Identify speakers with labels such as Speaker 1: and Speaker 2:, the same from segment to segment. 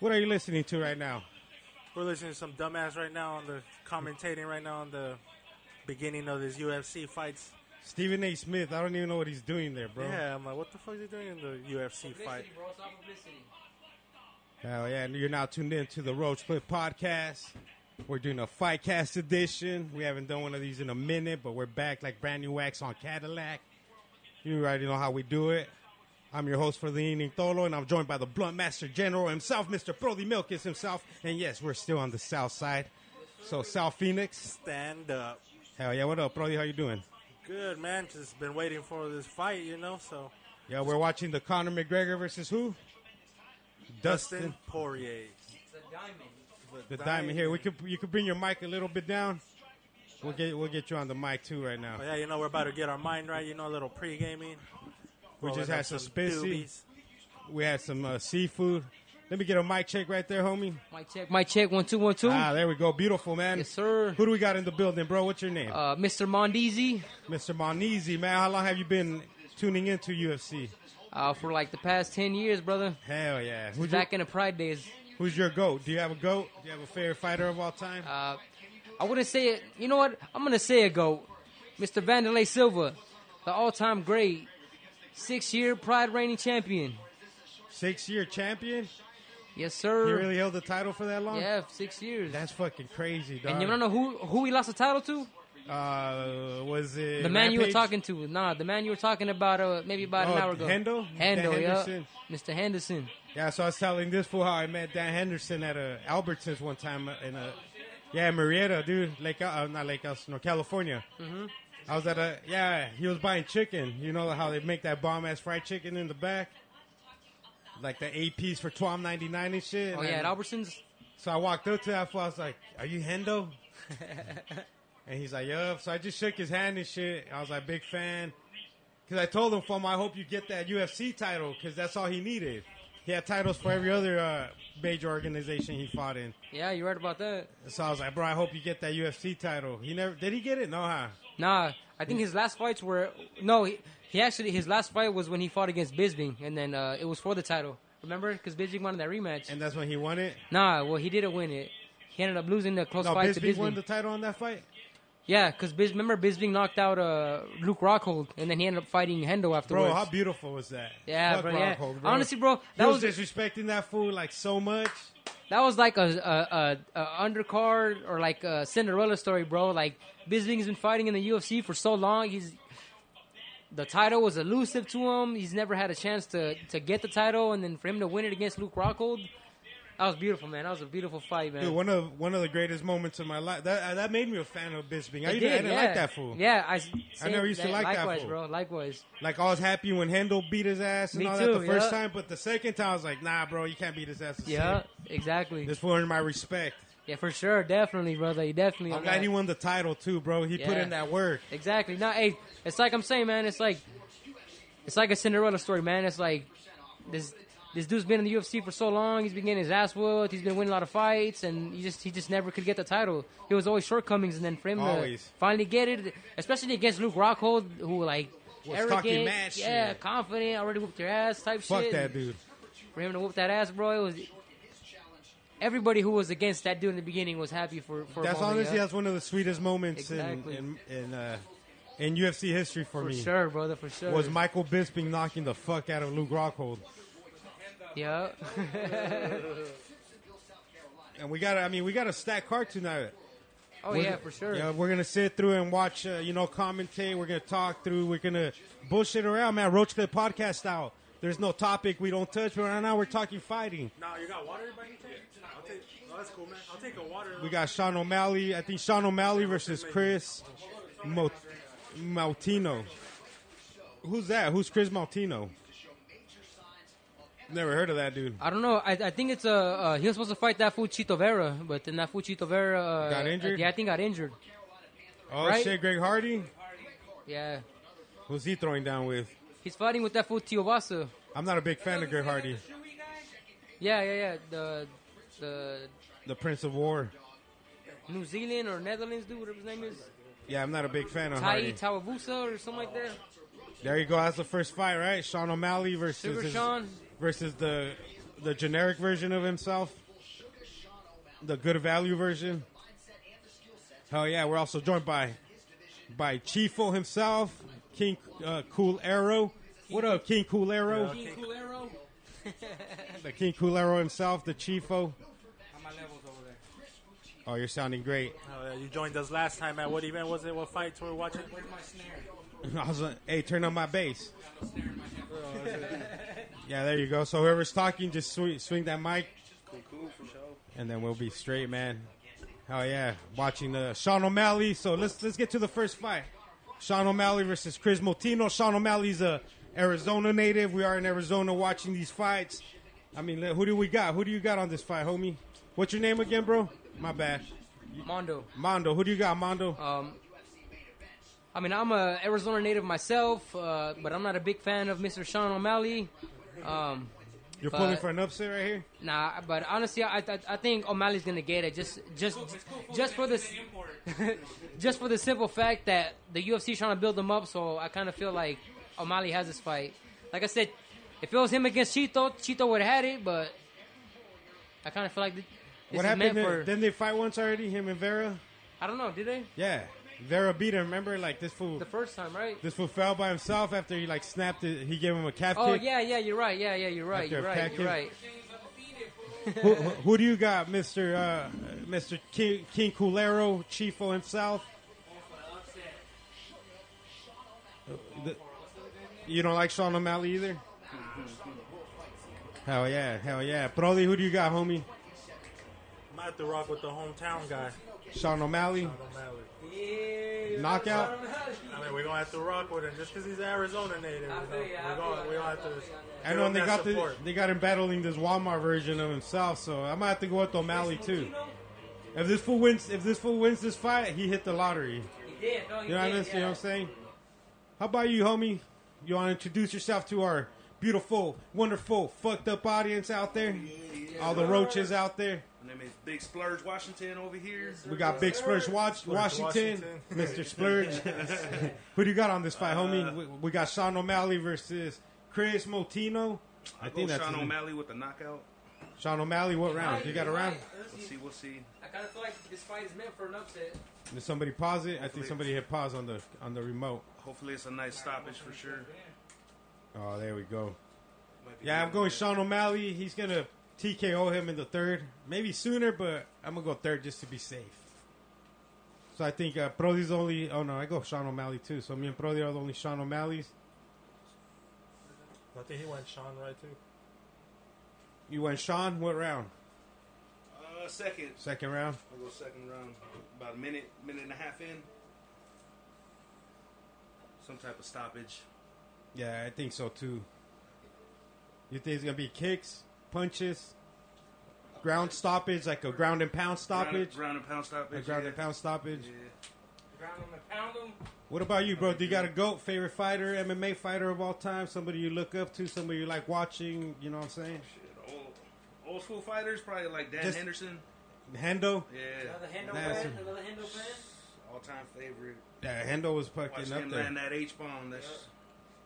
Speaker 1: What are you listening to right now?
Speaker 2: We're listening to some dumbass right now on the commentating right now on the beginning of this UFC fights.
Speaker 1: Stephen A. Smith. I don't even know what he's doing there, bro.
Speaker 2: Yeah, I'm like, what the fuck is he doing in the UFC fight?
Speaker 3: Publicity, bro. It's all publicity.
Speaker 1: Hell yeah! And you're now tuned in to the Road Split Podcast. We're doing a fight cast edition. We haven't done one of these in a minute, but we're back like brand new wax on Cadillac. You already know how we do it. I'm your host for the evening, Tolo, and I'm joined by the Blunt Master General himself, Mr. Brody Milkis himself. And yes, we're still on the South Side, so South Phoenix.
Speaker 2: Stand up.
Speaker 1: Hell yeah! What up, Brody? How you doing?
Speaker 2: Good man, just been waiting for this fight, you know. So
Speaker 1: Yeah, we're watching the Conor McGregor versus who?
Speaker 2: Dustin Poirier,
Speaker 3: It's a diamond.
Speaker 1: The diamond here. We could you could bring your mic a little bit down. We'll get we'll get you on the mic too right
Speaker 2: Oh,
Speaker 1: now.
Speaker 2: yeah, you know we're about to get our mind right. You know, a little pre gaming.
Speaker 1: We just had some spicy.
Speaker 2: Oh, doobies.
Speaker 1: We had some uh, seafood. Let me get a mic check right there, homie.
Speaker 3: Mic check. Mic check. One two one two.
Speaker 1: Ah, there we go. Beautiful man.
Speaker 3: Yes, sir.
Speaker 1: Who do we got in the building, bro? What's your name?
Speaker 3: Uh, Mr. Mondesi,
Speaker 1: Mr. Monizzi, man. How long have you been tuning into UFC?
Speaker 3: uh, for like the past ten years, brother.
Speaker 1: Hell yeah. Who's your,
Speaker 3: Back in the Pride days.
Speaker 1: who's your goat? Do you have a goat? Do you have a favorite fighter of all time?
Speaker 3: Uh, I wouldn't say it. You know what? I'm gonna say a goat, Mr. Vanderlei Silva, the all-time great, six-year Pride reigning champion.
Speaker 1: Six year champion.
Speaker 3: Yes,
Speaker 1: He
Speaker 3: sir.
Speaker 1: really held the title for that long.
Speaker 3: Yeah, six years.
Speaker 1: That's fucking crazy, dog.
Speaker 3: and you don't know who who he lost the title to?
Speaker 1: Uh, was it
Speaker 3: The man you were
Speaker 1: Rampage?
Speaker 3: talking to. Nah, the man you were talking about uh, maybe about
Speaker 1: Oh,
Speaker 3: an hour ago.
Speaker 1: Hendo?
Speaker 3: Hendo,
Speaker 1: Dan
Speaker 3: yeah.
Speaker 1: Henderson.
Speaker 3: Mr. Henderson.
Speaker 1: Yeah, so I was telling this fool how I met Dan Henderson at a Albertsons one time in a yeah Marietta, dude, Lake Al- uh, not Lake Elsinore, California. Mm-hmm. I was at a yeah, he was buying chicken. You know how they make that bomb ass fried chicken in the back, like the eight piece for twelve ninety nine and shit.
Speaker 3: Oh
Speaker 1: And
Speaker 3: yeah, at
Speaker 1: I-
Speaker 3: Albertsons.
Speaker 1: so I walked up to that fool. I was like, "Are you Hendo?" and he's like, "Yup." So I just shook his hand and shit. I was like, "Big fan," because I told him, "Fool, I hope you get that UFC title because that's all he needed. He had titles for every other uh, major organization he fought in."
Speaker 3: Yeah, you're right about that.
Speaker 1: So I was like, "Bro, I hope you get that UFC title." He never did. He get it? No, huh?
Speaker 3: Nah, I think his last fights were no. He, he actually his last fight was when he fought against Bisbing, and then uh, it was for the title. Remember, because Bisbing wanted that rematch.
Speaker 1: And that's when he won it.
Speaker 3: nah, well he didn't win it. He ended up losing the close
Speaker 1: No,
Speaker 3: fight to
Speaker 1: Bisbee
Speaker 3: Bisbing.
Speaker 1: won the title on that fight.
Speaker 3: yeah, because Bis- remember Bisbing knocked out uh, Luke Rockhold, and then he ended up fighting Hendo afterwards.
Speaker 1: Bro, how beautiful was that?
Speaker 3: yeah,
Speaker 1: Fuck
Speaker 3: bro, yeah.
Speaker 1: Rockhold,
Speaker 3: Honestly, bro,
Speaker 1: He
Speaker 3: that was
Speaker 1: was disrespecting that fool like so much.
Speaker 3: that was like a, a, a, a undercard or like a Cinderella story, bro. Like Bisbing's been fighting in the UFC for so long. He's the title was elusive to him. He's never had a chance to, to get the title, and then for him to win it against Luke Rockhold, that was beautiful, man. That was a beautiful fight, man.
Speaker 1: Dude, one of one of the greatest moments of my life. That uh, that made me a fan of Bisping. I,
Speaker 3: It
Speaker 1: did, I didn't
Speaker 3: yeah.
Speaker 1: like that fool.
Speaker 3: Yeah, I,
Speaker 1: I never used to like that
Speaker 3: likewise,
Speaker 1: fool.
Speaker 3: bro. Likewise,
Speaker 1: Like I was happy when Hendo beat his ass and
Speaker 3: Me
Speaker 1: all
Speaker 3: too,
Speaker 1: that the first
Speaker 3: yeah.
Speaker 1: time, but the second time I was like, nah, bro, you can't beat his ass. the
Speaker 3: yeah,
Speaker 1: same.
Speaker 3: exactly.
Speaker 1: this fool earned my respect.
Speaker 3: Yeah, for sure, definitely, brother. You definitely.
Speaker 1: I'm
Speaker 3: on
Speaker 1: glad
Speaker 3: that.
Speaker 1: he won the title too, bro. He put
Speaker 3: Yeah.
Speaker 1: in that work.
Speaker 3: Exactly. No, hey, it's like I'm saying, man. It's like, it's like a Cinderella story, man. It's like this this dude's been in the UFC for so long. He's been getting his ass whooped. He's been winning a lot of fights, and he just he just never could get the title. There was always shortcomings, and then for him to
Speaker 1: Always.
Speaker 3: finally get it, especially against Luke Rockhold, who like
Speaker 1: Was
Speaker 3: arrogant,
Speaker 1: talking mad shit.
Speaker 3: yeah, confident, already whooped your ass type
Speaker 1: Fuck
Speaker 3: shit.
Speaker 1: that dude.
Speaker 3: For him to whoop that ass, bro, it was. Everybody who was against that dude in the beginning was happy for. for a
Speaker 1: That's
Speaker 3: moment,
Speaker 1: honestly
Speaker 3: yeah.
Speaker 1: that's one of the sweetest moments
Speaker 3: Exactly.
Speaker 1: in in in, uh, in UFC history for,
Speaker 3: for
Speaker 1: me.
Speaker 3: sure, brother, for sure.
Speaker 1: Was Michael Bisping knocking the fuck out of Luke Rockhold?
Speaker 3: yeah.
Speaker 1: And we got I mean we got a stack card tonight.
Speaker 3: Oh
Speaker 1: We're-
Speaker 3: yeah, for sure.
Speaker 1: Yeah, we're gonna sit through and watch, uh, you know, commentate. We're gonna talk through. We're gonna bullshit around, man. Roach Clip podcast style. There's no topic we don't touch, but right now we're talking fighting.
Speaker 2: Nah, you got water by any chance? I'll take. Oh, that's cool, man. I'll take a water.
Speaker 1: We got Sean O'Malley. I think Sean O'Malley versus Chris Mo- Maltino. Who's that? Who's Chris Maltino? Never heard of that dude.
Speaker 3: I don't know. I, I think it's uh, uh he was supposed to fight that fool Chito Vera, but then that fool Chito Vera uh,
Speaker 1: Got injured?
Speaker 3: Yeah, I think got injured.
Speaker 1: Oh
Speaker 3: Right?
Speaker 1: shit, Greg Hardy.
Speaker 3: Yeah,
Speaker 1: Who's he throwing down with?
Speaker 3: he's fighting with that fool Tiovasa.
Speaker 1: I'm not a big fan of Greg Hardy,
Speaker 3: Yeah, yeah, yeah. The the
Speaker 1: the Prince of War.
Speaker 3: New Zealand or Netherlands dude, whatever his name is,
Speaker 1: Yeah, I'm not a big fan of
Speaker 3: Tai
Speaker 1: Hardy.
Speaker 3: Tawavusa or something like that.
Speaker 1: There you go. That's the first fight, right? Sean O'Malley versus
Speaker 3: Sugar
Speaker 1: his-
Speaker 3: Sean.
Speaker 1: versus the the generic version of himself, the good value version. Hell yeah, we're also joined by by Chifo himself, King uh, Cool Arrow. What up, King Cool Arrow?
Speaker 2: King
Speaker 3: Culero.
Speaker 1: The King Cool Arrow himself, the Chifo.
Speaker 4: on my levels over there.
Speaker 1: Oh, you're sounding great.
Speaker 2: Uh, you joined us last time at what event was it? What fights were we watching?
Speaker 4: Where's my snare?
Speaker 1: I was like, hey, turn on my bass.
Speaker 4: Got no snare in my hand.
Speaker 1: Yeah, there you go. So whoever's talking, just swing, swing that mic,
Speaker 4: Cool, cool, for sure.
Speaker 1: and then we'll be straight, man. Hell yeah, watching the Sean O'Malley. So let's let's get to the first fight. Sean O'Malley versus Chris Motino. Sean O'Malley's a Arizona native. We are in Arizona watching these fights. I mean, who do we got? Who do you got on this fight, homie? What's your name again, bro? My bad.
Speaker 3: Mondo.
Speaker 1: Mondo. Who do you got, Mondo?
Speaker 3: Um, I mean, I'm a Arizona native myself, uh, but I'm not a big fan of Mr. Sean O'Malley. Um,
Speaker 1: You're pulling
Speaker 3: but-
Speaker 1: for an upset right here.
Speaker 3: nah, but honestly, I, I, I think O'Malley's gonna get it just just
Speaker 4: Cool, it's cool, fool.
Speaker 3: just for
Speaker 4: That's
Speaker 3: this
Speaker 4: an import.
Speaker 3: just for the simple fact that the UFC trying to build him up. So I kind of feel like O'Malley has this fight. Like I said, if it was him against Chito, Chito would have had it, but I kind of feel like th- this
Speaker 1: What
Speaker 3: is
Speaker 1: happened?
Speaker 3: meant for.
Speaker 1: Didn't they fight once already? Him and Vera.
Speaker 3: I don't know. Did they
Speaker 1: Yeah, Vera beat him. Remember, like this fool.
Speaker 3: the first time, right?
Speaker 1: This fool fell by himself after he like snapped it. He gave him a calf
Speaker 3: Oh
Speaker 1: kick.
Speaker 3: yeah, yeah, you're right. Yeah, yeah, you're right.
Speaker 1: After
Speaker 3: You're
Speaker 1: a
Speaker 3: right.
Speaker 1: pack
Speaker 3: You're
Speaker 1: in.
Speaker 3: right.
Speaker 1: who, who who do you got, Mister uh, Mister King, King Culero, Chifo himself? The- you don't like Sean O'Malley either. hell yeah, hell yeah, Brody. Who do you got, homie?
Speaker 2: I'm at the rock with the hometown guy.
Speaker 1: Sean O'Malley,
Speaker 2: O'Malley.
Speaker 1: knockout.
Speaker 2: I mean, we're gonna have to rock with him just because he's an Arizona native. You know?
Speaker 3: feel ya, I
Speaker 2: We're gonna,
Speaker 3: feel
Speaker 2: we
Speaker 3: ya,
Speaker 2: gonna have
Speaker 3: I
Speaker 2: to.
Speaker 3: feel
Speaker 1: I
Speaker 2: give
Speaker 1: know
Speaker 2: him
Speaker 1: they
Speaker 2: that
Speaker 1: got the,
Speaker 2: support.
Speaker 1: they got him battling this Walmart version of himself, so I might have to go with O'Malley too. If this fool wins, if this fool wins this fight, he hit the lottery. You know, what I'm- you know what I'm saying? How about you, homie? You want to introduce yourself to our beautiful, wonderful, fucked up audience out there? All the roaches out there.
Speaker 5: My name is Big Splurge Washington over here.
Speaker 1: We got Big Splurge Watch Washington, Mr. Splurge. Who do you got on this fight, homie? We, we got Sean O'Malley versus Chris Motino. I
Speaker 5: I go Sean
Speaker 1: his name.
Speaker 5: O'Malley with the knockout.
Speaker 1: Sean O'Malley. What round? You got a round?
Speaker 5: We'll see, we'll see.
Speaker 3: I kind of feel like this fight is meant for an upset.
Speaker 1: Did somebody pause it? I think somebody hit pause on the on the remote.
Speaker 5: Hopefully it's a nice stoppage for sure.
Speaker 1: Oh, there we go.
Speaker 5: Might be
Speaker 1: Yeah, I'm
Speaker 5: good.
Speaker 1: going Sean O'Malley. He's gonna TKO him in the third, maybe sooner, but I'm gonna go third just to be safe. So I think uh, Brody's only. Oh no, I go Sean O'Malley too. So me and Brody are the only Sean O'Malleys.
Speaker 2: I think he went Sean right too.
Speaker 1: You went Sean. What round?
Speaker 5: Uh, second.
Speaker 1: Second round.
Speaker 5: I'll go second round. About a minute, minute and a half in. Some type of stoppage.
Speaker 1: Yeah, I think so too. You think it's gonna be kicks, punches, ground stoppage, like a ground and pound stoppage,
Speaker 5: Ground, ground and pound stoppage.
Speaker 1: a ground
Speaker 5: yeah.
Speaker 1: and pound stoppage.
Speaker 5: Yeah.
Speaker 1: What about you, bro? Do you got a goat favorite fighter, MMA fighter of all time? Somebody you look up to, somebody you like watching? You know what I'm saying?
Speaker 5: Shit, Old, old school fighters, probably like Dan
Speaker 1: Just-
Speaker 5: Henderson.
Speaker 1: Hendo,
Speaker 5: Yeah.
Speaker 1: That's fan,
Speaker 3: another Hendo fan.
Speaker 5: All time favorite.
Speaker 1: yeah, Hendo was
Speaker 5: Watch
Speaker 1: fucking up
Speaker 5: him
Speaker 1: there.
Speaker 5: land that H bomb. That's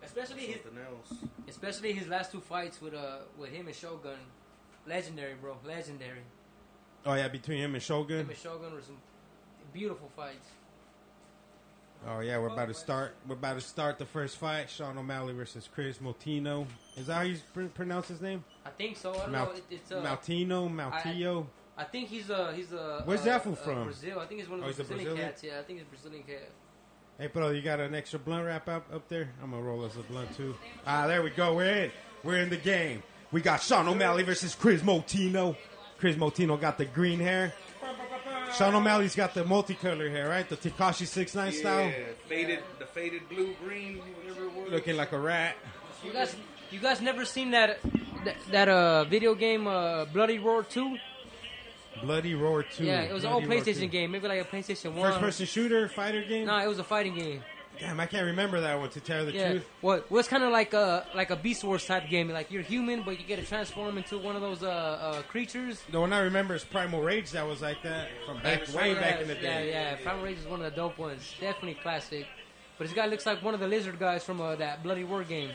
Speaker 3: Especially his,
Speaker 5: something else.
Speaker 3: especially his last two fights with uh with him and Shogun, legendary, bro, legendary.
Speaker 1: Oh yeah, between him and Shogun.
Speaker 3: Him and Shogun were some beautiful fights.
Speaker 1: Oh yeah, we're about to start. We're about to start the first fight: Sean O'Malley versus Chris Motino. Is that how you pr- pronounce his name?
Speaker 3: I think so. I don't
Speaker 1: Mal-
Speaker 3: know. It, it's uh,
Speaker 1: Maltino, Maltillo.
Speaker 3: I think he's a he's a.
Speaker 1: Where's
Speaker 3: uh,
Speaker 1: that fool
Speaker 3: uh,
Speaker 1: from?
Speaker 3: Brazil. I think he's one of
Speaker 1: Oh,
Speaker 3: those
Speaker 1: he's a
Speaker 3: Brazilian,
Speaker 1: Brazilian?
Speaker 3: cats. Yeah, I think he's Brazilian cat.
Speaker 1: Hey, bro, you got an extra blunt wrap up up there? I'm gonna roll us a blunt too. Ah, there we go. We're in. We're in the game. We got Sean O'Malley versus Chris Motino. Chris Motino got the green hair. Sean O'Malley's got the multicolored hair, right? The Takashi Six Nine style,
Speaker 5: Yeah, faded, the faded blue, green, whatever it was.
Speaker 1: looking like a rat.
Speaker 3: You guys, you guys never seen that that, that uh video game uh Bloody Roar Two?
Speaker 1: Bloody Roar Two.
Speaker 3: Yeah, it was an
Speaker 1: Bloody
Speaker 3: old
Speaker 1: Roar
Speaker 3: PlayStation
Speaker 1: 2.
Speaker 3: game, maybe like a PlayStation One.
Speaker 1: First person shooter fighter game.
Speaker 3: No, it was a fighting game.
Speaker 1: Damn, I can't remember that one. To tell you the
Speaker 3: Yeah,
Speaker 1: truth.
Speaker 3: well, well, it's kind of like a like a Beast Wars type game. Like you're human, but you get to transform into one of those uh, uh creatures.
Speaker 1: The one I remember is Primal Rage. That was like that from back way back in the
Speaker 3: Yeah,
Speaker 1: day.
Speaker 3: yeah. Primal Rage is one of the dope ones. Definitely classic. But this guy looks like one of the lizard guys from uh, that Bloody War game.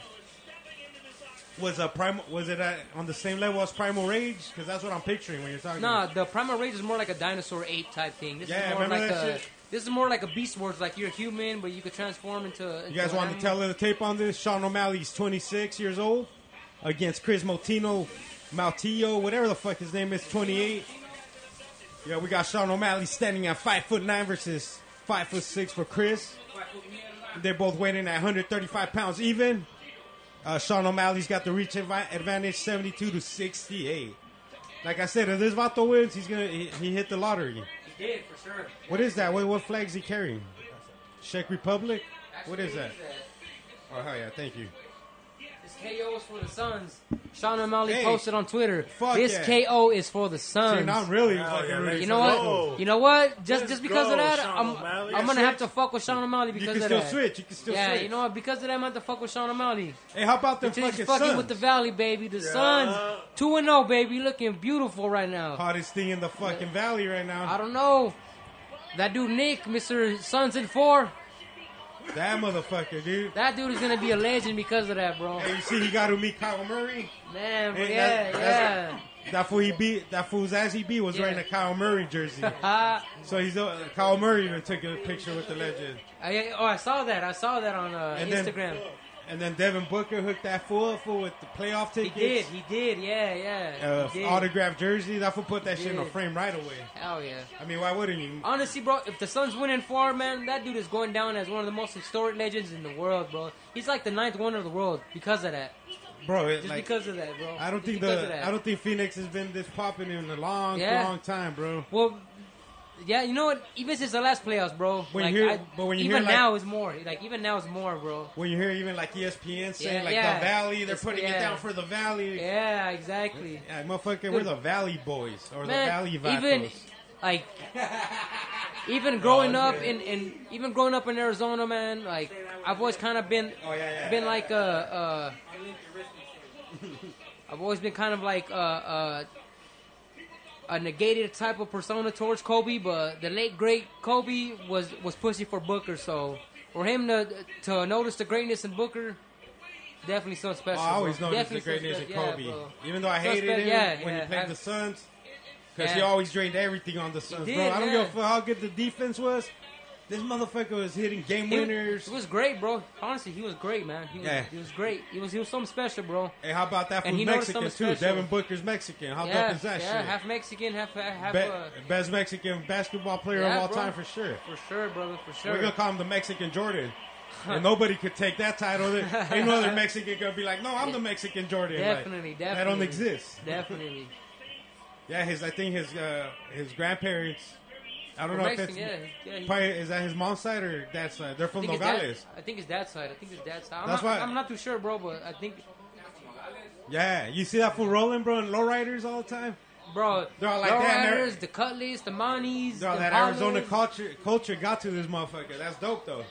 Speaker 1: was a primal. Was it at, on the same level as Primal Rage? Because that's what I'm picturing when you're talking.
Speaker 3: Nah, the Primal Rage is more like a dinosaur ape type thing. This
Speaker 1: Yeah,
Speaker 3: is more
Speaker 1: remember
Speaker 3: like
Speaker 1: that
Speaker 3: a
Speaker 1: shit?
Speaker 3: this is more like a Beast Wars. Like you're human, but you could transform into.
Speaker 1: You guys want to tell the tape on this? Sean O'Malley's 26 years old against Chris Motino, Maltillo, whatever the fuck his name is, 28. Yeah, we got Sean O'Malley standing at five foot nine versus five foot six for Chris. They're both weighing in at 135 pounds even. Uh, Sean O'Malley's got the reach advi- advantage, 72 to 68. Like I said, if this Vato wins, he's gonna he, he hit the lottery.
Speaker 4: He did for sure.
Speaker 1: What is that? Wait, what flag's he carrying? Czech Republic? What is that? Oh hell yeah, thank you.
Speaker 3: This KO is for the Suns. Sean O'Malley
Speaker 1: Hey,
Speaker 3: posted on Twitter.
Speaker 1: fuck
Speaker 3: this
Speaker 1: yeah.
Speaker 3: KO is for the
Speaker 1: See,
Speaker 3: Suns.
Speaker 1: now I'm really
Speaker 2: Hell
Speaker 1: fucking
Speaker 2: yeah,
Speaker 1: rooting
Speaker 2: man.
Speaker 3: you
Speaker 1: for
Speaker 3: know
Speaker 1: that.
Speaker 3: what?
Speaker 2: Go.
Speaker 3: You know what? Just
Speaker 2: Let's
Speaker 3: just because
Speaker 2: go,
Speaker 3: of that,
Speaker 2: Sean
Speaker 3: I'm,
Speaker 2: O'Malley.
Speaker 3: I'm gonna
Speaker 2: Switch.
Speaker 3: have to fuck with Sean O'Malley
Speaker 1: You
Speaker 3: because
Speaker 1: can
Speaker 3: of
Speaker 1: still
Speaker 3: that.
Speaker 1: switch. You can still
Speaker 3: yeah,
Speaker 1: switch.
Speaker 3: you know what? Because of that, I'm gonna have to fuck with Sean O'Malley.
Speaker 1: hey, how about them
Speaker 3: Until he's
Speaker 1: fucking,
Speaker 3: fucking
Speaker 1: Suns?
Speaker 3: with the Valley, baby. The
Speaker 2: Yeah.
Speaker 3: Suns, two and zero, baby, looking beautiful right now.
Speaker 1: hottest thing in the fucking valley right
Speaker 3: I
Speaker 1: now?
Speaker 3: don't know. That dude Nick, Mister Suns in four.
Speaker 1: That motherfucker, dude.
Speaker 3: That dude is gonna be a legend because of that, bro.
Speaker 1: Hey, you see, he got to meet Kyle Murray.
Speaker 3: Man, but
Speaker 1: Hey,
Speaker 3: yeah,
Speaker 1: that- that's-
Speaker 3: yeah.
Speaker 1: That fool he beat, that fool's ass he beat was
Speaker 3: Yeah.
Speaker 1: wearing a Kyle Murray jersey.
Speaker 3: Ah,
Speaker 1: so he's uh, Kyle Murray even took a picture with the legend.
Speaker 3: I, oh, I saw that. I saw that on uh,
Speaker 1: And then-
Speaker 3: Instagram.
Speaker 1: And then Devin Booker hooked that fool up fool with the playoff
Speaker 3: he
Speaker 1: tickets.
Speaker 3: did. He did. Yeah, yeah.
Speaker 1: uh,
Speaker 3: he did.
Speaker 1: autographed jersey. That fool put that shit in a
Speaker 3: did.
Speaker 1: frame right away.
Speaker 3: Hell yeah.
Speaker 1: I mean, why wouldn't you?
Speaker 3: Honestly, bro, if the Suns win in four, man, that dude is going down as one of the most historic legends in the world, bro. He's like the ninth wonder of the world because of that.
Speaker 1: Bro, it,
Speaker 3: Just
Speaker 1: like,
Speaker 3: because of that, bro.
Speaker 1: I don't
Speaker 3: Just
Speaker 1: think
Speaker 3: because of that.
Speaker 1: the I don't think Phoenix has been this popping in a long,
Speaker 3: Yeah.
Speaker 1: long time, bro.
Speaker 3: Well, yeah, you know what? Even since the last playoffs, bro.
Speaker 1: When
Speaker 3: like,
Speaker 1: you hear-
Speaker 3: I,
Speaker 1: but when you
Speaker 3: even
Speaker 1: hear, like-
Speaker 3: now is more. Like even now is more, bro.
Speaker 1: When you hear even like E ESPN saying
Speaker 3: Yeah,
Speaker 1: like
Speaker 3: yeah.
Speaker 1: the Valley, they're
Speaker 3: It's-
Speaker 1: putting it
Speaker 3: yeah.
Speaker 1: down for the Valley. Yeah,
Speaker 3: Yeah, exactly.
Speaker 1: motherfucker, we're the Valley boys or the
Speaker 3: Man,
Speaker 1: Valley Vatos.
Speaker 3: even like even growing
Speaker 1: Oh,
Speaker 3: up in, in even growing up in Arizona, man. Like I've always kind of been
Speaker 1: oh yeah, yeah.
Speaker 3: been like a. Uh, I've always been kind of like a, a, a negated type of persona towards Kobe, but the late great Kobe was was pussy for Booker, so for him to to notice the greatness in Booker, definitely something
Speaker 1: Oh,
Speaker 3: special.
Speaker 1: I always
Speaker 3: bro.
Speaker 1: noticed the
Speaker 3: Definitely
Speaker 1: greatness of
Speaker 3: something
Speaker 1: Kobe,
Speaker 3: special. Yeah,
Speaker 1: even though I
Speaker 3: Something
Speaker 1: hated
Speaker 3: spe-
Speaker 1: him
Speaker 3: yeah,
Speaker 1: when
Speaker 3: yeah,
Speaker 1: he played
Speaker 3: I-
Speaker 1: the Suns. Because he
Speaker 3: Yeah.
Speaker 1: always drained everything on the Suns,
Speaker 3: did,
Speaker 1: bro. I don't give a
Speaker 3: yeah.
Speaker 1: fuck how good the defense was. This motherfucker was hitting game
Speaker 3: bro. He-
Speaker 1: winners.
Speaker 3: He was great, bro. Honestly, he was great, man. He was,
Speaker 1: Yeah.
Speaker 3: he was great. He was he was something special, bro.
Speaker 1: Hey, how about that
Speaker 3: And
Speaker 1: from
Speaker 3: he noticed
Speaker 1: Mexican too?
Speaker 3: something special.
Speaker 1: Devin Booker's Mexican. How
Speaker 3: yeah,
Speaker 1: dope is that
Speaker 3: yeah,
Speaker 1: shit?
Speaker 3: half Mexican, half half
Speaker 1: Be-
Speaker 3: uh,
Speaker 1: best Mexican basketball player
Speaker 3: Yeah,
Speaker 1: of all
Speaker 3: bro.
Speaker 1: time for sure.
Speaker 3: for sure, brother, for sure.
Speaker 1: We're gonna call him the Mexican Jordan. And nobody could take that title. There ain't no other Mexican gonna be like, "No, I'm the Mexican Jordan." Like,
Speaker 3: Definitely,
Speaker 1: That don't
Speaker 3: definitely.
Speaker 1: exist.
Speaker 3: Definitely.
Speaker 1: Yeah, his. I think his uh, his grandparents. I don't
Speaker 3: Well,
Speaker 1: know if
Speaker 3: Mexican, yeah,
Speaker 1: it's
Speaker 3: yeah, he-
Speaker 1: probably is that his mom's side or dad's side. They're
Speaker 3: I
Speaker 1: from
Speaker 3: think, it's dad,
Speaker 1: Nogales.
Speaker 3: I think it's dad's side. I think it's dad's side. I'm,
Speaker 1: That's
Speaker 3: not,
Speaker 1: why-
Speaker 3: I'm not too sure, bro, but I think,
Speaker 1: Yeah, you see that fool rolling, bro, and lowriders all the time.
Speaker 3: bro,
Speaker 1: They're all like
Speaker 3: Low
Speaker 1: that, they're-
Speaker 3: Riders, the Cutlets, the Monies,
Speaker 1: Dog,
Speaker 3: the
Speaker 1: that Arizona
Speaker 3: Palos.
Speaker 1: culture culture got to this motherfucker. That's dope though.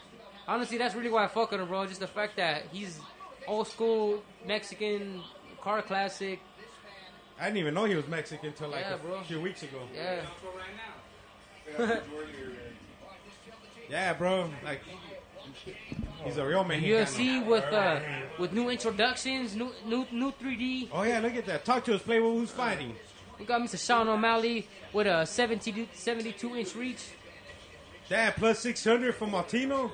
Speaker 3: Honestly, that's really why I fuck with him, bro. Just the fact that he's old school Mexican car classic.
Speaker 1: I didn't even know he was Mexican until like
Speaker 3: Yeah,
Speaker 1: a
Speaker 3: bro.
Speaker 1: few weeks ago. Yeah.
Speaker 3: Yeah,
Speaker 1: bro. Like he's a real man.
Speaker 3: UFC with uh, with new introductions, new new new 3D.
Speaker 1: Oh yeah, look at that. Talk to us, play who's fighting.
Speaker 3: We got Mr. Sean O'Malley with a 70, 72 inch reach.
Speaker 1: Dad plus six hundred for Martino.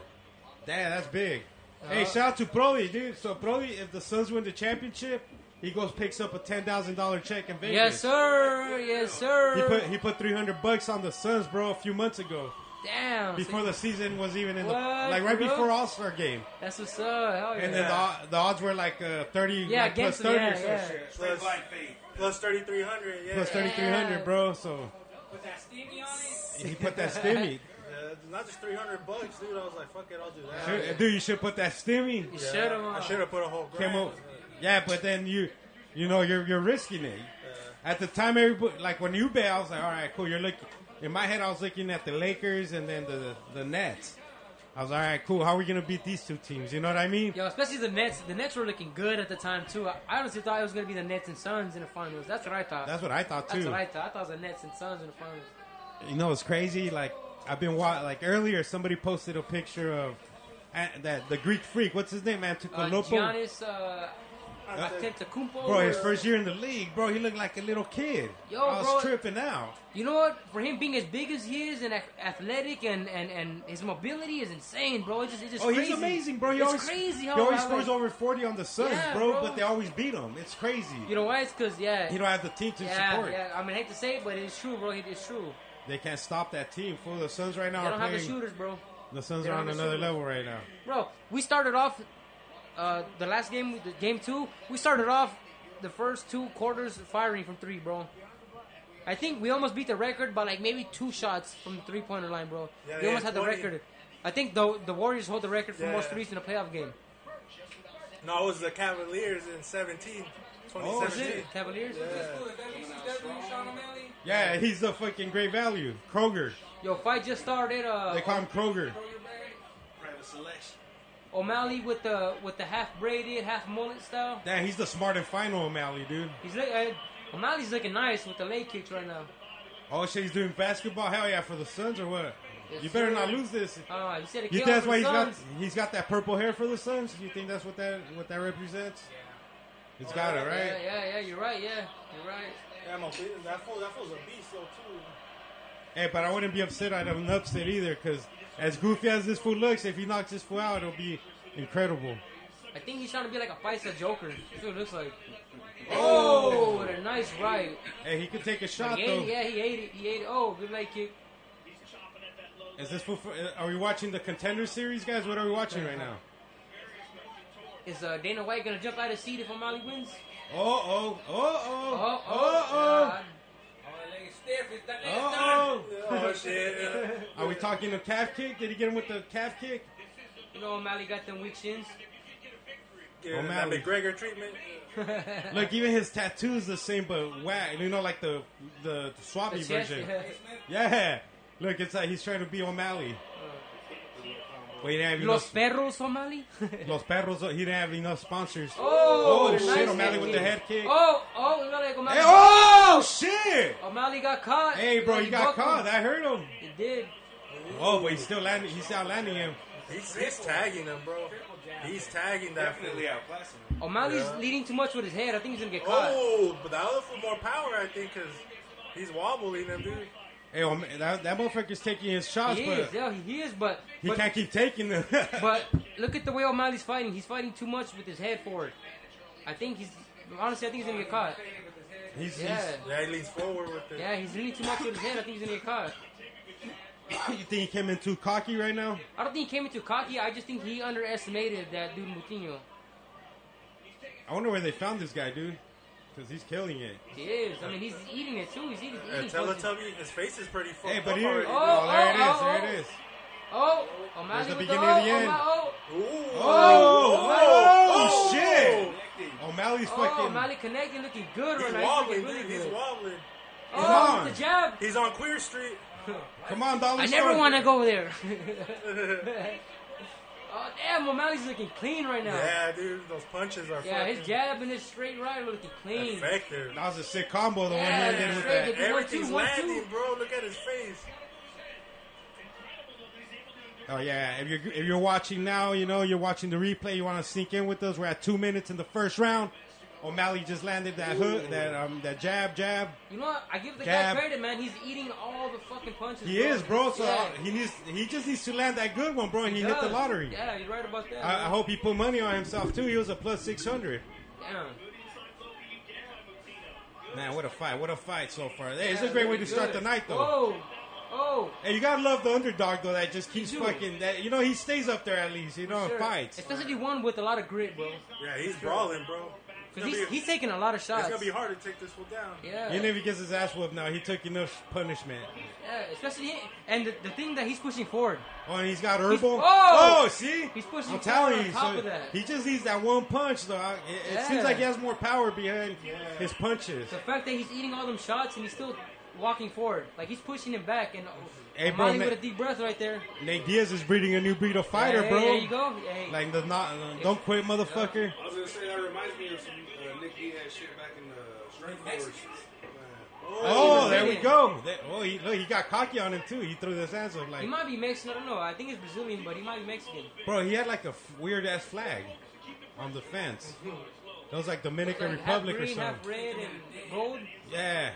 Speaker 1: Dad, that's big.
Speaker 3: Uh-huh.
Speaker 1: hey, shout out to Prodi, dude. So Prodi, if the Suns win the championship, he goes picks up a ten thousand dollar check in Vegas.
Speaker 3: Yes, sir. Yes, sir.
Speaker 1: He put he put three hundred bucks on the Suns, bro, a few months ago.
Speaker 3: Damn.
Speaker 1: Before the season was even in the
Speaker 3: What,
Speaker 1: like right
Speaker 3: bro?
Speaker 1: before All Star game.
Speaker 3: That's what's up. Hell yeah.
Speaker 1: And then the, o- the odds were like uh, 30
Speaker 3: Yeah,
Speaker 1: like plus
Speaker 3: against
Speaker 1: 30
Speaker 3: them,
Speaker 1: or
Speaker 3: yeah,
Speaker 1: some
Speaker 3: yeah.
Speaker 1: shit.
Speaker 2: Plus, plus 3,300. Yeah.
Speaker 1: Plus 3,300, bro. So
Speaker 4: Put that stinky on it.
Speaker 1: he put that stimmy.
Speaker 2: Uh, not just 300 bucks, dude. I was like, fuck it, I'll do that.
Speaker 1: Dude, dude, you should put that stimmy.
Speaker 3: You shut him
Speaker 2: I
Speaker 3: up.
Speaker 2: should have put a whole
Speaker 1: Came
Speaker 2: grand.
Speaker 1: up. Yeah, but then you, you know, you're you're risking it. At the time, everybody like when you bet, I was like, all right, cool. You're looking. In my head, I was looking at the Lakers and then the the Nets. I was all right, cool. How are we gonna beat these two teams? You know what I mean?
Speaker 3: Yo, especially the Nets. The Nets were looking good at the time too. I I honestly thought it was gonna be the Nets and Suns in the finals. That's what I thought.
Speaker 1: That's what I thought
Speaker 3: That's
Speaker 1: too.
Speaker 3: what I thought. I thought it was the Nets and Suns in the finals.
Speaker 1: You know, it's crazy. Like I've been wa- like earlier, somebody posted a picture of uh, that the Greek freak. What's his name?
Speaker 3: Uh,
Speaker 1: Antetokounmpo.
Speaker 3: Giannis, uh, Antetokounmpo
Speaker 1: Bro, his
Speaker 3: or-
Speaker 1: first year in the league, bro, he looked like a little kid.
Speaker 3: Yo,
Speaker 1: I was
Speaker 3: bro.
Speaker 1: tripping out.
Speaker 3: You know what? For him being as big as he is and ath- athletic and, and, and his mobility is insane, bro. It's just, it's just
Speaker 1: Oh,
Speaker 3: crazy.
Speaker 1: he's amazing, bro. He
Speaker 3: it's
Speaker 1: always
Speaker 3: crazy
Speaker 1: he
Speaker 3: how
Speaker 1: always
Speaker 3: how,
Speaker 1: scores
Speaker 3: like-
Speaker 1: over forty on the Suns,
Speaker 3: Yeah,
Speaker 1: bro,
Speaker 3: bro.
Speaker 1: But they always beat him. It's crazy.
Speaker 3: You know why? It's because yeah,
Speaker 1: he don't have the team to
Speaker 3: yeah,
Speaker 1: support.
Speaker 3: yeah. I mean, I hate to say it, but it's true, bro. It- It's true.
Speaker 1: They can't stop that team. For the Suns right now
Speaker 3: They
Speaker 1: are
Speaker 3: don't have the
Speaker 1: playing.
Speaker 3: shooters, bro.
Speaker 1: the Suns
Speaker 3: they
Speaker 1: are
Speaker 3: don't
Speaker 1: on
Speaker 3: have the
Speaker 1: another
Speaker 3: shooters.
Speaker 1: level right now.
Speaker 3: Bro, we started off uh, the last game, the game two. We started off the first two quarters firing from three, bro. I think we almost beat the record by like maybe two shots from the three pointer line, bro.
Speaker 2: Yeah,
Speaker 3: we
Speaker 2: they
Speaker 3: almost
Speaker 2: had
Speaker 3: had the
Speaker 2: 20.
Speaker 3: record. I think the the Warriors hold the record for
Speaker 2: Yeah,
Speaker 3: most
Speaker 2: yeah.
Speaker 3: threes in a playoff game.
Speaker 2: No, it was the Cavaliers in 17,
Speaker 1: Oh,
Speaker 3: Was
Speaker 2: 2017.
Speaker 3: it Cavaliers?
Speaker 4: Look, that ECW Sean O'Malley.
Speaker 1: Yeah, he's the fucking great value, Kroger.
Speaker 3: Yo, fight just started. Uh,
Speaker 1: They call him Kroger.
Speaker 4: Throw your bag.
Speaker 5: Private selection.
Speaker 3: O'Malley with the with the half braided, half mullet style.
Speaker 1: Damn, he's the smart and final O'Malley, dude.
Speaker 3: He's look, uh, O'Malley's looking nice with the leg kicks right now.
Speaker 1: Oh shit, he's doing basketball. Hell yeah, for the Suns or what?
Speaker 3: Yes,
Speaker 1: you better
Speaker 3: sir.
Speaker 1: not lose this.
Speaker 3: Uh, you said it
Speaker 1: You
Speaker 3: killed
Speaker 1: think that's
Speaker 3: the
Speaker 1: why he's got
Speaker 3: Suns.
Speaker 1: he's got that purple hair for the Suns? You think that's what that what that represents? It's got it
Speaker 3: Yeah,
Speaker 1: right.
Speaker 3: yeah, yeah. You're right. Yeah, you're right.
Speaker 2: Yeah, I'm a bit- that fool, that fool's a beast, though, too.
Speaker 1: Hey, but I wouldn't be upset. I'd have an upset either, because as goofy as this fool looks, if he knocks this fool out, it'll be incredible.
Speaker 3: I think he's trying to be like a Paisa Joker. That's what it looks like. Oh, what a nice right.
Speaker 1: Hey, he could take a
Speaker 3: But
Speaker 1: shot
Speaker 3: He
Speaker 1: though.
Speaker 3: ate it. Yeah, he ate it. He ate it. Oh, good leg kick.
Speaker 1: Is this fool? uh, Are we watching the contender series, guys? What are we watching right now?
Speaker 3: Is uh, Dana White gonna jump out of seat if O'Malley wins?
Speaker 1: Oh oh oh
Speaker 3: Oh,
Speaker 1: oh
Speaker 3: oh,
Speaker 1: oh
Speaker 4: Oh, that leg is stiff. It's that
Speaker 1: oh
Speaker 4: leg is done.
Speaker 1: oh
Speaker 2: Oh,
Speaker 1: oh.
Speaker 2: shit.
Speaker 1: Are we talking a calf kick? Did he get him with the calf kick?
Speaker 3: yeah. You know O'Malley got them weak shins.
Speaker 2: Yeah, that
Speaker 1: O'Malley.
Speaker 2: McGregor treatment.
Speaker 1: Look, even his tattoo's the same, but whack. You know, like the the, the
Speaker 3: The
Speaker 1: Swabby
Speaker 3: chest,
Speaker 1: version.
Speaker 3: yeah.
Speaker 1: Yeah. Look, it's like he's trying to be O'Malley. Wait, he didn't have enough,
Speaker 3: Los perros, O'Malley.
Speaker 1: los perros. He didn't have enough sponsors.
Speaker 3: Oh,
Speaker 1: Oh,
Speaker 3: nice
Speaker 1: shit, O'Malley
Speaker 3: head
Speaker 1: with
Speaker 3: kick.
Speaker 1: the head kick.
Speaker 3: Oh, oh, it looked like O'Malley.
Speaker 1: Hey, oh shit!
Speaker 3: O'Malley got caught.
Speaker 1: Hey, bro,
Speaker 3: He
Speaker 1: you got
Speaker 3: buckled.
Speaker 1: caught. That hurt him.
Speaker 3: He did.
Speaker 1: Oh, but he's still landing. He's still landing him.
Speaker 2: He's, he's tagging him, bro. He's tagging that fool.
Speaker 5: Definitely outclassing him.
Speaker 3: O'Malley's
Speaker 2: Yeah.
Speaker 3: leading too much with his head. I think he's gonna get caught.
Speaker 2: Oh, but the other fool more power, I think, because he's wobbling him, dude.
Speaker 1: Hey, Om- that, that motherfucker's taking his shots,
Speaker 3: He
Speaker 1: but
Speaker 3: is, yeah, he is, but
Speaker 1: he
Speaker 3: but,
Speaker 1: can't keep taking them.
Speaker 3: but look at the way O'Malley's fighting. He's fighting too much with his head forward. I think he's honestly, I think he's gonna get caught.
Speaker 1: he's,
Speaker 3: Yeah,
Speaker 2: Yeah, he leans forward with it.
Speaker 3: yeah, he's leaning too much with his head. I think he's gonna get caught.
Speaker 1: he's. You think he came in too cocky right now?
Speaker 3: I don't think he came into cocky. I just think he underestimated that dude Moutinho.
Speaker 1: I wonder where they found this guy, dude, because he's killing it.
Speaker 3: He is. I mean, he's eating it too. He's eating.
Speaker 2: Yeah,
Speaker 1: Uh,
Speaker 3: eating punches.
Speaker 2: Teletubby, his face is pretty fucked
Speaker 1: Hey, but
Speaker 2: up
Speaker 1: here,
Speaker 2: already.
Speaker 1: oh,
Speaker 3: Oh,
Speaker 1: there
Speaker 3: oh, oh,
Speaker 1: it is, there it is.
Speaker 3: Oh, O'Malley
Speaker 1: There's the
Speaker 3: with
Speaker 1: beginning
Speaker 3: the,
Speaker 1: of the
Speaker 3: oh,
Speaker 1: end.
Speaker 3: O'Ma- oh,
Speaker 2: Ooh.
Speaker 1: Oh,
Speaker 2: Oh,
Speaker 1: oh, shit!
Speaker 5: Connecting.
Speaker 1: O'Malley's
Speaker 3: oh,
Speaker 1: fucking.
Speaker 3: O'Malley connecting, looking good
Speaker 2: He's
Speaker 3: right now. He's
Speaker 2: wobbling,
Speaker 3: looking really
Speaker 2: dude. He's
Speaker 3: good.
Speaker 2: wobbling.
Speaker 3: Oh,
Speaker 1: Come
Speaker 3: with the jab.
Speaker 2: He's on Queer Street.
Speaker 1: Come on, Dollar
Speaker 3: I never want to go there. oh damn, O'Malley's looking clean right now. Yeah,
Speaker 2: Yeah, dude, those punches are fucking
Speaker 3: his jab and his straight right are looking clean.
Speaker 2: effective.
Speaker 1: That was a sick combo, the
Speaker 3: Yeah,
Speaker 1: one he did with
Speaker 3: straight
Speaker 1: that.
Speaker 3: to-
Speaker 2: Everything's
Speaker 3: one, two.
Speaker 2: landing, bro. Look at his face.
Speaker 1: Oh yeah, if you're if you're watching now, you know you're watching the replay. You want to sneak in with us? We're at two minutes in the first round. O'Malley just landed that hook, that um, that jab, jab.
Speaker 3: You know what? I give the
Speaker 1: Jab.
Speaker 3: guy credit, man. He's eating all the fucking punches.
Speaker 1: He is, bro. So
Speaker 3: Yeah.
Speaker 1: he needs, he just needs to land that good one, bro, and he hit the
Speaker 3: does.
Speaker 1: lottery.
Speaker 3: Yeah, you're right about that.
Speaker 1: I, I hope he put money on himself too. He was a plus six hundred.
Speaker 3: Damn.
Speaker 1: Man, what a fight! What a fight so far. Hey, it's a
Speaker 3: Yeah,
Speaker 1: great way to
Speaker 3: looking
Speaker 1: start
Speaker 3: good.
Speaker 1: the night, though.
Speaker 3: Oh, oh.
Speaker 1: Hey, you gotta love the underdog though. That just keeps
Speaker 3: do.
Speaker 1: fucking. That you know he stays up there at least. You know, and
Speaker 3: sure.
Speaker 1: Oh, fights.
Speaker 3: Especially one with a lot of grit, bro.
Speaker 2: Yeah, he's brawling, bro. It's
Speaker 3: Because
Speaker 2: gonna,
Speaker 3: he's,
Speaker 2: be,
Speaker 3: he's taking a lot of
Speaker 2: it's
Speaker 3: shots.
Speaker 2: gonna be hard to take this one down.
Speaker 3: Yeah.
Speaker 1: Even if he gets his ass whooped now, he took enough punishment.
Speaker 3: yeah. Especially him. And the, the thing that he's pushing forward.
Speaker 1: Oh, and he's got herbal.
Speaker 3: oh!
Speaker 1: oh, see,
Speaker 3: He's pushing
Speaker 1: I'm telling
Speaker 3: forward on
Speaker 1: you,
Speaker 3: top
Speaker 1: so
Speaker 3: of that.
Speaker 1: he just needs that one punch though. I- It, it
Speaker 3: Yeah.
Speaker 1: seems like he has more power behind his punches.
Speaker 3: The fact that he's eating all them shots and he's still walking forward, like he's pushing him back, and
Speaker 1: Hey, bro,
Speaker 3: O'Malley
Speaker 1: Nick-
Speaker 3: with a deep breath right there.
Speaker 1: Nate Diaz is breeding a new breed of fighter,
Speaker 3: Hey,
Speaker 1: bro.
Speaker 3: There you go. Hey,
Speaker 1: Like the not, uh, don't quit, motherfucker.
Speaker 5: I was gonna say that reminds me of some uh, Nick Diaz shit back in uh, the Strength Force.
Speaker 1: Oh,
Speaker 3: he
Speaker 1: there we
Speaker 3: did it.
Speaker 1: go. There- oh, he, look, he got cocky on him too. He threw this ass up
Speaker 3: he
Speaker 1: like,
Speaker 3: might be Mexican. I don't know. I think he's Brazilian, but he might be Mexican.
Speaker 1: bro. He had like a weird ass flag on the fence. That was like Dominican
Speaker 3: Like
Speaker 1: Republic
Speaker 3: half green,
Speaker 1: or something.
Speaker 3: half red, and gold.
Speaker 1: Yeah.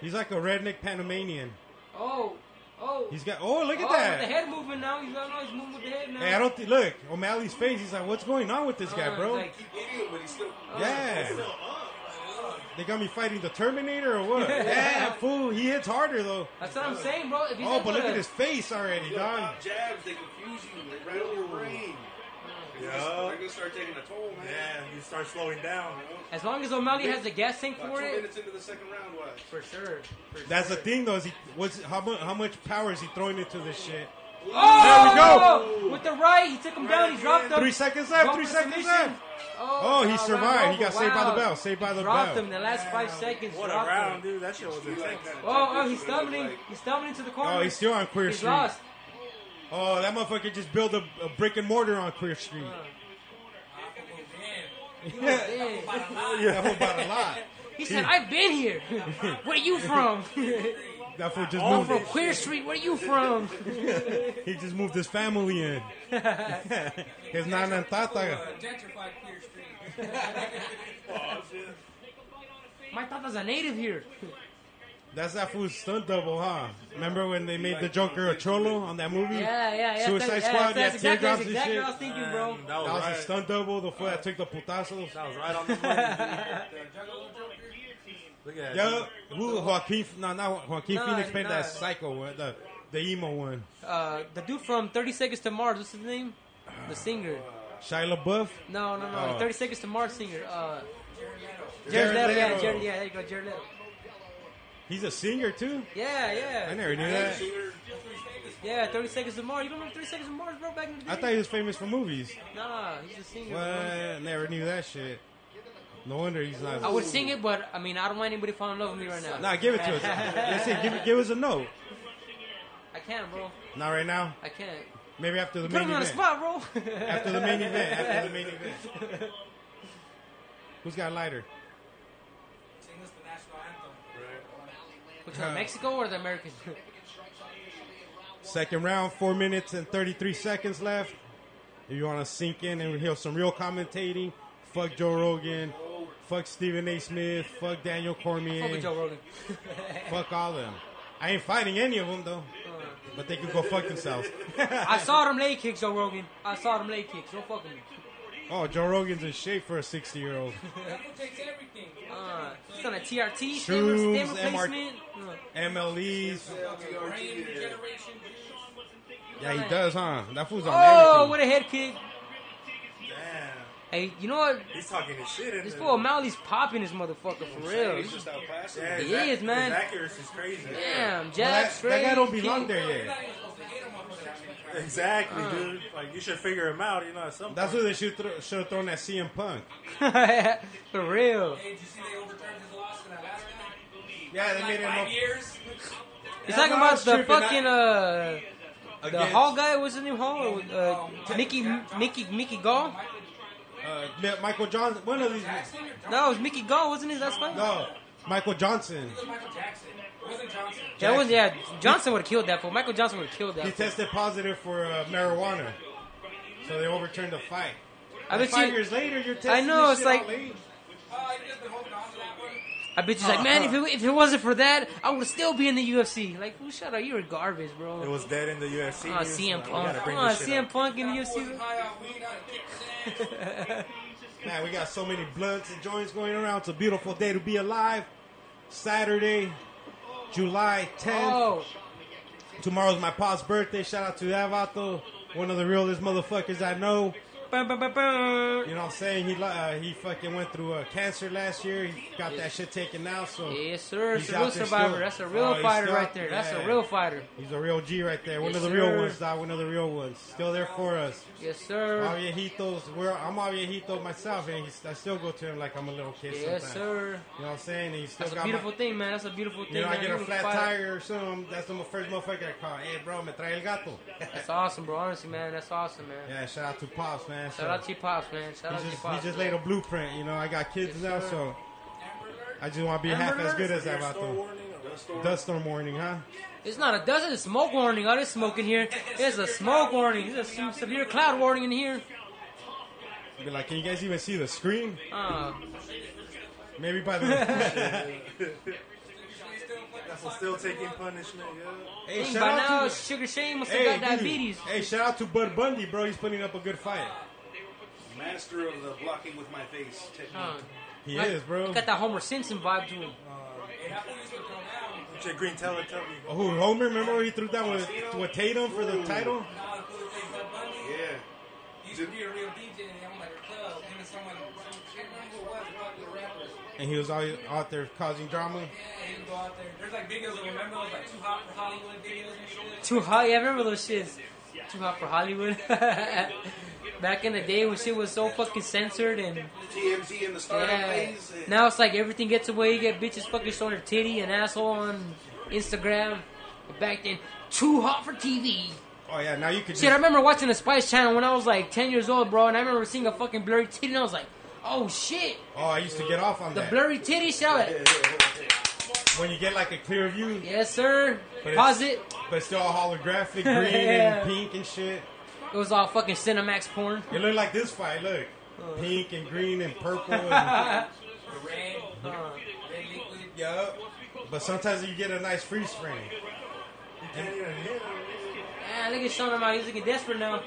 Speaker 1: He's like a redneck Panamanian.
Speaker 3: Oh, oh.
Speaker 1: He's got. Oh, look at
Speaker 3: oh,
Speaker 1: that.
Speaker 3: With the head movement now. He's, oh, no, he's moving with the head now.
Speaker 1: Hey, I don't th- look O'Malley's face. He's like, "What's going on with this
Speaker 3: Uh,
Speaker 1: guy, bro?"
Speaker 3: Like, oh.
Speaker 5: Idiot, but he's still.
Speaker 1: yeah, they got me fighting the Terminator or what? yeah, fool. He hits harder though.
Speaker 3: that's what I'm saying, bro. If he's
Speaker 1: Oh,
Speaker 3: able
Speaker 1: but look
Speaker 3: to-
Speaker 1: at his face already,
Speaker 5: Yo,
Speaker 1: dog.
Speaker 5: pop jabs, they confuse you. They rattle your brain. They're gonna- They're gonna start taking a toll, man.
Speaker 2: Yeah, you start slowing down.
Speaker 3: As long as O'Malley has the gas tank
Speaker 5: About
Speaker 3: for
Speaker 5: two
Speaker 3: it,
Speaker 5: minutes into the second round, watch.
Speaker 3: for sure. For
Speaker 1: That's the
Speaker 3: sure.
Speaker 1: thing though. Is he what's how much how much power is he throwing into this shit?
Speaker 3: Oh, there we go. With the right, he took him down. He dropped him.
Speaker 1: Three seconds
Speaker 3: Go
Speaker 1: left. Three
Speaker 3: for
Speaker 1: seconds
Speaker 3: submission.
Speaker 1: left.
Speaker 3: Oh,
Speaker 1: Oh, he
Speaker 3: uh, round
Speaker 1: survived. He
Speaker 3: over.
Speaker 1: got saved by the
Speaker 3: Wow.
Speaker 1: bell. Saved by the
Speaker 3: dropped
Speaker 1: bell.
Speaker 3: him the last five seconds.
Speaker 2: What a
Speaker 3: dropped
Speaker 2: round,
Speaker 3: Him.
Speaker 2: dude. That shit was intense.
Speaker 3: Oh, oh, he's stumbling. He's stumbling into the corner.
Speaker 1: Oh, he's still on Queer
Speaker 3: He's
Speaker 1: Street.
Speaker 3: lost.
Speaker 1: Oh, that motherfucker just built a, a brick and mortar on Queer Street. Yeah,
Speaker 3: Yeah.
Speaker 1: that fool bought a lot.
Speaker 3: He said, "I've been here. Where you from?
Speaker 1: That fool just
Speaker 2: All
Speaker 1: moved.
Speaker 3: from Queer Street. Where you from?"
Speaker 1: He just moved his family in. his nana and tata.
Speaker 4: gentrified Clear Street.
Speaker 3: My tata's a native here.
Speaker 1: Hmm. That's that fool's stunt double, huh? Remember when they made the Joker a cholo on that movie?
Speaker 3: Yeah, yeah, yeah.
Speaker 1: Suicide
Speaker 3: that's,
Speaker 1: Squad,
Speaker 3: That's, that's
Speaker 1: yeah,
Speaker 3: exactly,
Speaker 1: teardrops
Speaker 3: that's
Speaker 1: and
Speaker 3: exactly
Speaker 1: shit.
Speaker 3: what I was thinking,
Speaker 2: And
Speaker 3: bro.
Speaker 2: That was,
Speaker 1: That was
Speaker 2: right,
Speaker 1: a stunt double, the fool that took the putazos.
Speaker 2: That was right on the money. dude. Look at that.
Speaker 1: Yeah,
Speaker 2: dude.
Speaker 1: who Joaquin? No, not Joaquin
Speaker 3: No,
Speaker 1: Phoenix made
Speaker 3: no.
Speaker 1: that psycho one, the the emo one.
Speaker 3: Uh, the dude from Thirty Seconds to Mars. What's his name? The singer.
Speaker 1: Shia LaBeouf.
Speaker 3: No, no, no.
Speaker 1: Oh.
Speaker 3: Thirty Seconds to Mars singer. Uh, Jared Leto. Yeah,
Speaker 1: Leto.
Speaker 3: Jared, yeah, there you go, Jared Leto.
Speaker 1: He's a singer too.
Speaker 3: Yeah, yeah.
Speaker 1: I never knew that.
Speaker 3: Yeah, 30 Seconds to Mars. You don't remember 30 Seconds to Mars, bro, back in the day?
Speaker 1: I thought he was famous for movies.
Speaker 3: Nah, he's a singer.
Speaker 1: What?
Speaker 3: bro.
Speaker 1: Never knew that shit. No wonder he's not.
Speaker 3: I would sing it, but I mean, I don't want anybody falling in love with me right now.
Speaker 1: Nah, give it to us. Let's see. Give, it- give us a note.
Speaker 3: I can't, bro.
Speaker 1: Not right now.
Speaker 3: I can't.
Speaker 1: Maybe after the
Speaker 3: Put
Speaker 1: main
Speaker 3: him on the
Speaker 1: event.
Speaker 3: spot, bro.
Speaker 1: After the main event. After the main event. Who's got a lighter?
Speaker 4: Sing us the national anthem.
Speaker 3: Which one, Mexico or the American?
Speaker 1: Second round, four minutes and 33 seconds left. If you want to sink in and hear some real commentating, fuck Joe Rogan, fuck Stephen A. Smith, fuck Daniel
Speaker 3: Fuck with
Speaker 1: Cormier,
Speaker 3: Joe Rogan.
Speaker 1: fuck all them. I ain't fighting any of them though, but they can go fuck themselves.
Speaker 3: I saw them leg kicks, Joe Rogan. I saw them leg kicks. Don't fuck with me.
Speaker 1: Oh, Joe Rogan's in shape for a 60 year old.
Speaker 4: That fool takes everything.
Speaker 3: Uh, he's on a TRT, stem,
Speaker 1: Shrooms,
Speaker 3: stem
Speaker 1: MR
Speaker 3: replacement. Uh,
Speaker 1: MLEs.
Speaker 4: Brain regeneration.
Speaker 1: Yeah, he does, huh? That fool's on
Speaker 3: Oh,
Speaker 1: everything.
Speaker 3: what a head kick.
Speaker 2: Damn.
Speaker 3: Hey, you know what?
Speaker 2: He's talking his shit in
Speaker 3: This
Speaker 2: there.
Speaker 3: fool O'Malley's popping this motherfucker for real.
Speaker 5: He's just outclassing.
Speaker 2: Yeah, his
Speaker 3: He
Speaker 2: ac-
Speaker 3: is, man.
Speaker 2: His accuracy is crazy.
Speaker 1: Well,
Speaker 3: Damn, jab,
Speaker 1: that, that
Speaker 3: straight.
Speaker 1: guy don't
Speaker 3: kick.
Speaker 1: belong there yet.
Speaker 2: Exactly,
Speaker 3: Uh.
Speaker 2: dude. Like you should figure him out, you know, at some
Speaker 1: That's what
Speaker 2: point.
Speaker 1: they should throw, should have thrown at CM Punk.
Speaker 3: for real.
Speaker 4: Hey, did you see they overturned his loss in Alaska?
Speaker 1: Yeah, they made
Speaker 4: Like five
Speaker 1: him
Speaker 4: years?
Speaker 3: He's talking about the fucking uh,
Speaker 1: up
Speaker 3: the Hall guy. What's his name? Hall? Uh, Mickey, Mickey, Mickey Gall?
Speaker 1: Uh, Mi- Michael Johnson. One of these.
Speaker 4: Jackson or Johnson?
Speaker 3: No, it was Mickey Gall, wasn't it? That's fine.
Speaker 1: No, Michael Johnson.
Speaker 4: It was Michael Jackson. It wasn't Johnson.
Speaker 3: That was yeah. Johnson would have killed that fool. Michael Johnson would have killed
Speaker 1: He
Speaker 3: that. Fool.
Speaker 1: tested positive for uh, marijuana, so they overturned the fight.
Speaker 3: I
Speaker 1: And
Speaker 3: bet
Speaker 1: five
Speaker 3: you-
Speaker 1: years later, you're testing.
Speaker 3: I know,
Speaker 1: this
Speaker 3: it's
Speaker 1: shit out
Speaker 3: like-
Speaker 1: late.
Speaker 4: Oh, you just been holding on to that one.
Speaker 3: I bet you like, man, if it, if it wasn't for that, I would still be in the UFC. Like, who shut up? You were garbage,
Speaker 2: It
Speaker 3: bro.
Speaker 2: was dead in the UFC.
Speaker 3: Ah,
Speaker 2: news.
Speaker 3: CM
Speaker 2: Like, we gotta
Speaker 3: Punk.
Speaker 2: bring
Speaker 3: Come on,
Speaker 2: this shit
Speaker 3: CM
Speaker 2: up.
Speaker 3: Punk in the
Speaker 4: That fool
Speaker 3: UFC.
Speaker 4: was high on weed, I'd have kicked his ass.
Speaker 1: Man, we got so many blunts and joints going around. It's a beautiful day to be alive. Saturday, July 10th.
Speaker 3: Oh,
Speaker 1: Tomorrow's my pop's birthday. Shout out to that vato. One of the realest motherfuckers I know.
Speaker 3: bum, bum, bum, bum.
Speaker 1: You know what I'm saying? He li- uh, he fucking went through uh, cancer last year. He got that shit taken out. So
Speaker 3: yes, sir. It's
Speaker 1: He's
Speaker 3: a real
Speaker 1: out there
Speaker 3: survivor.
Speaker 1: still.
Speaker 3: That's a real
Speaker 1: Oh, he's
Speaker 3: fighter
Speaker 1: still-
Speaker 3: right there. That's a
Speaker 1: yeah.
Speaker 3: real fighter.
Speaker 1: He's a real G right there. One
Speaker 3: Yes,
Speaker 1: of the
Speaker 3: sir.
Speaker 1: real ones, dog. One of the real ones. Still there for us.
Speaker 3: Yes, sir.
Speaker 1: Aviejitos. We're, I'm Aviejito myself, and he's, I still go to him like I'm a little kid
Speaker 3: Yes,
Speaker 1: sometimes.
Speaker 3: sir.
Speaker 1: You know what I'm saying? And he's still
Speaker 3: That's a
Speaker 1: got
Speaker 3: beautiful
Speaker 1: my,
Speaker 3: thing, man. That's a beautiful thing.
Speaker 1: You know, I
Speaker 3: man.
Speaker 1: get a
Speaker 3: You're
Speaker 1: flat
Speaker 3: fighter.
Speaker 1: tire or something. That's the first motherfucker I call. Hey, bro, me trae el gato.
Speaker 3: That's awesome, bro. Honestly, man, that's awesome, man.
Speaker 1: yeah, shout out to Pops, man. So
Speaker 3: Shout out to your pops, man. Shout out
Speaker 1: he,
Speaker 3: to your
Speaker 1: just, he
Speaker 3: pops.
Speaker 1: just laid a blueprint. You know, I got kids
Speaker 3: Yes,
Speaker 1: now,
Speaker 3: sir.
Speaker 1: so I just want to be half as good as that
Speaker 2: Store
Speaker 1: vato.
Speaker 2: warning or-
Speaker 1: Dust storm warning, huh?
Speaker 3: It's not a dozen it's a smoke warning. All this smoke in here. There's a smoke warning. There's a se- severe cloud warning in here.
Speaker 1: Be like, can you guys even see the screen?
Speaker 3: Uh,
Speaker 1: Maybe by the.
Speaker 4: Usually still put the
Speaker 2: That's still taking punishment, yeah.
Speaker 1: hey,
Speaker 3: think
Speaker 1: shout
Speaker 3: by
Speaker 1: out
Speaker 3: now,
Speaker 1: to.
Speaker 3: Sugar Shane must have
Speaker 1: Hey,
Speaker 3: got
Speaker 1: dude.
Speaker 3: diabetes.
Speaker 1: hey, shout out to Bud Bundy, bro. He's putting up a good fight.
Speaker 5: Master of the blocking with my face technique.
Speaker 3: Huh.
Speaker 1: He
Speaker 3: Uh, Like,
Speaker 1: is, bro.
Speaker 3: Got that Homer Simpson vibe to him.
Speaker 2: It's your green Teletubby.
Speaker 1: Who Homer? Remember when he threw down with, with Tatum for the title?
Speaker 5: Yeah.
Speaker 4: used to be a real DJ and I'm like a club and then someone some can't remember who it was but the rappers.
Speaker 1: And he was always out there causing drama.
Speaker 4: Yeah, he would go out there. There's like videos of him, remember those like too hot for Hollywood videos and shit.
Speaker 3: Too hot. Yeah, I remember those shits. Too hot for Hollywood. Back in the day when shit was so fucking censored and
Speaker 5: TMZ in the startup
Speaker 3: yeah.
Speaker 5: phase. and-
Speaker 3: Now it's like everything gets away. You get bitches fucking showing their titty and asshole on Instagram. But Back then, too hot for TV.
Speaker 1: Oh yeah, now you could.
Speaker 3: Shit, I
Speaker 1: Just,
Speaker 3: remember watching the Spice Channel when I was like 10 years old, bro, and I remember seeing a fucking blurry titty, and I was like, oh shit,
Speaker 1: oh, I used to get off on
Speaker 3: the
Speaker 1: that.
Speaker 3: blurry titty shot.
Speaker 1: When you get like a clear view,
Speaker 3: Yes, sir.
Speaker 1: But it's-
Speaker 3: Pause it.
Speaker 1: but still all holographic, green
Speaker 3: Yeah.
Speaker 1: and pink and shit.
Speaker 3: It was all fucking Cinemax porn.
Speaker 1: It looked like this fight. Look,
Speaker 3: Uh-huh.
Speaker 1: pink and green and purple. And,
Speaker 4: The red, red liquid.
Speaker 1: yup. But sometimes you get a nice freeze frame.
Speaker 2: Can't even hit him.
Speaker 3: Yeah, Ah, look at Sean O'Malley. He's looking desperate now.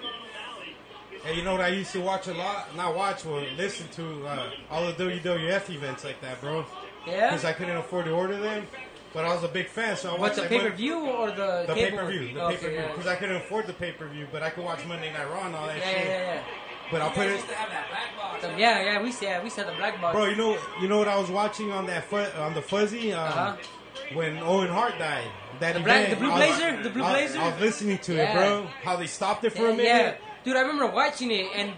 Speaker 1: And you know what I used to watch a lot? Not watch, but listen to uh, all the WWF events like that, bro.
Speaker 3: Yeah?
Speaker 1: Because I couldn't afford to order them. But I was a big fan, so I watched
Speaker 3: What's a
Speaker 1: like,
Speaker 3: pay per
Speaker 1: Mon-
Speaker 3: view or the
Speaker 1: The pay
Speaker 3: cable
Speaker 1: per view,
Speaker 3: one?
Speaker 1: the
Speaker 3: Okay,
Speaker 1: pay per view,
Speaker 3: yeah.
Speaker 1: because I couldn't afford the pay per view, but I could watch Monday Night Raw and all that
Speaker 3: Yeah,
Speaker 1: shit.
Speaker 3: yeah,
Speaker 1: But I'll put
Speaker 4: They
Speaker 1: it,
Speaker 4: used to have that black box.
Speaker 3: yeah. Yeah, yeah, we said we said the black box.
Speaker 1: bro. You know, you know what I was watching on that fu- on the fuzzy um,
Speaker 3: Uh-huh.
Speaker 1: when Owen Hart died. That
Speaker 3: The
Speaker 1: event,
Speaker 3: black- the blue
Speaker 1: I was-
Speaker 3: blazer? The blue
Speaker 1: I-
Speaker 3: blazer?
Speaker 1: I, was listening to
Speaker 3: Yeah.
Speaker 1: it, bro. How they stopped it for a
Speaker 3: Yeah,
Speaker 1: minute.
Speaker 3: yeah. Dude, I remember watching it and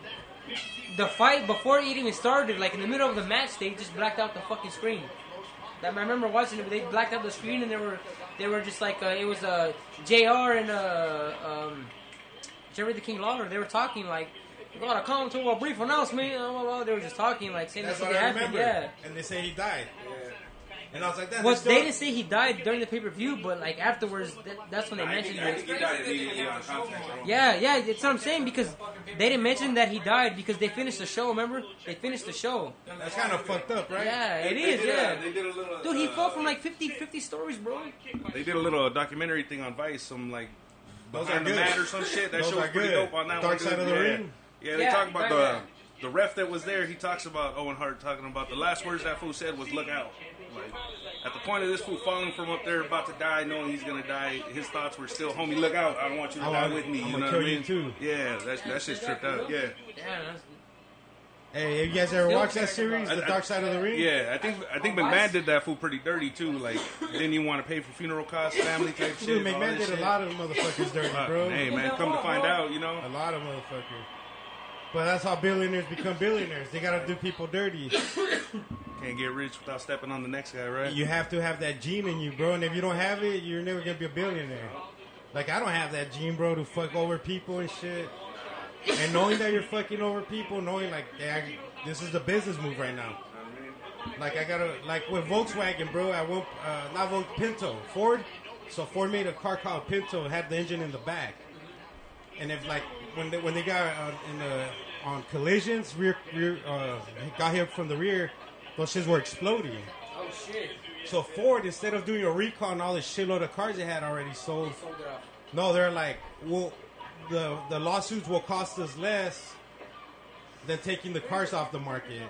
Speaker 3: the fight before it even started, like in the middle of the match, they just blacked out the fucking screen. Like, I remember watching it, but they blacked out the screen and they were they were just like uh, it was uh, Jr. and uh, um, Jerry the King Lawler. They were talking like. We gotta come to a brief announcement. Blah, blah, blah. They were just talking, like saying
Speaker 1: That's
Speaker 3: that
Speaker 1: what
Speaker 3: shit
Speaker 1: I
Speaker 3: happened.
Speaker 1: remember.
Speaker 3: Yeah.
Speaker 1: And they say he died. And I was like, that.
Speaker 3: Well, they didn't say he died during the pay per view, but like afterwards, th- that's when they
Speaker 5: I
Speaker 3: mentioned
Speaker 5: think,
Speaker 3: it.
Speaker 5: I think he died immediately on contact.
Speaker 3: Yeah, yeah, that's what I'm saying because they didn't mention that he died because they finished the show. Remember, they finished the show.
Speaker 1: That's kind of fucked up, right?
Speaker 3: Yeah,
Speaker 5: They-
Speaker 3: it
Speaker 5: they
Speaker 3: is.
Speaker 5: did a-
Speaker 3: Yeah,
Speaker 5: they did a little.
Speaker 3: dude, he
Speaker 5: uh,
Speaker 3: fell from like 50, 50 stories, bro.
Speaker 5: They did a little uh, documentary thing on Vice, some like
Speaker 1: Those
Speaker 5: behind
Speaker 1: are
Speaker 5: the
Speaker 1: good.
Speaker 5: mat or some shit. That
Speaker 1: Those
Speaker 5: show was
Speaker 1: are
Speaker 5: pretty
Speaker 1: good.
Speaker 5: dope on that
Speaker 1: Dark
Speaker 5: one.
Speaker 1: Side of the
Speaker 5: yeah.
Speaker 1: Ring.
Speaker 5: Yeah, they
Speaker 3: Yeah,
Speaker 5: talk about
Speaker 3: right,
Speaker 5: the
Speaker 3: right.
Speaker 5: the ref that was there. He talks about Owen Hart talking about the last words that fool said was "Look out." Like at the point of this fool falling from up there, about to die, knowing he's gonna die, his thoughts were still, "Homie, look out! I don't want you to
Speaker 1: I
Speaker 5: die
Speaker 1: want-
Speaker 5: with me."
Speaker 1: I'm
Speaker 5: you
Speaker 1: gonna
Speaker 5: know
Speaker 1: kill
Speaker 5: what I
Speaker 1: you
Speaker 5: mean?
Speaker 1: too.
Speaker 5: Yeah, that that shit's tripped out. Yeah,
Speaker 3: Yeah, that's-
Speaker 1: Hey, have you guys ever
Speaker 3: Still
Speaker 1: watched that
Speaker 3: talking
Speaker 1: series,
Speaker 5: about-
Speaker 1: The Dark Side of the Ring?
Speaker 5: yeah. I think Oh, I think
Speaker 3: On Vice?
Speaker 5: McMahon did that fool pretty dirty too. Like didn't even want to pay for funeral costs, family type shit.
Speaker 1: Dude,
Speaker 5: all
Speaker 1: McMahon
Speaker 5: that
Speaker 1: did
Speaker 5: shit.
Speaker 1: a lot of motherfuckers dirty,
Speaker 5: Fuck,
Speaker 1: bro.
Speaker 5: Hey man, come to find out, you know.
Speaker 1: A lot of motherfuckers. But that's how billionaires become billionaires. They gotta do people dirty.
Speaker 5: Can't get rich without stepping on the next guy, right?
Speaker 1: You have to have that gene in you, bro. And if you don't have it, you're never gonna be a billionaire. Like I don't have that gene, bro, to fuck over people and shit. And knowing that you're fucking over people, knowing like that this is the business move right now. Like I gotta like with Volkswagen, bro. I won't uh, not Volk Pinto, Ford. So Ford made a car called Pinto, had the engine in the back. And if like when they, when they got uh, in the on collisions, rear rear uh, got hit from the rear, those shits were exploding.
Speaker 3: oh shit,
Speaker 1: So Ford, instead of doing a recall and all this shitload of cars they had already sold,
Speaker 3: sold it off.
Speaker 1: no, they're like, well, the the lawsuits will cost us less than taking the cars off the market.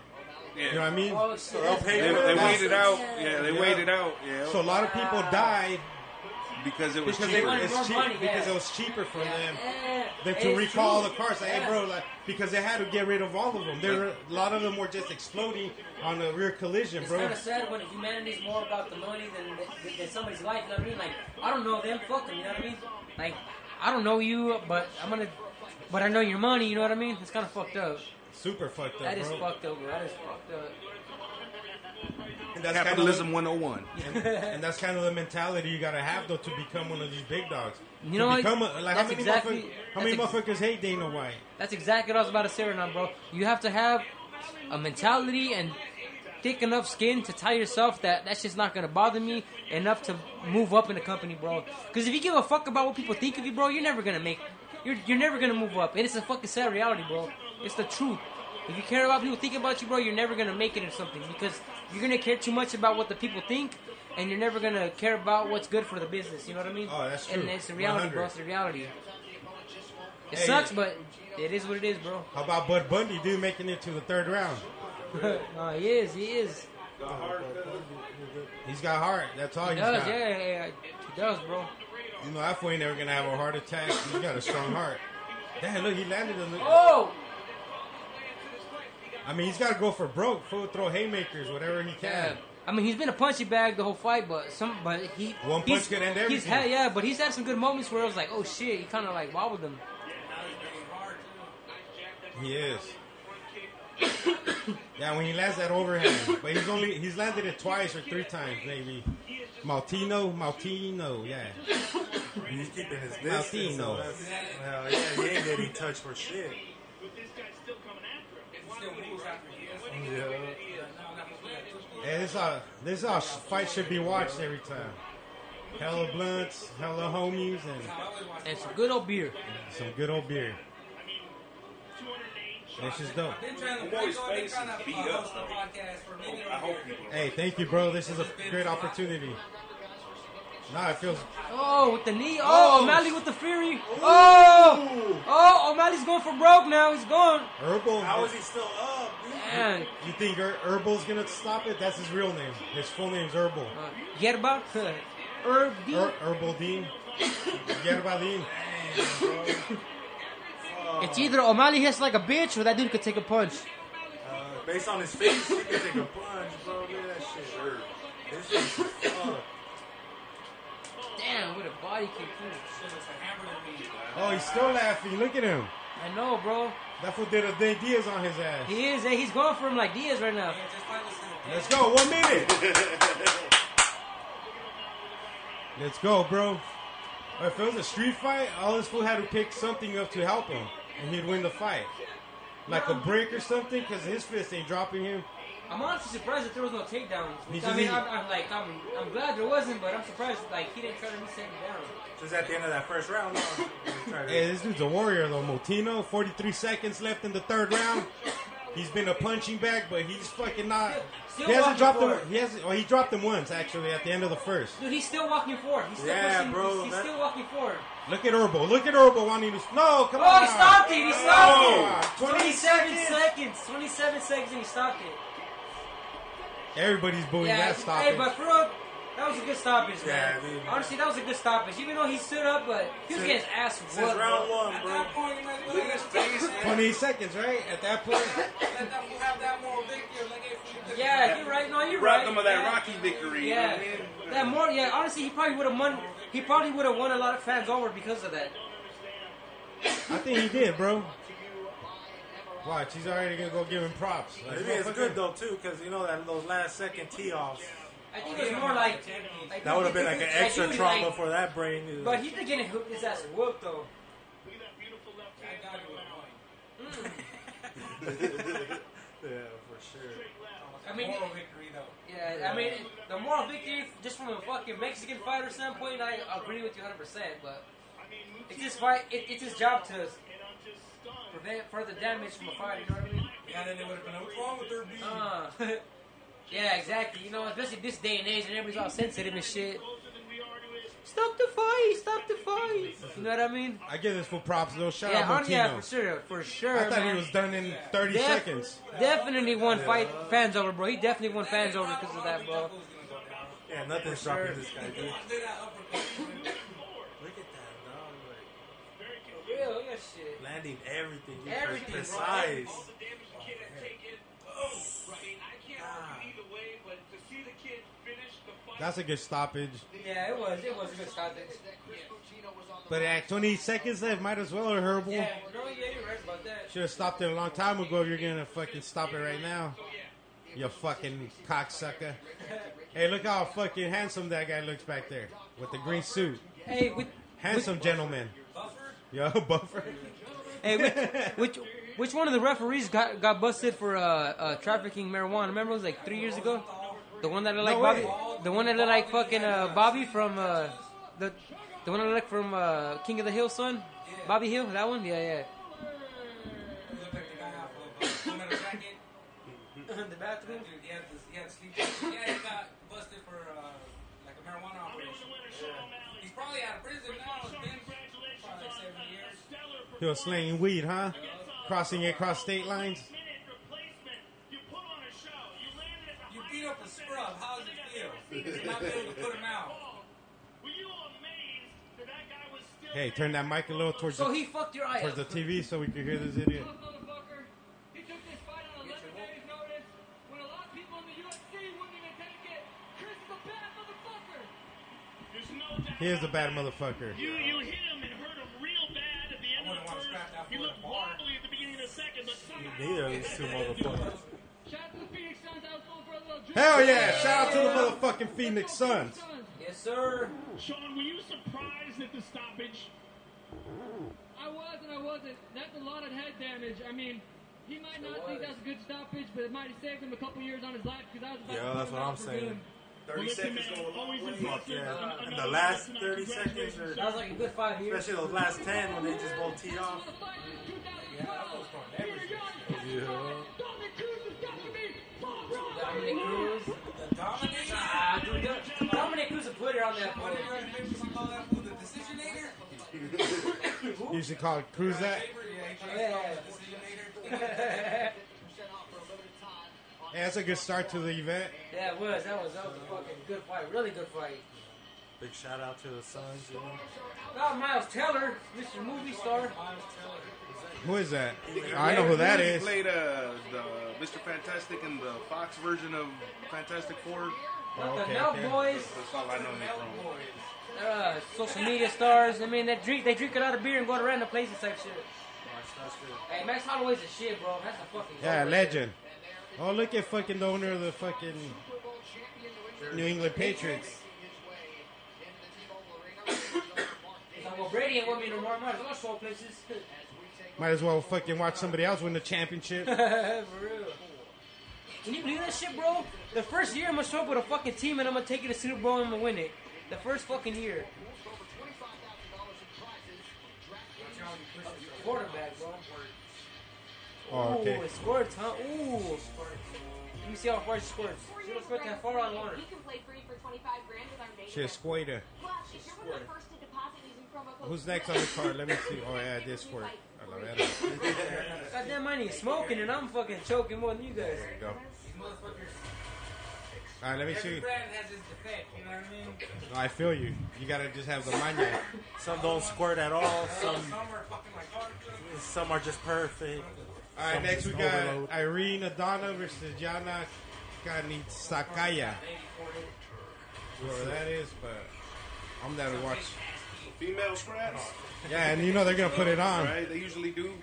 Speaker 1: You know what I mean?
Speaker 3: Oh shit,
Speaker 2: They'll
Speaker 3: that's-
Speaker 2: pay
Speaker 5: They,
Speaker 2: for
Speaker 5: they
Speaker 2: it.
Speaker 5: waited out. Yeah, they
Speaker 1: Yeah.
Speaker 5: waited out. Yeah,
Speaker 1: So a lot of people died
Speaker 5: because it was
Speaker 1: because
Speaker 5: cheaper.
Speaker 1: they,
Speaker 3: wanted more
Speaker 1: it's cheap,
Speaker 3: money, yeah.
Speaker 1: because it was cheaper for them
Speaker 3: yeah,
Speaker 1: than
Speaker 3: it's
Speaker 1: to recall
Speaker 3: true.
Speaker 1: the cars. Like,
Speaker 3: Yeah.
Speaker 1: hey, bro, like because they had to get rid of all of them. There were, a lot of them were just exploding on a rear collision,
Speaker 3: It's
Speaker 1: bro.
Speaker 3: kind of sad when humanity's more about the money than, than, than somebody's life. You know what I mean? Like, I don't know them. Fuck them. You know what I mean? Like, I don't know you, but I'm gonna. But I know your money. You know what I mean? It's kind of fucked up.
Speaker 1: Super fucked up,
Speaker 3: That is
Speaker 1: bro.
Speaker 3: fucked up. bro. That is fucked up.
Speaker 1: And that's
Speaker 5: Capitalism 101.
Speaker 1: Kind of, and, and that's kind of the mentality you gotta have though to become one of these big dogs.
Speaker 3: You
Speaker 1: To
Speaker 3: know what?
Speaker 1: become a, like how
Speaker 3: That's
Speaker 1: many
Speaker 3: exactly-
Speaker 1: motherfuckers, how many
Speaker 3: that's
Speaker 1: motherfuckers hate Dana White?
Speaker 3: That's exactly what I was about to say right now, bro. You have to have a mentality and thick enough skin to tell yourself that that shit's not gonna bother me enough to move up in the company, bro. Because if you give a fuck about what people think of you, bro, you're never gonna make. You're, you're never gonna move up. And it's a fucking sad reality, bro. It's the truth. If you care about people thinking about you, bro, you're never gonna make it in something because you're gonna care too much about what the people think, and you're never gonna care about what's good for the business. You know what I mean?
Speaker 1: Oh, that's
Speaker 3: And
Speaker 1: true.
Speaker 3: it's the reality, bro.
Speaker 1: 100.
Speaker 3: It's the reality. It
Speaker 1: Hey.
Speaker 3: sucks, but it is what it is, bro.
Speaker 1: How about Bud Bundy, dude, making it to the third round?
Speaker 3: no, he is. He is.
Speaker 1: He's got heart. That's all
Speaker 3: He
Speaker 1: he's
Speaker 3: does.
Speaker 1: got.
Speaker 3: Yeah, yeah, yeah. He does, bro.
Speaker 1: You know, that fool ain't never gonna have a heart attack. He's got a strong heart. Damn, look, he landed a little.
Speaker 3: Oh.
Speaker 1: I mean, he's got to go for broke. Fool, throw haymakers, whatever he
Speaker 3: Yeah.
Speaker 1: can.
Speaker 3: I mean, he's been a punchy bag the whole fight, but some, but he
Speaker 1: One punch
Speaker 3: he's-
Speaker 1: could end
Speaker 3: He's
Speaker 1: everything.
Speaker 3: had, yeah, but he's had some good moments where I was like, oh shit, he kind of like wobbled him.
Speaker 1: He is. yeah, when he lands that overhand, but he's only he's landed it twice or three times maybe. Maltino, Maltino, yeah.
Speaker 2: He's keeping his distance.
Speaker 1: Latino.
Speaker 2: so that's- Hell yeah, he ain't getting touched for shit. Yeah.
Speaker 1: Hey, this all this all fight should be watched every time. Hella blunts, hella homies, and
Speaker 3: And some good old beer.
Speaker 1: some good old beer. This is dope.
Speaker 4: Been trying to
Speaker 5: Boy's
Speaker 4: work on it,
Speaker 5: face
Speaker 4: trying to
Speaker 5: is beat
Speaker 4: host
Speaker 5: up,
Speaker 4: the
Speaker 5: though.
Speaker 4: podcast for a minute.
Speaker 5: I hope people.
Speaker 1: Hey, thank you, bro. This is a great opportunity. Nah, it feels.
Speaker 3: Oh, with the knee. Oh, O'Malley with the fury. Oh, oh, O'Malley's going for broke now. He's going.
Speaker 1: Herbal.
Speaker 2: How is he still up? dude?
Speaker 3: Man,
Speaker 1: You think Her- Herbal's gonna stop it? That's his real name. His full name's Herbal.
Speaker 3: uh, get about herb deal.
Speaker 1: Her- Herbal Dean. Yerba Dean. uh.
Speaker 3: It's either O'Malley hits like a bitch, or that dude could take a punch.
Speaker 2: Uh, based on his face, he can take a plunge, bro. Look at that shit. Sure. This is fucked.
Speaker 3: Damn, what a body kick! too.
Speaker 1: Oh, he's still laughing. Look at him.
Speaker 3: I know, bro.
Speaker 1: That fool did a thing Diaz on his ass.
Speaker 3: He is. eh, He's going for him like Diaz right now.
Speaker 1: Let's go. One minute. Let's go, bro. If it was a street fight, all this fool had to pick something up to help him, and he'd win the fight. Like a brick or something, because his fist ain't dropping him.
Speaker 3: I'm honestly surprised that there was no takedowns.
Speaker 1: Me
Speaker 3: I
Speaker 1: too.
Speaker 3: mean, I'm, I'm like, I'm, I'm glad there wasn't, but I'm surprised like he didn't try to be taken down.
Speaker 2: Just at the end of that first round, huh? He tried to-
Speaker 1: Hey, this dude's a warrior though, Motino. 43 seconds left in the third round. He's been a punching bag, but he's fucking not.
Speaker 3: Still
Speaker 1: he
Speaker 3: walking
Speaker 1: hasn't dropped him.
Speaker 3: forward.
Speaker 1: He hasn't. Well, he dropped him once actually at the end of the first.
Speaker 3: Dude, he's still walking forward. He's still
Speaker 2: Yeah,
Speaker 3: pushing.
Speaker 2: bro,
Speaker 3: he's he's
Speaker 2: that-
Speaker 3: still walking forward.
Speaker 1: Look at Herbo. Look at Herbo wanting to. No, come
Speaker 3: Oh,
Speaker 1: on.
Speaker 3: he stopped it. He stopped
Speaker 1: Oh,
Speaker 3: it.
Speaker 1: 20
Speaker 3: 27 seconds. 27 seconds, and he stopped it.
Speaker 1: Everybody's booing that stop.
Speaker 3: hey, but for real, that was a good stoppage, man.
Speaker 2: Yeah, dude.
Speaker 3: Honestly, that was a good stoppage. Even though he stood up, but he was
Speaker 2: Since-
Speaker 3: getting his ass
Speaker 2: Since
Speaker 3: whooped.
Speaker 2: round
Speaker 3: bro.
Speaker 2: one, bro.
Speaker 4: Look at his face, man.
Speaker 1: 20 seconds, right? At that point,
Speaker 4: Let that fool have that moral victory. Like, if we-
Speaker 3: Yeah, you're right. No, you're
Speaker 5: Rob
Speaker 3: right.
Speaker 5: them of that
Speaker 3: Yeah.
Speaker 5: Rocky victory. you know
Speaker 3: Yeah,
Speaker 5: what I mean?
Speaker 3: that more. Yeah, honestly, he probably would have won. He probably would have won a lot of fans over because of that.
Speaker 1: I think he did, bro. Watch, he's already gonna go give him props. Like,
Speaker 2: Maybe it's
Speaker 1: motherfucker.
Speaker 2: good though too, because you know that those last second tee offs.
Speaker 3: I think it was more like, like
Speaker 2: That would have been like an extra
Speaker 3: he was
Speaker 2: trauma
Speaker 3: like-
Speaker 2: for that brain.
Speaker 3: But he's been getting hooked his ass whooped though.
Speaker 2: yeah, for sure.
Speaker 3: I mean,
Speaker 4: Moral victory, though.
Speaker 3: yeah, I mean, the moral victory just from a fucking Mexican fighter standpoint, I agree with you 100. percent But it's his fight. It, it's his job to prevent further damage from a fighter. You know what I mean?
Speaker 4: Yeah, then it would have been, what's wrong with her being?
Speaker 3: Uh, yeah, exactly. You know, especially this day and age, and everybody's all sensitive and shit. Stop the fight! Stop the fight! You know what I mean?
Speaker 1: I give this for props, though. Shout
Speaker 3: yeah,
Speaker 1: out
Speaker 3: hon-
Speaker 1: Motino.
Speaker 3: yeah, for sure, for sure.
Speaker 1: I thought
Speaker 3: man.
Speaker 1: he was done in 30
Speaker 3: Def-
Speaker 1: seconds.
Speaker 3: Definitely won fight fans over, bro. He definitely won fans over because of that, bro.
Speaker 2: Yeah, nothing's dropping this guy, dude. Look at
Speaker 4: Did that uppercut.
Speaker 2: that dog, like
Speaker 3: Real, look at oh, shit.
Speaker 2: landing everything. dude,
Speaker 3: Everything, bro.
Speaker 2: precise.
Speaker 4: Ah.
Speaker 1: That's a good stoppage.
Speaker 3: Yeah, it was, it was a good shot.
Speaker 1: But at 28 seconds left, might as well or Herbal.
Speaker 3: Yeah, no, yeah, you're right about that.
Speaker 1: Should have stopped it a long time ago if you're gonna fucking stop it right now. You fucking cocksucker. Hey, look how fucking handsome that guy looks back there with the green suit.
Speaker 3: Hey, with,
Speaker 1: Handsome gentleman. Yo, buffer.
Speaker 3: hey, which, which, which one of the referees got got busted for uh, uh, trafficking marijuana? Remember, it was like three years ago. The one that looked
Speaker 1: No
Speaker 3: like
Speaker 1: way.
Speaker 3: Bobby, the one that looked like fucking uh, Bobby from uh, the, the one that looked from uh, King of the Hill, son, Bobby Hill, that one. Yeah, yeah.
Speaker 4: Looked like the guy off of, uh, Full Metal
Speaker 3: in the bathroom.
Speaker 4: Dude, he had this, he had sleep. yeah, he got busted for uh, like a marijuana operation. He's probably out of prison now. It's been probably like seven
Speaker 6: uh,
Speaker 4: years.
Speaker 1: He was slinging weed, huh? Crossing across state lines.
Speaker 4: You beat up a scrub. How does it feel? To not be able to put him out.
Speaker 1: Hey, turn that mic a little towards
Speaker 3: So
Speaker 1: the,
Speaker 3: he fucked your eye
Speaker 1: towards the
Speaker 3: up.
Speaker 1: TV so we can hear this idiot.
Speaker 7: motherfucker. He took this fight on 11 days' notice when a lot of people in the UFC wouldn't even take it. Chris is a bad motherfucker.
Speaker 1: He is a bad motherfucker.
Speaker 6: You, you hit him and hurt him real bad at the
Speaker 4: I
Speaker 6: end
Speaker 4: wouldn't
Speaker 6: of the
Speaker 4: want to
Speaker 6: first.
Speaker 4: scrap that
Speaker 6: He
Speaker 4: for
Speaker 6: looked
Speaker 4: the bar.
Speaker 6: wobbly at the beginning of the second, but
Speaker 1: uh,
Speaker 6: somehow
Speaker 2: Neither of these two motherfuckers.
Speaker 7: Shout out to the Phoenix Suns. I was going for a little drink.
Speaker 1: Hell yeah! Shout out to the motherfucking Phoenix Suns.
Speaker 3: Yes, sir.
Speaker 6: Sean, were you surprised at the stoppage?
Speaker 7: I was and I wasn't. That's a lot of head damage. I mean, he might not think that's a good stoppage, but it might have saved him a couple years on his life because I was about
Speaker 2: Yeah,
Speaker 7: to put
Speaker 2: that's
Speaker 7: him
Speaker 2: what
Speaker 7: out
Speaker 2: I'm
Speaker 7: for
Speaker 2: saying.
Speaker 7: good.
Speaker 5: 30 seconds go a long
Speaker 6: Always
Speaker 5: way.
Speaker 6: impressive.
Speaker 2: Yeah.
Speaker 6: An-
Speaker 2: And the
Speaker 6: another
Speaker 2: last
Speaker 6: tonight.
Speaker 2: 30 seconds,
Speaker 6: Congratulations.
Speaker 3: That was like a good five years.
Speaker 2: especially those last 10 when they just both teed off.
Speaker 7: That's one of the fights in
Speaker 4: Yeah, that was going everywhere.
Speaker 7: 2012. Peter Young, Patrick
Speaker 2: Yeah.
Speaker 7: Rowan, Dominic Cruz has got to be Bob Ross.
Speaker 3: Dominic Cruz.
Speaker 4: The domination.
Speaker 3: Ah, dude, Do- Dominic Cruz a Twitter on that
Speaker 4: What
Speaker 3: boy.
Speaker 4: did Red Memphis call that fool? The decisionator?
Speaker 1: You should call it Cruise that.
Speaker 4: Favorite? Yeah, he tries to call it the decisionator.
Speaker 1: Yeah, that's a good start to the event.
Speaker 3: Yeah, it was. That was that was a fucking good fight. Really good fight.
Speaker 2: Big shout out to the Suns. You know?
Speaker 3: Now Miles Teller, Mr. Movie Star.
Speaker 1: Oh, Who is that? I know who that
Speaker 5: He
Speaker 1: is.
Speaker 5: played uh, the Mr. Fantastic in the Fox version of Fantastic Four.
Speaker 3: Not the
Speaker 1: Okay,
Speaker 3: Nell
Speaker 1: okay.
Speaker 3: Boys,
Speaker 5: That's all I know him from.
Speaker 3: uh, social media stars. I mean, they drink they drink a lot of beer and go around the places type shit. Hey, Max Holloway's a shit, bro. That's a fucking
Speaker 1: Yeah,
Speaker 3: goat.
Speaker 1: legend. Oh, look at fucking the owner of the fucking New England Patriots.
Speaker 3: He's like, well, Brady ain't with me no more. Might as well show places.
Speaker 1: Might as well fucking watch somebody else win the championship.
Speaker 3: For real. Can you believe that shit, bro? The first year I'm gonna show up with a fucking team and I'm gonna take it to Super Bowl and I'm gonna win it. The first fucking year. Quarterback, bro.
Speaker 1: Oh, okay.
Speaker 3: Ooh, it squirts, huh? Ooh. Let me see how far she squirts. She don't squirt that far on water.
Speaker 8: You can play free for 25 grand with our
Speaker 1: Shit,
Speaker 8: native.
Speaker 1: Squater.
Speaker 8: Plus, if you're one of the first to deposit using promo code
Speaker 1: Who's next on the card? Let me see. Oh, yeah, this word. I love that. There
Speaker 3: Goddamn, I ain't smoking and I'm fucking choking more than you guys.
Speaker 1: you go.
Speaker 4: These motherfuckers.
Speaker 1: All right, let me
Speaker 4: Every
Speaker 1: see.
Speaker 4: brand has its defect. You know what I mean?
Speaker 1: No, I feel you. You gotta just have the money.
Speaker 2: Some don't squirt at all.
Speaker 4: Some,
Speaker 2: Some
Speaker 4: are fucking like hardcore.
Speaker 2: some are just perfect.
Speaker 1: All right, next we got Irene Adana versus Jana Kanitsakaya. Whoever that is, but I'm down to watch.
Speaker 5: Female scraps,
Speaker 1: Yeah, and you know they're gonna put it on.
Speaker 5: right? They usually do.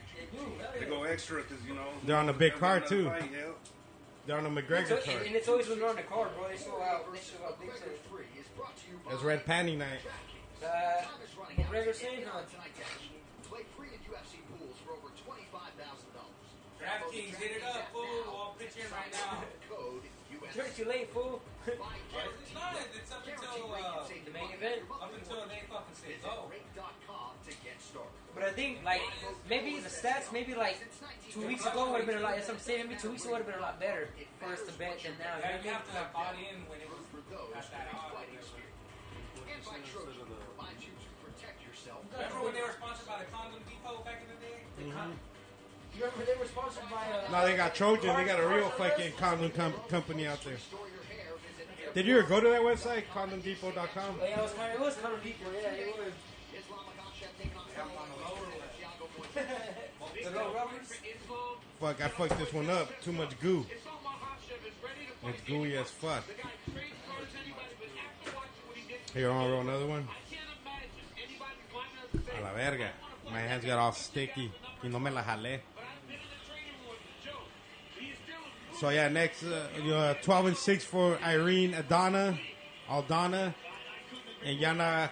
Speaker 5: They go extra because you know
Speaker 1: They're on the big
Speaker 5: they're
Speaker 1: card,
Speaker 5: another
Speaker 1: too.
Speaker 5: fight, yeah.
Speaker 1: They're on the
Speaker 3: So,
Speaker 1: McGregor
Speaker 3: and
Speaker 1: card.
Speaker 3: and it's always when they're on the card, bro. They show out. They show out big time.
Speaker 1: That's Red Panty Night.
Speaker 3: Uh, McGregor saying, huh?
Speaker 4: DraftKings, hit it up, fool. I'll pitch in right now.
Speaker 3: You're too late, fool. Uh,
Speaker 4: It's not. It's up until, uh,
Speaker 3: The main event.
Speaker 4: up until they fucking say go.
Speaker 3: But I think, like, maybe the stats, maybe like two weeks ago would have been a lot. That's what I'm saying. Maybe two weeks ago would have been a lot better for us to bet than now.
Speaker 4: Yeah,
Speaker 3: You
Speaker 4: you
Speaker 3: know
Speaker 4: have to like bought in when it was at that odd. Remember when they were sponsored by the Condom Depot back in the day?
Speaker 3: You remember they were sponsored by. Uh,
Speaker 1: Now they got Trojan. They got a real fucking condom com- company out there. Did you ever go to that website, condomdepot.com?
Speaker 3: oh, yeah, it was kind of, it was kind of people. Yeah, it was. The little rubbers.
Speaker 1: Fuck, I fucked this one up. Too much goo.
Speaker 6: It's on my hot chef. It's ready to
Speaker 1: It's
Speaker 6: fight
Speaker 1: gooey
Speaker 6: anyone.
Speaker 1: as fuck.
Speaker 6: The guy trades cards anybody, but after watching what he did,
Speaker 1: Here, I'll roll another one.
Speaker 6: I can't imagine anybody wanting us to say,
Speaker 1: A la verga. My hands got all sticky. Y no me la jalé.
Speaker 6: but I've been in the training room with Joe. He is still a
Speaker 1: So yeah, next uh, you know, 12 and 6 for Irene Adana, Aldana, and Yana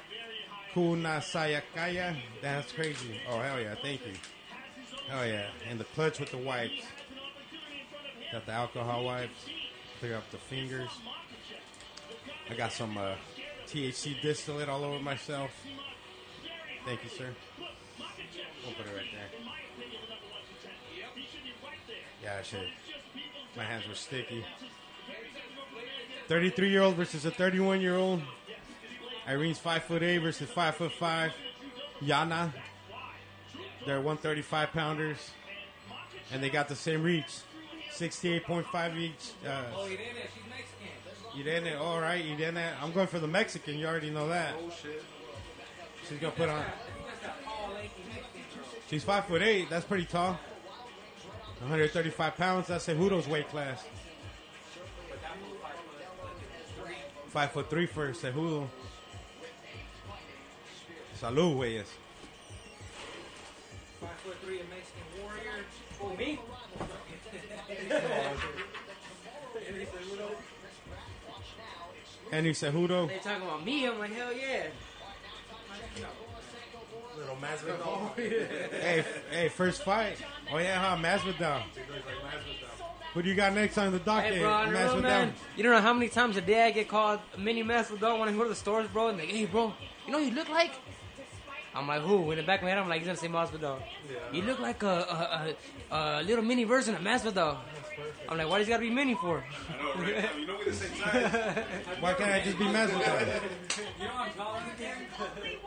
Speaker 1: Kunasayakaya. That's crazy. Oh hell yeah, thank you. Hell yeah, and the clutch with the wipes. Got the alcohol wipes. Clear up the fingers. I got some uh, THC distillate all over myself. Thank you, sir. We'll put it right there. Yeah, I should. My hands were sticky. 33 year old versus a 31 year old. Irene's 5 foot 8 versus 5 foot 5. Yana. They're 135 pounders. And they got the same reach 68.5 each. Uh,
Speaker 4: Oh, Irene, she's Mexican.
Speaker 1: Irene, all right, Irene. I'm going for the Mexican. You already know that.
Speaker 5: Oh shit.
Speaker 1: She's going to put on.
Speaker 4: That's that tall, lanky Mexican girl.
Speaker 1: She's five foot eight. That's pretty tall. 135 pounds. That's Cejudo's weight class. Five foot three for Cejudo. Salud, güeyes.
Speaker 4: Five foot three, a Mexican warrior. Oh, me?
Speaker 1: Henry Cejudo.
Speaker 3: They talking about me. I'm like, hell yeah.
Speaker 2: Little Masvidal.
Speaker 1: Hey, f- hey, first fight. Oh yeah, huh? Masvidal. Who do you got next on the docket?
Speaker 3: Hey, bro, on the road, man. You don't know how many times a day I get called mini Masvidal when I go to the stores, bro. And like, hey, bro, you know who you look like? I'm like, who? In the back of my head, I'm like, he's gonna say Masvidal. You look like a, a, a, a little mini version of Masvidal. I'm like, why does he gotta be mini for?
Speaker 5: I know, right? you know we're the same size.
Speaker 1: Why can't I just be Masvidal?
Speaker 4: You know I'm taller than him?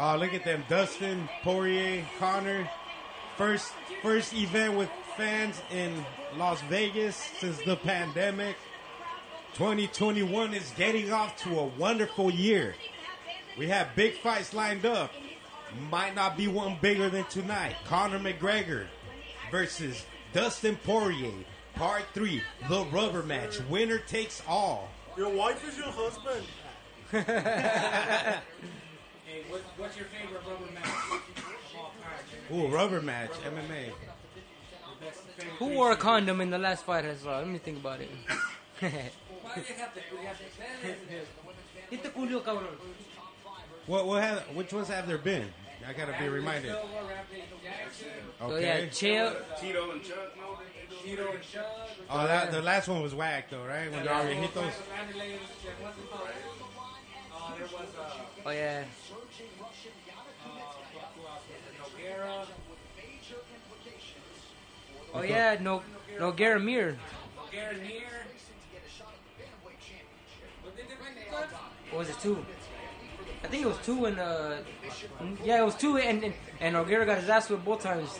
Speaker 1: Oh, look at them. Dustin, Poirier, Connor. First first event with fans in Las Vegas since the pandemic. 2021 is getting off to a wonderful year. We have big fights lined up. Might not be one bigger than tonight. Conor McGregor versus Dustin Poirier. Part 3, the rubber match. Winner takes all.
Speaker 2: Your wife is your husband.
Speaker 4: Hey, what, what's your favorite rubber match of all time? man?
Speaker 1: Ooh, rubber match, MMA.
Speaker 4: The best favorite.
Speaker 3: Who wore a condom in the last fight as well? Let me think about it.
Speaker 4: Why do you have to? You have to that is-
Speaker 3: Hit the culo, cabrón.
Speaker 1: What, what have, which ones have there been? I gotta be reminded.
Speaker 4: Silva, Rampage Jackson,
Speaker 1: Okay.
Speaker 3: So yeah, chill.
Speaker 5: Tito and Chuck. No, they- they
Speaker 4: Tito and Shug.
Speaker 1: Oh, that, the last one was whack though, right? When
Speaker 3: Yeah.
Speaker 1: Dario hit those.
Speaker 4: Anderley, what's it called? Uh, there was uh,
Speaker 3: Oh yeah.
Speaker 4: Noguera.
Speaker 3: Oh yeah. No, no, Garamir.
Speaker 4: Noguera near. But they did win the cuts.
Speaker 3: Or was it two? I think it was two and uh, yeah, it was two and and, and Nogueira got his ass whipped both times.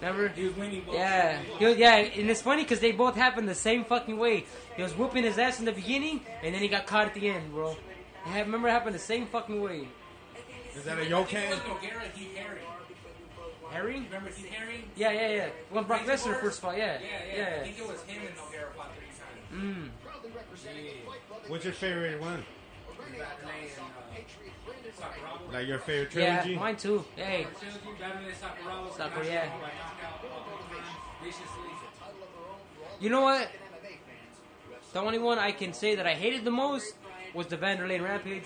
Speaker 3: Remember?
Speaker 4: He was winning both.
Speaker 3: Yeah, He was- yeah, and it's funny because they both happened the same fucking way. He was whooping his ass in the beginning, and then he got caught at the end, bro. I had- remember it happened the same fucking way.
Speaker 1: Is that a
Speaker 4: I
Speaker 1: yoke
Speaker 4: think it was
Speaker 1: hand?
Speaker 4: Noguera, Heath Herring.
Speaker 3: Harry?
Speaker 4: Remember Heath Herring?
Speaker 3: Yeah, yeah, yeah. When Brock Lesnar first fought, yeah,
Speaker 4: Yeah, yeah. I
Speaker 3: yeah. Mm.
Speaker 4: think it was him and Noguera fought three times.
Speaker 1: What's your favorite one?
Speaker 4: Batterley and uh, Sakuraba.
Speaker 1: Like your favorite
Speaker 3: Yeah,
Speaker 1: trilogy?
Speaker 3: mine too. Hey,
Speaker 4: Trilogy, Batterley, Sakuraba. was
Speaker 3: Sakura,
Speaker 4: knocked
Speaker 3: yeah.
Speaker 4: out by knockout multiple times, viciously.
Speaker 3: you know what? The only one I can say that I hated the most was the Vanderlei Rampage.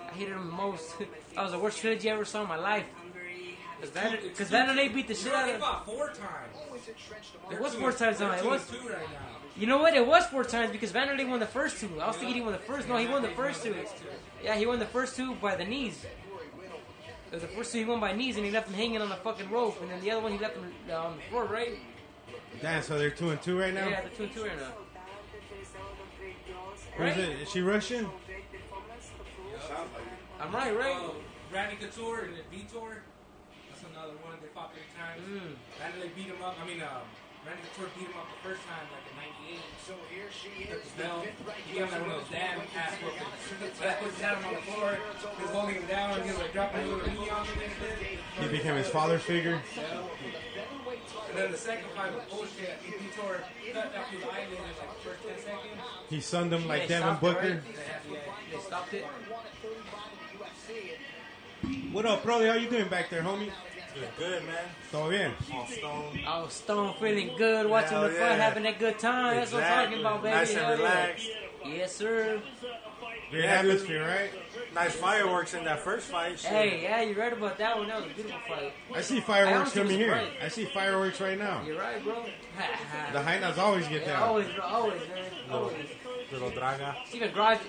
Speaker 3: I hated him the most. that was the worst trilogy I ever saw in my life. Because Vanderlei beat the shit out
Speaker 4: They
Speaker 3: of
Speaker 4: fought four times.
Speaker 3: It was four times on it.
Speaker 4: Two
Speaker 3: was
Speaker 4: and two right now.
Speaker 3: You know what? It was four times because Vanderlei won the first two. I was thinking he won the first. No, he won the first two. Yeah, he won the first two by the knees. It was the first two he won by knees, and he left him hanging on the fucking rope. And then the other one he left him uh, on the floor, right?
Speaker 1: Damn, so they're two and two right now?
Speaker 3: Yeah, the two and two right now.
Speaker 1: Who's
Speaker 3: Right?
Speaker 1: it? Is she Russian?
Speaker 3: I'm right, right?
Speaker 4: Uh, Randy Couture and Vitor. That's another one. They fought three times.
Speaker 3: Mm.
Speaker 4: Batterley beat him up. I mean, um, Randy Couture beat him up the first time, like in '98. So here she is. Bell. He got like one of those damn ass whoopings. That was down on the floor. He was holding him down. He was like dropping a little knee on him and shit.
Speaker 1: He became his father figure.
Speaker 4: And then the second fight was bullshit. Vitor cut out his eyelid in like the first 10 seconds.
Speaker 1: He sunned him like
Speaker 3: They
Speaker 1: Devin
Speaker 3: stopped it,
Speaker 1: Booker.
Speaker 4: They had the
Speaker 3: right? They stopped it.
Speaker 1: What up, Broly? How you doing back there, homie?
Speaker 2: You're good, man.
Speaker 1: Todo bien.
Speaker 2: On stone.
Speaker 3: I was stoned, Oh, feeling good, watching
Speaker 2: Hell
Speaker 3: the
Speaker 2: yeah.
Speaker 3: fight, having a good time. That's what I'm talking about, baby.
Speaker 2: Nice and
Speaker 3: Hell yeah.
Speaker 2: relaxed.
Speaker 3: Yes, sir.
Speaker 1: Great
Speaker 2: Yeah, dude.
Speaker 1: atmosphere, right?
Speaker 2: Nice fireworks in that first fight. Shit.
Speaker 3: Hey, yeah, you're right about that one. That was a beautiful fight.
Speaker 1: I see fireworks
Speaker 3: I honestly
Speaker 1: coming
Speaker 3: was
Speaker 1: here.
Speaker 3: right.
Speaker 1: I see fireworks right now.
Speaker 3: You're right, bro.
Speaker 1: The Hyenas always get
Speaker 3: Yeah,
Speaker 1: down.
Speaker 3: always, bro, always, man. Always.
Speaker 2: Little Draga.
Speaker 3: She even grabbed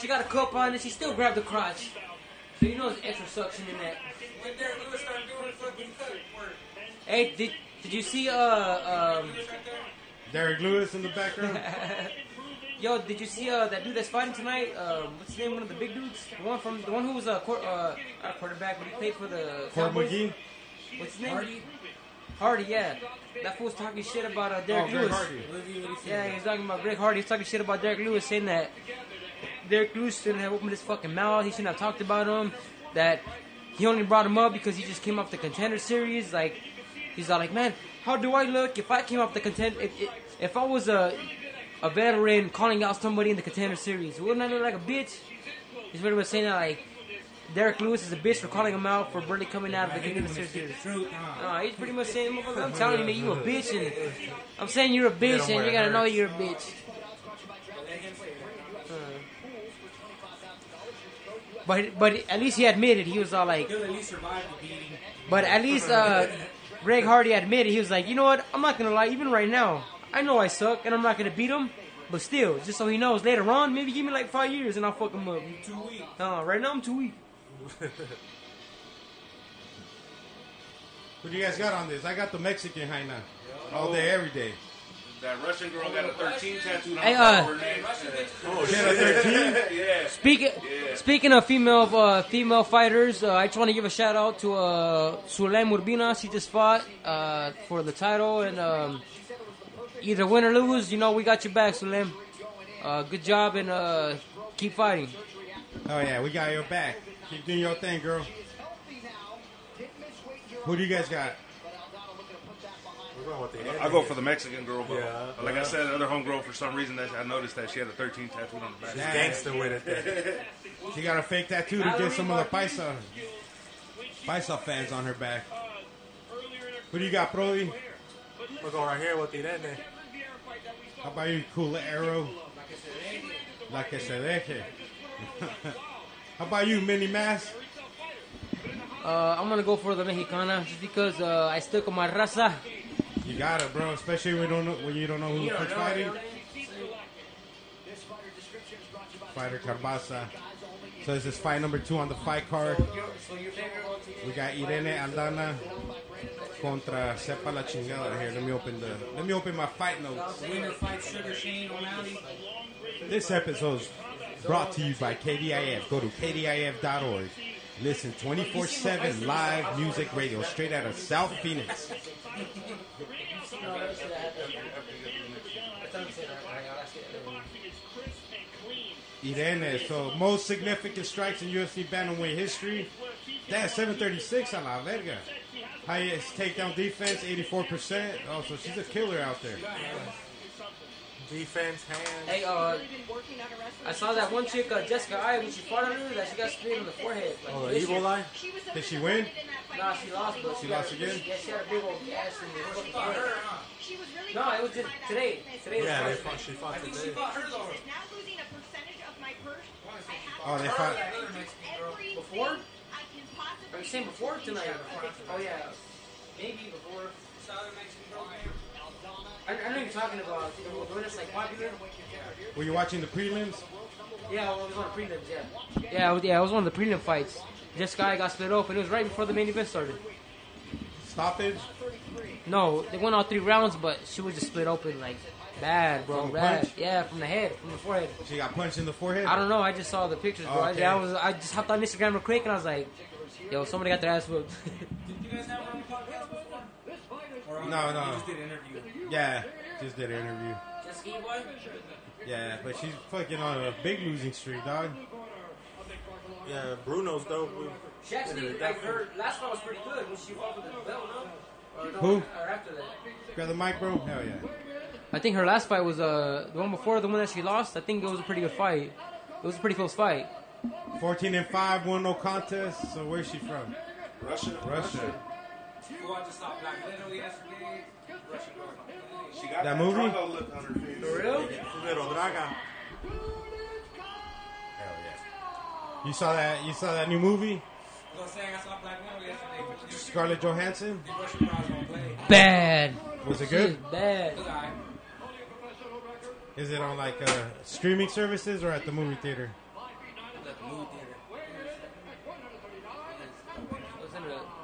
Speaker 3: She got a cup on and she still grabbed the crotch. So you know there's extra suction in that.
Speaker 4: When Derek Lewis started doing fucking cut work.
Speaker 3: Hey, did, did you see, uh, um,
Speaker 1: Derek Lewis in the background.
Speaker 3: Yo, did you see uh, that dude that's fighting tonight? Uh, what's his name? One of the big dudes, the one from the one who was a quar uh, not quarterback, but he played for the
Speaker 1: Court
Speaker 3: Cowboys?
Speaker 1: McGee.
Speaker 3: What's his name? Hardy. Hardy, yeah. That fool's talking shit about uh, Derek
Speaker 1: Oh,
Speaker 3: Lewis.
Speaker 1: Greg Hardy.
Speaker 3: Yeah, he was talking about Greg Hardy. He was talking shit about Derek Lewis, saying that Derek Lewis shouldn't have opened his fucking mouth. He shouldn't have talked about him. That he only brought him up because he just came off the contender series. Like he's all like, man, how do I look if I came off the contend? If, if, if I was a a veteran calling out somebody in the contender series, wouldn't I look like a bitch? He's very much saying that like Derek Lewis is a bitch for calling him out for barely coming out of the contender series.
Speaker 4: Truth, huh?
Speaker 3: No, he's pretty much saying, "Motherfucker, I'm telling you, man, you a bitch, and I'm saying you're a bitch, and you gotta know you're a bitch. Uh, But but at least he admitted he was all like,
Speaker 4: He'll at least survive the beating.
Speaker 3: but at least uh, Greg Hardy admitted he was like, you know what, I'm not gonna lie, even right now, I know I suck, and I'm not gonna beat him. But still, just so he knows, later on, maybe give me like five years and I'll fuck him up.
Speaker 4: Two weeks.
Speaker 3: No, right now I'm too weak.
Speaker 1: Who do you guys got on this? I got the Mexican hyena all day, every day.
Speaker 5: That Russian girl got a 13 tattooed on
Speaker 3: Hey,
Speaker 5: top of
Speaker 3: uh,
Speaker 5: her neck.
Speaker 1: Oh, shit, a 13?
Speaker 5: Yeah.
Speaker 3: Speaking speaking of female uh, female fighters, uh, I just want to give a shout out to uh, Sulaim Urbina. She just fought uh, for the title, and um, either win or lose, you know we got your back, Sulaim. Uh, good job, and uh, keep fighting.
Speaker 1: Oh, yeah, we got your back. Keep doing your thing, girl. Who do you guys got?
Speaker 2: We're going with the
Speaker 5: I go for the Mexican girl, but
Speaker 2: Yeah.
Speaker 5: but like I said, the other homegirl, for some reason, that I noticed that she had a 13 tattooed on the back.
Speaker 1: Yeah.
Speaker 2: gangster with it.
Speaker 1: She got a fake tattoo to get some of the Paisa, Paisa fans on her back. Who do you got, Broly?
Speaker 2: We're going right here with the then.
Speaker 1: How about you, Cool Arrow? La que se deje. How about you, Mini Mass?
Speaker 3: Uh, I'm gonna go for the Mexicana just because uh, I stuck on my raza.
Speaker 1: You got it, bro. Especially when you don't know, when you don't know who the fuck's fighting. Fighter Carbasa. So this is fight number two on the fight card. We got Irene Aldana contra Sepa La Chingada here. Let me open the let me open my fight notes.
Speaker 4: Winner fights Sugar Shane O'Malley.
Speaker 1: This episode is brought to you by KDIF. Go to KDIF.org. Listen 24 7 live music radio straight out of South Phoenix. Irene, so most significant strikes in UFC bantamweight history. That's 736 a la verga. Highest takedown defense, 84%. Oh, so she's a killer out there.
Speaker 2: Defense, hands.
Speaker 3: Hey, uh,
Speaker 8: Been working on a wrestling
Speaker 3: I saw that one chick, uh, Jessica I, when she fought her, that she got sprayed on the forehead. Like,
Speaker 2: Oh, the
Speaker 3: this
Speaker 2: evil
Speaker 3: shit.
Speaker 2: eye.
Speaker 8: She was
Speaker 1: Did she win?
Speaker 8: in that fight.
Speaker 3: Nah, she lost, but she,
Speaker 1: She
Speaker 3: got
Speaker 1: lost
Speaker 3: a-
Speaker 1: again?
Speaker 3: Yeah, she had a big old gash in the fucking forehead.
Speaker 8: She was really
Speaker 3: No, it was just today. Today.
Speaker 2: Yeah, they fought, she fought today.
Speaker 8: This is now losing a percentage of my purse. I have
Speaker 1: Oh, they
Speaker 8: to
Speaker 1: fought-
Speaker 8: reduce everything
Speaker 3: Before?
Speaker 8: I can
Speaker 3: Are
Speaker 8: possibly
Speaker 3: you saying before or tonight? Oh yeah, maybe before. I, I know you're talking about you know, when it's like popular.
Speaker 1: Were you watching the prelims?
Speaker 3: Yeah, well, it was on the prelims. Yeah. Yeah, it was- yeah, it was one of the prelim fights. This guy got split off, and it was right before the main event started.
Speaker 1: Stoppage?
Speaker 3: No, they went all three rounds, but she was just split open like bad, bro,
Speaker 1: From a
Speaker 3: bad.
Speaker 1: punch?
Speaker 3: Yeah, from the head, from the forehead.
Speaker 1: She got punched in the forehead?
Speaker 3: I don't know. I just saw the pictures, bro. I-
Speaker 1: Okay.
Speaker 3: I, was, I just hopped on Instagram real quick, and I was like, "Yo, somebody got their ass whooped."
Speaker 4: Did you guys have her on the podcast before? Or on-
Speaker 1: No, no.
Speaker 4: You just did an interview.
Speaker 1: Yeah, just did an interview.
Speaker 3: Jessica boy.
Speaker 1: Yeah, but she's fucking on a big losing streak, dog.
Speaker 2: Yeah, Bruno's dope. We,
Speaker 3: She actually, like, her last one was pretty good when she fought for the belt, no? Or no,
Speaker 1: Who?
Speaker 3: Or after that.
Speaker 1: Grab the mic, bro. Hell yeah.
Speaker 3: I think her last fight was uh the one before the one that she lost. I think it was a pretty good fight. It was a pretty close fight.
Speaker 1: 14 and 5, won no contest. So where's she from?
Speaker 5: Russia.
Speaker 1: Russia.
Speaker 4: Who I just saw Black Widow yesterday. Russian girl.
Speaker 5: She got
Speaker 1: That movie?
Speaker 5: Drago look on her face.
Speaker 3: real?
Speaker 2: Little Draga.
Speaker 1: Hell yeah. You saw that? You saw that new movie,
Speaker 4: I was saying I saw Black Widow yesterday. but this
Speaker 1: Scarlett Johansson?
Speaker 4: Russian girl's gonna play.
Speaker 3: Bad.
Speaker 1: Was it
Speaker 3: She is
Speaker 1: good?
Speaker 3: bad.
Speaker 4: Look, I-
Speaker 1: Is it on like uh, streaming services or at the movie theater?
Speaker 4: the movie theater.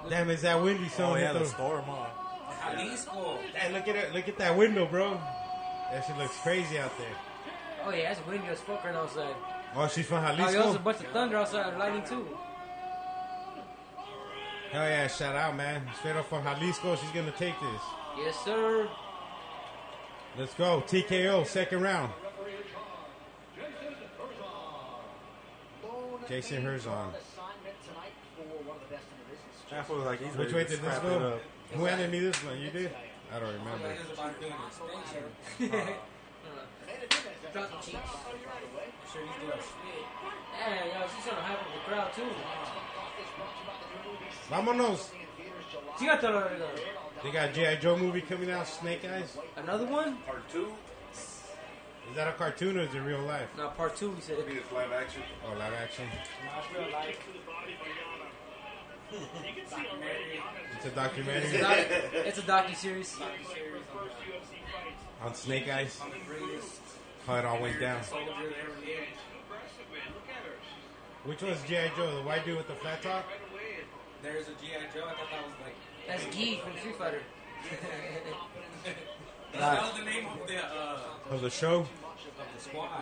Speaker 3: Oh,
Speaker 1: Damn, is that windy? So
Speaker 2: Oh, yeah, the storm, huh?
Speaker 4: Jalisco.
Speaker 1: Hey, look at it. Look at that window, bro. That shit looks crazy out there.
Speaker 3: Oh yeah, it's windy as fuck right outside.
Speaker 1: Oh, she's from
Speaker 3: Oh, yo, there's a
Speaker 1: Jalisco.
Speaker 3: bunch of thunder outside, lightning too.
Speaker 1: Hell yeah! Shout out, man. Straight up from Jalisco. She's gonna take this.
Speaker 3: Yes, sir.
Speaker 1: Let's go. TKO, second round. Jason Herzog.
Speaker 2: That fool was like, he's
Speaker 1: Which
Speaker 2: ready
Speaker 1: way
Speaker 2: to
Speaker 1: did this
Speaker 2: scrap it
Speaker 1: go?
Speaker 2: up.
Speaker 1: Who handed me this one? You did? I don't remember.
Speaker 3: Drop the cheeks. Damn, yo, she's trying to hype up the crowd too.
Speaker 1: Vamonos.
Speaker 3: Fíjate, lo-
Speaker 1: They got G.I. Joe movie coming out, Snake Eyes.
Speaker 3: Another one?
Speaker 5: Part two.
Speaker 1: Is that a cartoon or is it real life?
Speaker 3: No, part two, he said.
Speaker 5: Maybe it's live action.
Speaker 1: Oh, live action. It's a documentary
Speaker 3: It's a docu series.
Speaker 1: on Snake Eyes. How it all went down. Which one's G.I. Joe? The white dude with the flat top?
Speaker 4: There's a G.I. Joe. I thought that was like.
Speaker 3: That's Gee from Street Fighter.
Speaker 4: That was the name of the, uh,
Speaker 1: Of the show?
Speaker 4: of the squad.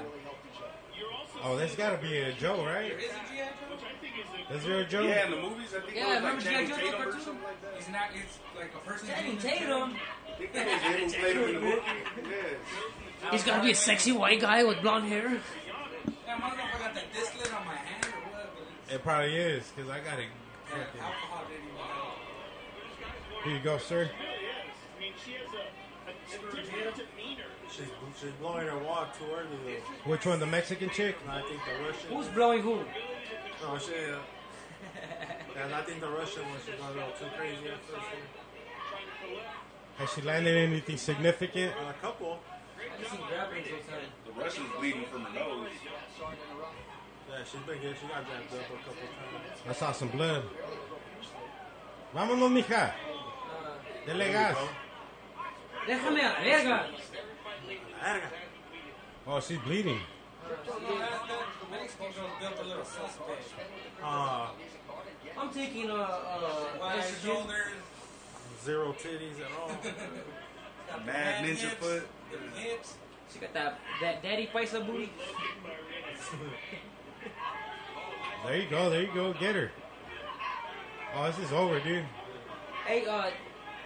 Speaker 1: Oh, there's gotta be a Joe, right?
Speaker 4: There is a G.I. Joe?
Speaker 1: There's there a Joe?
Speaker 5: Yeah, in the movies, I think
Speaker 3: Yeah,
Speaker 5: it was
Speaker 3: remember
Speaker 5: like
Speaker 3: G.I.
Speaker 5: Channing
Speaker 3: Joe, the
Speaker 5: Tatum or
Speaker 3: cartoon?
Speaker 5: something like that.
Speaker 4: He's not, it's like a person.
Speaker 3: Channing Tatum.
Speaker 5: I think that was him who played him in the movie. Yeah.
Speaker 3: He's gotta be a sexy white guy with blonde hair.
Speaker 4: Yeah, I wonder if I got that disc lid on my hand or what, but it's
Speaker 1: It probably is, because I got it.
Speaker 4: yeah, alcohol didn't even help.
Speaker 1: Here you go, sir.
Speaker 2: She's, she's blowing her wad too early, though.
Speaker 1: Which one, the Mexican chick?
Speaker 2: And I think the Russian.
Speaker 3: Who's blowing who?
Speaker 2: No, she. Uh, and I think the Russian one, she got a little too crazy at first. yeah.
Speaker 1: Has she landed anything significant?
Speaker 2: And Uh, a couple.
Speaker 3: I just seen grappling sometimes.
Speaker 5: The Russian's bleeding from her nose.
Speaker 2: Yeah, she's been good. She got jacked up a couple times.
Speaker 1: I saw some blood. Vámonos, mija. Dele gas.
Speaker 3: Déjame a verga.
Speaker 1: Oh, she's bleeding.
Speaker 4: The Mexican girl built a little suspect.
Speaker 2: Uh,
Speaker 3: I'm taking a. Uh,
Speaker 4: Wide
Speaker 3: estrogen.
Speaker 4: shoulders,
Speaker 2: zero titties at all.
Speaker 4: got
Speaker 5: Mad
Speaker 4: the
Speaker 5: ninja
Speaker 4: hips,
Speaker 5: foot.
Speaker 4: the hips.
Speaker 3: She got that that daddy paisa booty.
Speaker 1: There you go, there you go. Get her. Oh, this is over, dude.
Speaker 3: Hey, uh,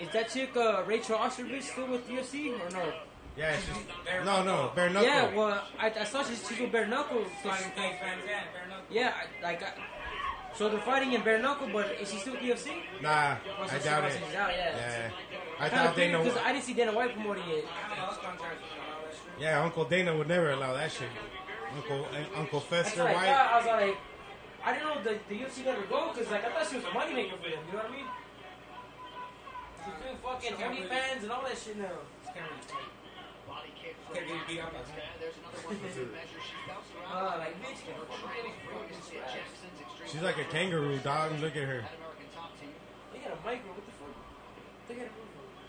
Speaker 3: is that chick uh, Rachel Ostervich still with UFC or no?
Speaker 1: Yeah, she's. No, no, bare knuckle.
Speaker 3: Yeah, well, I, I saw she's, she's with bare knuckle. So
Speaker 4: Fighting
Speaker 3: she,
Speaker 4: Clay Van Zandt, fair enough.
Speaker 3: yeah, I, like I, so they're fighting in bare knuckle, but is she still with UFC?
Speaker 1: Nah,
Speaker 3: Oh, so
Speaker 1: I
Speaker 3: she-
Speaker 1: doubt
Speaker 3: oh,
Speaker 1: it.
Speaker 3: so she's out, yeah.
Speaker 1: Yeah. I
Speaker 3: Kind
Speaker 1: thought
Speaker 3: of weird
Speaker 1: Dana.
Speaker 3: because
Speaker 1: Would,
Speaker 3: I didn't see Dana White promoting it.
Speaker 4: I don't know, those contracts are not all that straight.
Speaker 1: yeah, Uncle Dana would never allow that shit. Uncle Uncle
Speaker 3: That's
Speaker 1: Fester
Speaker 3: what I
Speaker 1: White.
Speaker 3: thought. I was like, I didn't know the, the UFC let her go because like I thought she was a moneymaker for them. You know what I mean? She's doing fucking OnlyFans and all that shit now.
Speaker 4: It's kinda really tight. Can't really beat up on her.
Speaker 3: Uh, like bitch, get the fuck out of here.
Speaker 1: She's like a kangaroo dog. Look at her.
Speaker 3: they got a micro. What the fuck? They got a micro.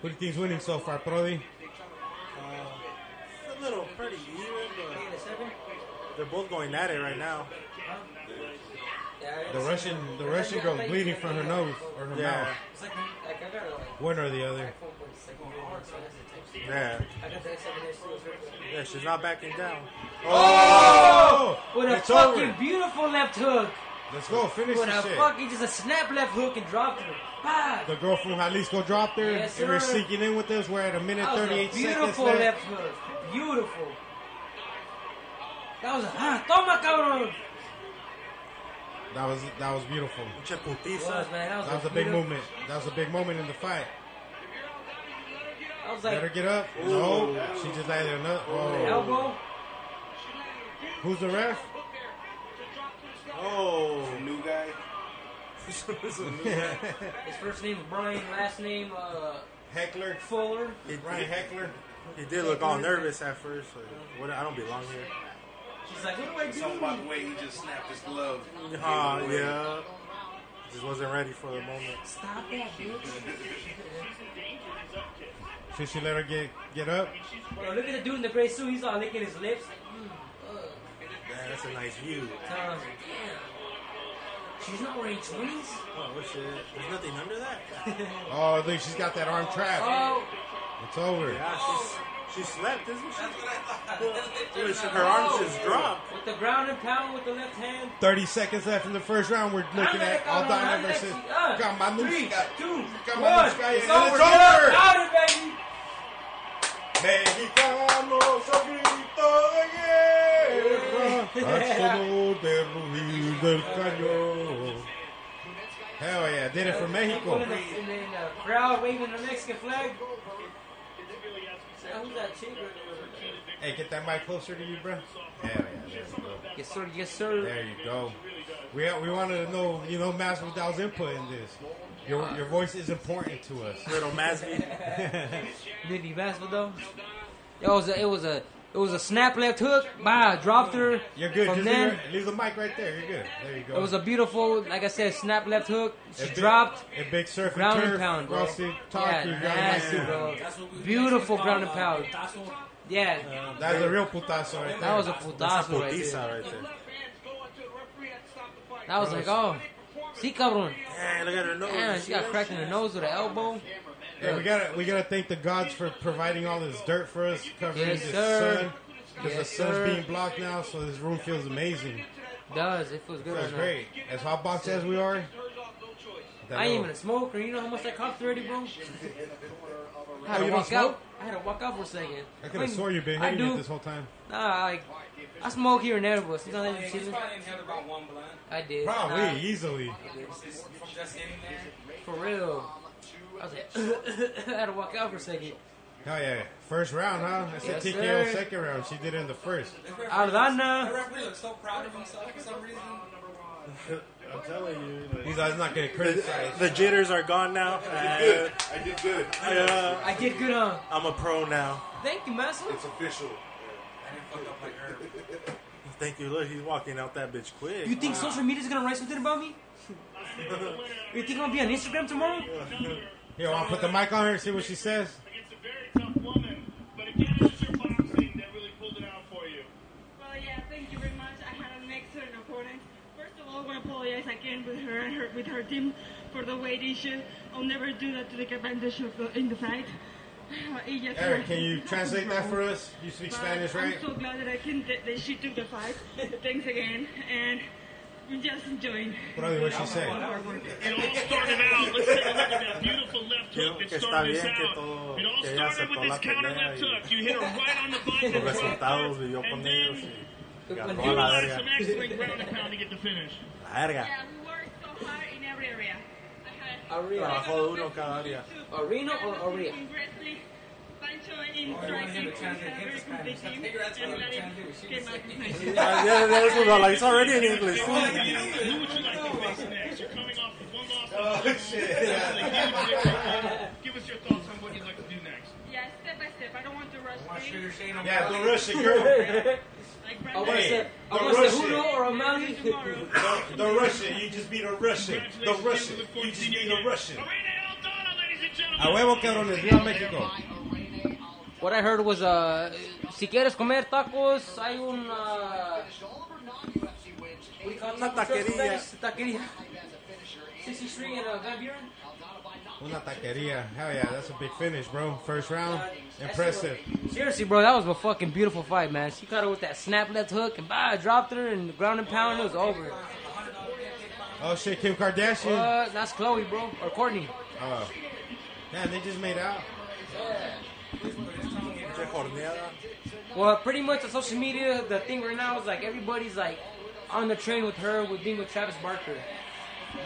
Speaker 1: Who do you think's winning so far, Brody?
Speaker 2: Uh, It's a little pretty even,
Speaker 3: They got a seven.
Speaker 2: but they're both going at it right now.
Speaker 3: Yeah,
Speaker 1: The Russian, the Russian girl's bleeding from her nose or her
Speaker 2: Yeah.
Speaker 1: mouth.
Speaker 3: It's like, like I got a like,
Speaker 1: One or the other.
Speaker 3: iPhone, but it's like going hard, so that's the type shit.
Speaker 2: Yeah,
Speaker 3: I got the X7S too.
Speaker 2: yeah, she's not backing down.
Speaker 1: Oh!
Speaker 3: What a
Speaker 1: It's
Speaker 3: fucking
Speaker 1: over.
Speaker 3: beautiful left hook.
Speaker 1: Let's go, finish
Speaker 3: What
Speaker 1: this
Speaker 3: a
Speaker 1: shit.
Speaker 3: fucking just a snap left hook and dropped her. Bah!
Speaker 1: The girl from Jalisco dropped her.
Speaker 3: Yes,
Speaker 1: they were
Speaker 3: sir.
Speaker 1: sneaking in with us. We're at a minute
Speaker 3: That was a
Speaker 1: 38 seconds
Speaker 3: beautiful
Speaker 1: left.
Speaker 3: left hook. Beautiful. That was a ah, toma cabrón.
Speaker 1: That was that was beautiful.
Speaker 2: Che
Speaker 3: It
Speaker 2: putiza.
Speaker 3: was man. That was,
Speaker 1: That was a big
Speaker 3: beautif-
Speaker 1: moment. That was a big moment in the fight.
Speaker 3: That was
Speaker 1: Let her
Speaker 3: like
Speaker 1: get up. No, she just landed another.
Speaker 3: an
Speaker 1: Whoa.
Speaker 3: elbow.
Speaker 1: Who's the ref?
Speaker 2: Oh,
Speaker 5: The new guy.
Speaker 3: His first name is Brian. Last name uh,
Speaker 1: Heckler.
Speaker 3: Fuller.
Speaker 1: Brian Heckler.
Speaker 2: he did look all nervous at first. Like, what? I don't belong here.
Speaker 3: She's like, what do I do?
Speaker 5: Something about the way he just snapped his glove.
Speaker 1: Oh,
Speaker 2: Ah, yeah. Just wasn't ready for the moment.
Speaker 3: Stop that, bitch.
Speaker 1: Should she let her get get up?
Speaker 3: Bro, look at the dude in the gray suit. He's all licking his lips.
Speaker 2: Man, that's a nice view.
Speaker 3: Damn. She's not wearing 20s?
Speaker 2: Oh shit! There's nothing under that.
Speaker 1: Oh, look, she's got that arm trapped.
Speaker 3: Oh,
Speaker 1: It's over.
Speaker 2: Yeah, she's She slept, isn't
Speaker 9: That's
Speaker 2: she?
Speaker 9: what I thought.
Speaker 2: Dude, she- Her arms just dropped.
Speaker 4: With the ground and pound with the left hand.
Speaker 1: 30 seconds left in the first round. We're looking at Aldana versus
Speaker 3: uh,
Speaker 4: Three,
Speaker 1: Gamalusi.
Speaker 4: two,
Speaker 1: Got my
Speaker 4: one.
Speaker 1: loose guy,
Speaker 4: It's
Speaker 1: and it's
Speaker 4: over. Get up
Speaker 1: over.
Speaker 4: out of it, baby.
Speaker 1: Mexicanos a grito de guerra, al sonido del rugir del cañón. Hell yeah, did it for
Speaker 4: People
Speaker 1: Mexico.
Speaker 4: in the, in the, in the crowd waving the Mexican flag. Now, who's that chick?
Speaker 1: Hey, get that mic closer to you, bro. Hell yeah,
Speaker 3: Yes, sir. Yes, sir.
Speaker 1: there you go. There you go. We, we wanted to know, you know, Master Without's input in this. Your, your voice is important to us.
Speaker 2: Little Masby.
Speaker 3: Nitty Vasquez, though. It was a, it was a, it was a snap left hook by a drop through.
Speaker 1: You're good.
Speaker 3: From
Speaker 1: Just leave,
Speaker 3: then,
Speaker 1: her- leave the mic right there. You're good. There you go.
Speaker 3: it was a beautiful, like I said, snap left hook. She
Speaker 1: A big-
Speaker 3: dropped.
Speaker 1: a big surf
Speaker 3: ground and
Speaker 1: turf,
Speaker 3: pound, bro.
Speaker 1: Rusty, talk
Speaker 3: yeah,
Speaker 1: you, ground
Speaker 3: nasty,
Speaker 1: and
Speaker 3: bro.
Speaker 1: pound.
Speaker 3: Beautiful ground and pound. Yeah,
Speaker 1: That's a real putazo right there.
Speaker 3: that was a
Speaker 2: That's a
Speaker 3: putazo right
Speaker 2: putiza
Speaker 3: there.
Speaker 2: right there.
Speaker 3: I was like, oh, see, cabrón.
Speaker 2: Dang, look at her nose.
Speaker 3: Damn, she got cracked in her nose with an elbow.
Speaker 1: Hey, we gotta we gotta thank the gods for providing all this dirt for us, covering
Speaker 3: Yes,
Speaker 1: this
Speaker 3: sir.
Speaker 1: sun. Because
Speaker 3: Yes,
Speaker 1: the sun's
Speaker 3: sir.
Speaker 1: being blocked now, so this room feels amazing.
Speaker 3: Does it feels good?
Speaker 1: Feels
Speaker 3: right now.
Speaker 1: great. As hot box as we are, that
Speaker 3: I ain't
Speaker 1: little-
Speaker 3: even a smoker. You know how much that cost already, bro? I had
Speaker 1: Oh,
Speaker 3: to
Speaker 1: you don't
Speaker 3: walk out.
Speaker 1: smoke?
Speaker 3: I had to walk out for a second.
Speaker 1: I could have swore you've been
Speaker 3: I
Speaker 1: hitting
Speaker 3: do.
Speaker 1: it this whole time.
Speaker 3: Nah, I, I smoke here and there, but sometimes I
Speaker 4: Yeah,
Speaker 3: just
Speaker 4: he's
Speaker 3: chill.
Speaker 4: probably inhaled about one blunt.
Speaker 3: I did.
Speaker 1: Probably
Speaker 3: Nah,
Speaker 1: easily.
Speaker 4: It's from just in there.
Speaker 3: for real. I was like, I had to walk out for a second.
Speaker 1: Hell Oh, yeah! First round, huh? I said
Speaker 3: Yes,
Speaker 1: TKO
Speaker 3: sir.
Speaker 1: second round. She did it in the first.
Speaker 4: The referee-
Speaker 3: Aldana.
Speaker 4: The referee looks so proud of himself for some reason.
Speaker 5: I'm telling you.
Speaker 1: He's like, I'm not gonna criticize.
Speaker 2: The jitters are gone now. Uh,
Speaker 5: I did good.
Speaker 2: yeah,
Speaker 3: I did good, huh?
Speaker 2: I'm a pro now.
Speaker 3: Thank you, master.
Speaker 5: official.
Speaker 4: I didn't fuck up like her.
Speaker 2: Thank you. Look, he's walking out that bitch quick.
Speaker 3: You think social media's gonna write something about me? you think I'm gonna be on Instagram tomorrow?
Speaker 1: Here, I'll put the mic on her and see what she says.
Speaker 6: Against a very tough woman, but again, it was your boxing that really pulled it out for you.
Speaker 8: Well, Oh, yeah, thank you very much. I had an excellent opponent. First of all, I want to apologize again with her and her with her team for the weight issue. I'll never do that to take advantage of the, in the fight. It just
Speaker 1: Eric,
Speaker 8: was-
Speaker 1: can you
Speaker 8: it
Speaker 1: translate
Speaker 8: happened
Speaker 1: that for us? You speak
Speaker 8: But
Speaker 1: Spanish, right?
Speaker 8: I'm so glad that I can that, that she took the fight. Thanks again, and I'm just enjoying.
Speaker 1: Brother, what she said.
Speaker 6: It all started out. Let's take a look at that beautiful left
Speaker 2: Creo
Speaker 6: hook that
Speaker 2: que está
Speaker 6: started this
Speaker 2: bien que
Speaker 6: out.
Speaker 2: todo-
Speaker 6: It all
Speaker 2: que ella
Speaker 6: started with
Speaker 2: aceptó
Speaker 6: this
Speaker 2: la
Speaker 6: counter
Speaker 2: pelea
Speaker 6: left
Speaker 2: y-
Speaker 6: hook. You hit her right on the button and dropped
Speaker 2: Resultados
Speaker 6: her,
Speaker 2: vivió con
Speaker 6: and
Speaker 2: ellos
Speaker 6: then
Speaker 2: y agarró a la
Speaker 6: utilized some
Speaker 2: verga.
Speaker 6: excellent ground and pound to get the finish.
Speaker 2: La verga.
Speaker 8: Yeah, we worked so hard in every area. I had
Speaker 3: Aria.
Speaker 2: Trabajó duro cada día.
Speaker 3: Arena or Aria?
Speaker 8: In wrestling, Pancho in
Speaker 4: Oh, I want him
Speaker 8: striking,
Speaker 4: to translate him
Speaker 8: we
Speaker 4: to
Speaker 8: had a very
Speaker 4: Spanish.
Speaker 8: good
Speaker 4: I
Speaker 8: team,
Speaker 4: figure that's what
Speaker 8: and
Speaker 4: I'm
Speaker 8: that
Speaker 4: trying to do. She
Speaker 8: came
Speaker 4: was
Speaker 8: out
Speaker 4: saying-
Speaker 8: nice.
Speaker 2: Yeah, yeah, that's what I like. It's already in English.
Speaker 6: Who would you like to face next? You're coming off of one loss. Oh, shit. Give us your thoughts on what you'd like to do next.
Speaker 8: Yeah, step by step. I don't want to rush things.
Speaker 1: Yeah, don't rush it, girl.
Speaker 8: Like
Speaker 3: I
Speaker 8: Brandon
Speaker 3: wanna
Speaker 1: Hey,
Speaker 3: say, I
Speaker 1: don't
Speaker 3: wanna say
Speaker 1: rush it.
Speaker 3: Hudo or O'Malley.
Speaker 8: said tomorrow.
Speaker 1: Don't, don't rush it. You just beat a Russian. Don't rush it. You just beat a Russian.
Speaker 6: Arena Aldana, ladies and gentlemen.
Speaker 1: A huevo, cabrones. Viva México.
Speaker 3: What I heard was, uh, si quieres comer tacos, hay un, uh, we call
Speaker 2: Una
Speaker 3: tacos in
Speaker 2: taquería.
Speaker 3: Spanish, taquería. 63 and uh, Van Buren.
Speaker 1: Una taqueria. Hell yeah, that's a big finish, bro. First round, impressive.
Speaker 3: Seriously, bro, that was a fucking beautiful fight, man. She caught her with that snap left hook and bah, dropped her and ground and pound. It was over.
Speaker 1: Hmm. Oh shit, Kim Kardashian.
Speaker 3: Uh, that's Chloe, bro, or Courtney.
Speaker 1: Oh. Damn, they just made out.
Speaker 2: Recorneada.
Speaker 3: Well, pretty much on social media, the thing right now is like everybody's like on the train with her with being with Travis Barker.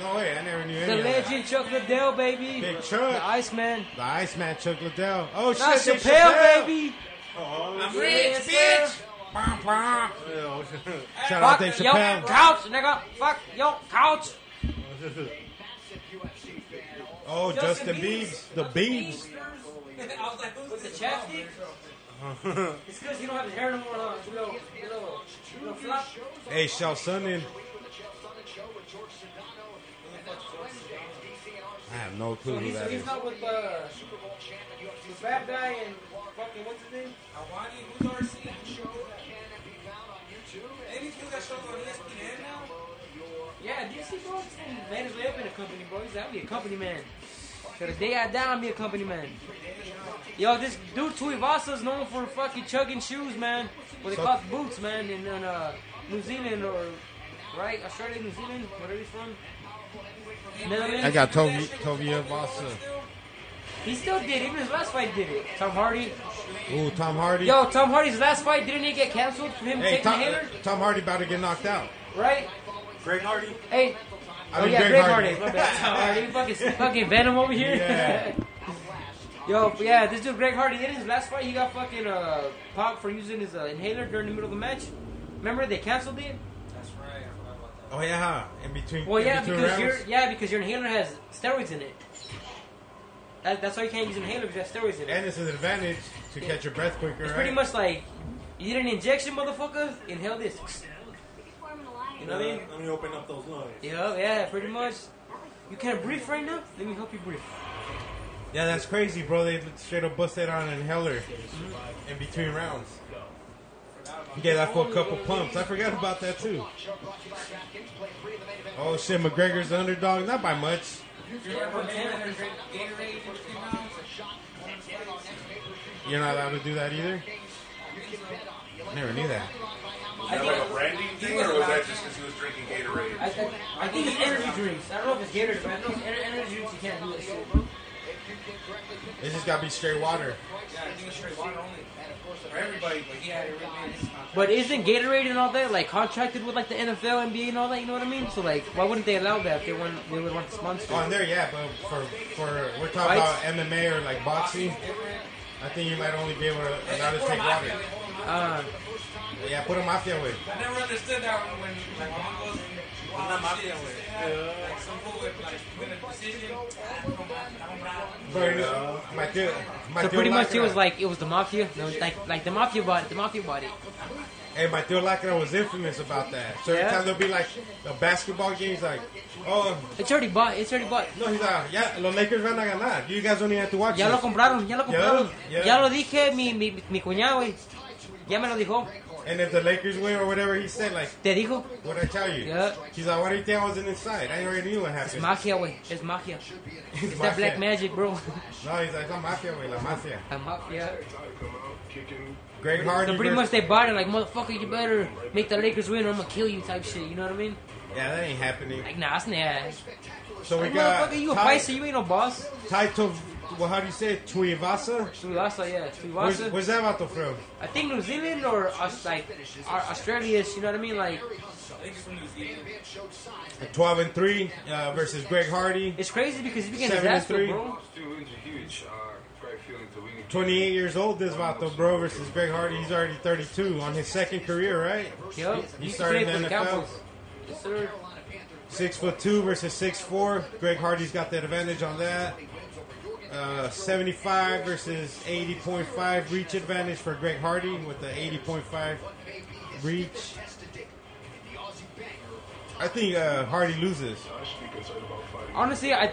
Speaker 1: No way, I never knew
Speaker 3: The
Speaker 1: any of that.
Speaker 3: legend Chuck Liddell, baby.
Speaker 1: Big Chuck.
Speaker 3: The Iceman.
Speaker 1: The Iceman, Chuck Liddell. Oh shit,
Speaker 3: Not
Speaker 1: Dave
Speaker 3: Chappelle, baby.
Speaker 2: Oh,
Speaker 3: Rich bitch.
Speaker 1: Bom, bom.
Speaker 2: yeah.
Speaker 1: Shout out
Speaker 3: Fuck
Speaker 1: Dave
Speaker 3: your
Speaker 1: Chappelle.
Speaker 3: couch, nigga. Fuck your couch.
Speaker 1: Oh, Justin Biebs. The Biebs.
Speaker 4: I was like, who's
Speaker 3: With the
Speaker 4: this
Speaker 3: chapstick?
Speaker 1: Uh-huh.
Speaker 3: It's because you don't have his hair no more, huh? It's a little, little, little flop.
Speaker 1: Hey, Shel Sonnen. I have no clue
Speaker 3: So
Speaker 1: who
Speaker 3: he's, so
Speaker 1: that
Speaker 3: he's
Speaker 1: is.
Speaker 3: not with uh, the fat guy and fucking what's his name?
Speaker 4: Awani, who's RC? Maybe he's got shows on E ESPN now?
Speaker 3: Yeah, did you see bro? He's from Man is way up in a company, bro. He's out be a company man. To the day I die, I'll be a company man. Yo, this dude Tuivasa is known for fucking chugging shoes, man. What they
Speaker 1: So-
Speaker 3: call boots, man, in, in uh, New Zealand or right Australia, New Zealand, whatever he's from. Netherlands.
Speaker 1: I got Tovi Tovia Vasa.
Speaker 3: He still did. Even his last fight did it. Tom Hardy.
Speaker 1: Ooh, Tom Hardy.
Speaker 3: Yo, Tom Hardy's last fight didn't it get canceled for him
Speaker 1: hey,
Speaker 3: taking
Speaker 1: Tom,
Speaker 3: the hammer?
Speaker 1: Tom Hardy about to get knocked out.
Speaker 3: Right?
Speaker 2: Greg Hardy.
Speaker 3: Hey.
Speaker 1: I
Speaker 3: oh
Speaker 1: mean,
Speaker 3: yeah,
Speaker 1: Greg
Speaker 3: Greg
Speaker 1: Hardy.
Speaker 3: Hardy. My bad. Tom Hardy. Fucking, fucking Venom over here.
Speaker 1: Yeah.
Speaker 3: Yo, but yeah, this dude Greg Hardy in his last fight, he got fucking uh, popped for using his uh, inhaler during the middle of the match. Remember they canceled it?
Speaker 4: That's right. I forgot about that.
Speaker 1: Oh yeah, huh? in between.
Speaker 3: Well,
Speaker 1: in
Speaker 3: yeah,
Speaker 1: between
Speaker 3: because
Speaker 1: rounds?
Speaker 3: your yeah, because your inhaler has steroids in it. That, that's why you can't use an inhaler because it has steroids in it.
Speaker 1: and it's an advantage to
Speaker 3: Yeah.
Speaker 1: catch your breath quicker.
Speaker 3: It's
Speaker 1: right?
Speaker 3: pretty much like you did an injection, motherfucker. Inhale this. You know what I mean?
Speaker 2: Let me open up those lungs.
Speaker 3: Yeah, yeah, pretty much. You can't breathe right now. Let me help you breathe.
Speaker 1: Yeah, that's crazy, bro. They straight up busted on an inhaler in between rounds. He gave that for a couple pumps. I forgot about that too. Oh shit, McGregor's the underdog, not by much. You're not allowed to do that either. I never knew that.
Speaker 5: Was
Speaker 3: I
Speaker 5: that
Speaker 3: think-
Speaker 5: like a branding thing, or was that just because he was drinking Gatorade?
Speaker 3: I, I, I think it's energy drinks. I don't know if it's Gatorade, but I know it's ener- energy drinks. You can't do that shit.
Speaker 1: It just gotta be straight water.
Speaker 4: Yeah, I think it's straight water only. For everybody, but he had it written in his contract.
Speaker 3: But isn't Gatorade and all that like contracted with like the NFL, NBA, and all that? You know what I mean? So like, why wouldn't they allow that if they want they would want to sponsor?
Speaker 1: On
Speaker 3: it?
Speaker 1: Oh, there, yeah, but for for we're talking about MMA or like boxing, I think you might only be able to allow to take water.
Speaker 3: Uh,
Speaker 1: Yeah, put a mafia with.
Speaker 4: I never understood that when, when like, my mom goes, wow,
Speaker 2: not my
Speaker 4: shit,
Speaker 2: family.
Speaker 4: shit, yeah. Like, some fool would, like, win a decision. I don't know, I don't know.
Speaker 1: Bro, my dude, my
Speaker 3: so
Speaker 1: dude
Speaker 3: pretty much it
Speaker 1: Lacra-
Speaker 3: was like it was the mafia. It was like like the mafia bought it. The mafia bought it.
Speaker 1: Hey, my dude Lacra was infamous about that. So every
Speaker 3: Yeah?
Speaker 1: time there'll be like a basketball game, he's like, oh,
Speaker 3: It's already bought. It's already bought.
Speaker 1: no, he's like, yeah, los Lakers van a ganar. You guys don't even have to watch
Speaker 3: Ya lo
Speaker 1: it.
Speaker 3: compraron. Ya lo compraron.
Speaker 1: yeah.
Speaker 3: Ya lo dije mi mi mi cuñado. güey. Ya me lo dijo.
Speaker 1: And if the Lakers win or whatever, he said, like,
Speaker 3: Te dijo.
Speaker 1: what I tell you?
Speaker 3: Yeah.
Speaker 1: He's like, why do you think I wasn't inside? I already knew what
Speaker 3: It's
Speaker 1: happened.
Speaker 3: mafia, way. It's mafia.
Speaker 1: It's
Speaker 3: It's that black magic, bro.
Speaker 1: No, he's like, la mafia, way, la mafia.
Speaker 3: The mafia.
Speaker 1: Greg Hardy.
Speaker 3: So pretty
Speaker 1: versus-
Speaker 3: much they bought it like motherfucker. You better make the Lakers win, or I'm gonna kill you type shit. You know what I mean?
Speaker 1: yeah, that ain't happening.
Speaker 3: Like nah, that's nah.
Speaker 1: So we
Speaker 3: Like,
Speaker 1: got
Speaker 3: motherfucker, you a
Speaker 1: uh, Ty-
Speaker 3: Pisces, you ain't no boss.
Speaker 1: Ty Tov- well, how do you say it? Tuivasa?
Speaker 3: Tuivasa, yeah,
Speaker 1: Where's,
Speaker 3: Tuivasa.
Speaker 1: where's that vato from?
Speaker 3: I think New Zealand or Aus- like or Australia, you know what I mean? Like
Speaker 4: I think it's from New Zealand.
Speaker 1: 12 and 3 uh, versus Greg Hardy.
Speaker 3: it's crazy because he's being
Speaker 1: Seven and
Speaker 3: disaster,
Speaker 1: three.
Speaker 3: bro.
Speaker 9: Two wins are huge. Uh, great feeling to win.
Speaker 1: 28 years old, this Vato Bro versus Greg Hardy. He's already 32 on his second career, right?
Speaker 3: Yup.
Speaker 1: He started in the NFL.
Speaker 3: Yes, sir.
Speaker 1: Six foot two versus six four. Greg Hardy's got the advantage on that. Uh, 75 versus 80.5 reach advantage for Greg Hardy with the 80.5 reach. I think uh, Hardy loses.
Speaker 3: Honestly, I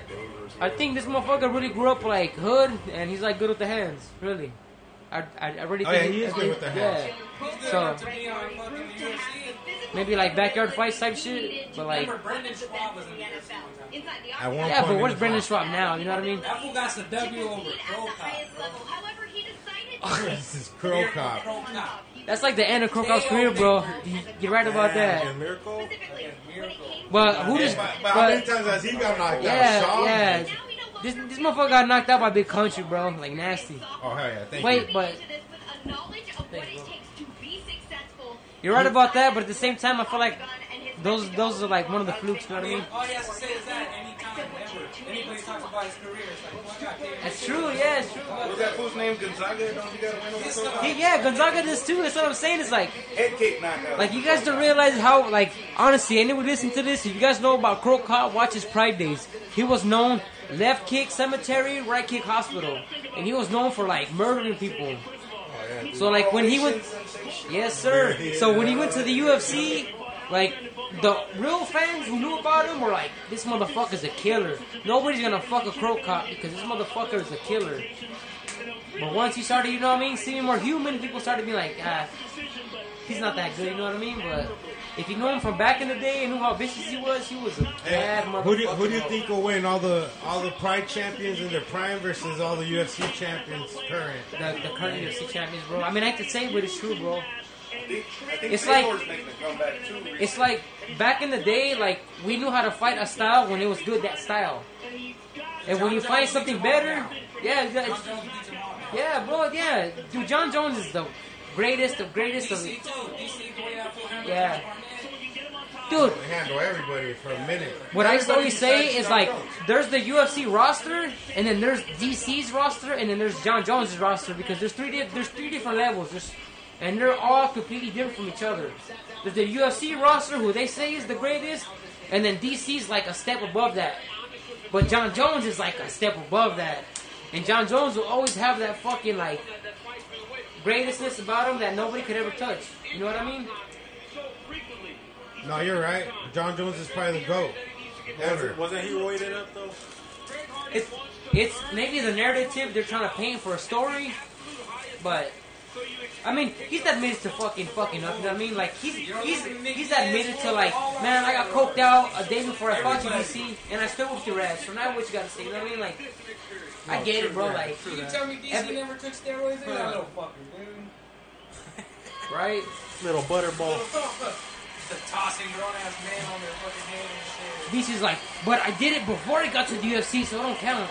Speaker 3: I think this motherfucker really grew up like hood, and he's like good with the hands, really. I I, I really
Speaker 1: Oh,
Speaker 3: think
Speaker 1: yeah, he is
Speaker 3: I
Speaker 1: good
Speaker 3: think-
Speaker 1: with the hands.
Speaker 4: He's
Speaker 3: So-
Speaker 4: good to be on fucking the UFC.
Speaker 3: Maybe like backyard fights type shit, but like
Speaker 4: Remember, Brendan Schwab was in the UFC one time.
Speaker 1: At one
Speaker 3: yeah,
Speaker 1: point
Speaker 3: but
Speaker 1: in
Speaker 3: where's
Speaker 1: the-
Speaker 3: Brendan Schwab now? You know what I mean?
Speaker 4: That fool got some W over Pro Cop, bro.
Speaker 10: However, he decided
Speaker 1: This is Crow Cop.
Speaker 4: Pro Cop.
Speaker 3: That's like the end of Krokow's career, bro. You're right about that.
Speaker 1: Miracle.
Speaker 10: specifically when it came to
Speaker 3: But who does?
Speaker 1: But, but how many
Speaker 3: But,
Speaker 1: times has he got knocked out?
Speaker 3: yeah,
Speaker 1: Shaw?
Speaker 3: yeah.
Speaker 10: now we no
Speaker 3: This
Speaker 10: longer
Speaker 3: this motherfucker got knocked out by Big Country, bro. Like nasty.
Speaker 1: Oh, hell yeah. Thank
Speaker 3: Wait,
Speaker 1: you.
Speaker 3: but
Speaker 10: into this with a knowledge of what it takes to be successful.
Speaker 3: you're right about that. But at the same time, I feel like those those are like one of the flukes. You know what I mean?
Speaker 4: All he has to say is that anytime, ever. Anybody talks about his career, it's like, fuck out there.
Speaker 3: That's true. Yeah, it's true.
Speaker 5: Was that fool's name Gonzaga? Don't you got a win over Gonzaga?
Speaker 3: Yeah, yeah, Gonzaga does too. That's what I'm saying. It's like,
Speaker 5: Head kick knockout.
Speaker 3: like you guys don't realize how, like, honestly, anyone listen to this. If you guys know about Crow Cop, watch his Pride Days. He was known left kick cemetery, right kick hospital, and he was known for like murdering people. So like when he went, yes sir. So when he went to the UFC, like the real fans who knew about him were like, this motherfucker's a killer. Nobody's gonna fuck a crow cop because this motherfucker is a killer. But once he started, you know what I mean, seeming more human, people started being like, ah, he's not that good, you know what I mean? But If you knew him from back in the day and knew how vicious he was, he was a bad motherfucker.
Speaker 1: Who do, who do you think will win? All the all the Pride champions in their prime versus all the UFC champions current.
Speaker 3: The, the current UFC champions, bro. I mean, I could say, but it's true, bro. It's like- It's like back in the day, like we knew how to fight a style when it was good that style. And when you find something better, yeah, it's- it's- yeah, bro, yeah, dude. John Jones is the greatest, of greatest of. Yeah. Dude,
Speaker 1: They handle everybody for a minute.
Speaker 3: what I always
Speaker 1: Everybody
Speaker 3: say
Speaker 1: besides
Speaker 3: is
Speaker 1: John
Speaker 3: like,
Speaker 1: Jones.
Speaker 3: there's the UFC roster, and then there's DC's roster, and then there's John Jones' roster because there's three di- there's three different levels, there's, and they're all completely different from each other. There's the UFC roster, who they say is the greatest, and then DC's like a step above that, but John Jones is like a step above that, and John Jones will always have that fucking like greatness about him that nobody could ever touch. You know what I mean?
Speaker 1: no, you're right. John Jones is probably the goat. Ever.
Speaker 2: Wasn't he weighted up though?
Speaker 3: it's it's maybe the narrative they're trying to paint for a story, but I mean he's admitted to fucking fucking up. You know what I mean? Like he's he's he's admitted to like man, I got coked out a day before I fought you DC, and I still whooped your ass. So now what you gotta say? You know what I mean? Like I get it, bro. Like
Speaker 4: You tell me DC
Speaker 3: Every-
Speaker 4: never took steroids? Look at that little fucker, dude.
Speaker 3: right?
Speaker 2: Little butterball.
Speaker 4: The tossing grown ass man on their fucking head and shit.
Speaker 3: DC's like, but I did it before I got to the UFC, so it don't count.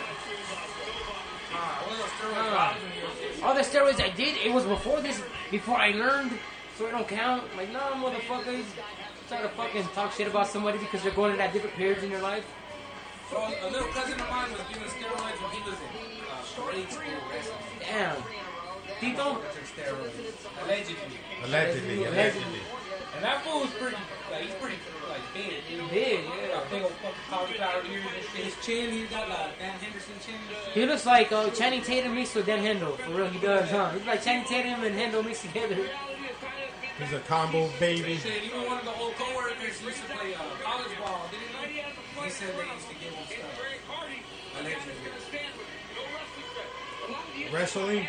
Speaker 4: Nah, one of those steroid
Speaker 3: Nah.
Speaker 4: bombs in here.
Speaker 3: All the steroids I did, it was before this, before I learned, so it don't count. Like, nah, motherfuckers, try to fucking talk shit about somebody because they're going to that different periods in their life.
Speaker 4: So a little cousin of mine was doing steroids when he was in uh, grade school wrestling.
Speaker 3: Damn. Tito?
Speaker 4: Took steroids. Allegedly.
Speaker 1: Allegedly, allegedly.
Speaker 4: And that fool was pretty, like, he's pretty, like, big. You know?
Speaker 3: Big,
Speaker 4: He
Speaker 3: yeah.
Speaker 4: got big old fucking cauliflower ears and shit. His chin, he's got, like, Dan Henderson chin and shit.
Speaker 3: He looks like uh, Channing Tatum mixed with Dan Hendo. For real, he does, huh? He's like Channing Tatum and Hendo mixed together.
Speaker 1: He's a combo baby.
Speaker 4: Shit, even one of the old coworkers used to play uh, college ball, didn't he? He said they used to give him stuff. Allegedly.
Speaker 1: Wrestling?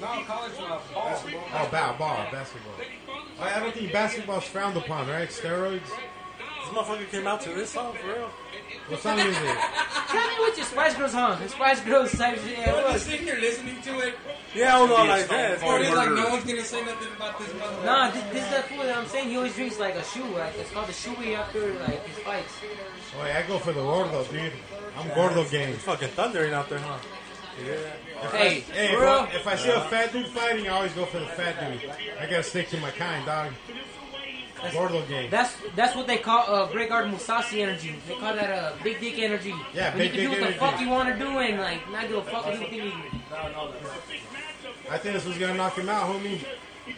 Speaker 4: No, college uh, ball.
Speaker 1: Oh, ba- ball, basketball. I I don't think basketball's frowned upon, right? Steroids?
Speaker 2: This motherfucker came out to this song for real.
Speaker 1: What song is it?
Speaker 3: Tell me what your Spice Girls, huh? The Spice Girls type shit. Yeah,
Speaker 4: But
Speaker 3: it
Speaker 4: he's
Speaker 3: was.
Speaker 4: sitting here listening to it,
Speaker 2: Yeah, I was all
Speaker 5: Yeah,
Speaker 2: like
Speaker 5: Stone
Speaker 2: that.
Speaker 5: Cold.
Speaker 4: or he's like,
Speaker 5: Murderer.
Speaker 4: no one's gonna say nothing about this motherfucker.
Speaker 3: Nah, this, this is that fool that I'm saying. He always drinks like a shoe. Like, it's called the shoey after like his fights.
Speaker 1: Boy, I go for the Gordo, dude. I'm Gordo game.
Speaker 2: Fucking thundering out there, huh?
Speaker 3: Hey,
Speaker 1: Hey,
Speaker 3: for
Speaker 1: bro,
Speaker 3: real.
Speaker 1: if I see a fat dude fighting, I always go for the fat dude. I gotta stick to my kind, dog. Gordo game.
Speaker 3: That's that's what they call uh, Gregard Musasi energy. They call that uh, big dick energy.
Speaker 1: Yeah,
Speaker 3: when
Speaker 1: big
Speaker 3: you
Speaker 1: dick
Speaker 3: can do what
Speaker 1: energy.
Speaker 3: the fuck you want to do and like not give a fuck what you think. you-
Speaker 1: I think this was gonna knock him out, homie.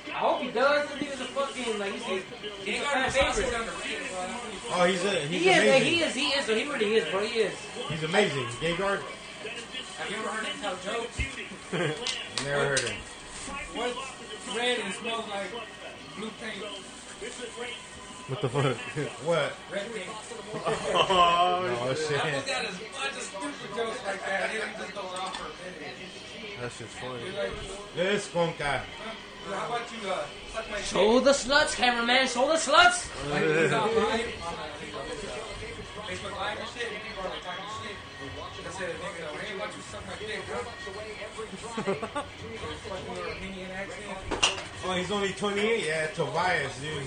Speaker 3: I hope he does. This nigga's a fucking like he's, a- he's a fan favorite.
Speaker 1: Oh, he's a, he's
Speaker 3: He is, like, he
Speaker 1: amazing.
Speaker 3: is, he is, so he really is, bro. He is.
Speaker 1: He's amazing. Gegard?
Speaker 4: Have you ever heard him tell jokes?
Speaker 1: Never heard him.
Speaker 4: What's red and smells like blue paint?
Speaker 2: What the fuck?
Speaker 1: What?
Speaker 4: Red paint.
Speaker 1: Oh,
Speaker 4: He's
Speaker 1: shit.
Speaker 4: got a bunch of stupid jokes like that. He just goes off for a minute.
Speaker 2: That shit's funny.
Speaker 4: He's like,
Speaker 1: This conca.
Speaker 4: well, how about you uh, suck my dick?
Speaker 3: Show the sluts, cameraman. Show the sluts.
Speaker 4: Like, he's on live, on, uh, Facebook Live and shit, and people are like talking shit. I said, nigga, hey, why don't you suck my dick, huh? Fucking little Armenian accent.
Speaker 1: Oh, he's only 28? Yeah, Tobias, dude.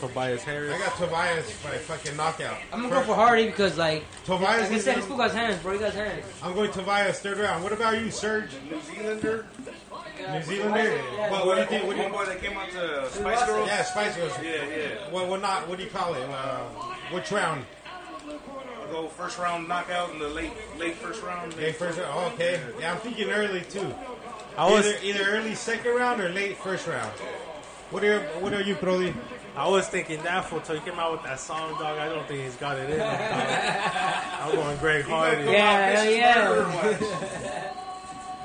Speaker 2: Tobias
Speaker 1: I
Speaker 2: Harris.
Speaker 1: got Tobias by fucking knockout.
Speaker 3: I'm gonna go for Hardy because like
Speaker 1: Tobias
Speaker 3: like I
Speaker 1: is
Speaker 3: said, this fool got his hands, bro. He got his hands.
Speaker 1: I'm going Tobias third round. What about you, Serge?
Speaker 5: New Zealander,
Speaker 1: New Zealander? What, what do you think? What do you,
Speaker 5: homeboy that came out to Spice Girls.
Speaker 1: yeah, Spice Girls.
Speaker 5: Yeah, yeah.
Speaker 1: What, what not? What do you call it? Uh, which round?
Speaker 5: I'll go first round knockout in the late late first round.
Speaker 1: Okay, first round. Oh, okay. Yeah, I'm thinking early too.
Speaker 2: I was
Speaker 1: either, either early second round or late first round. What are your, what are you, Brody?
Speaker 2: I was thinking that fool till he came out with that song, dog. I don't think he's got it in. him, dog. I'm going Greg Hardy.
Speaker 1: uh,
Speaker 3: Yeah, hell yeah.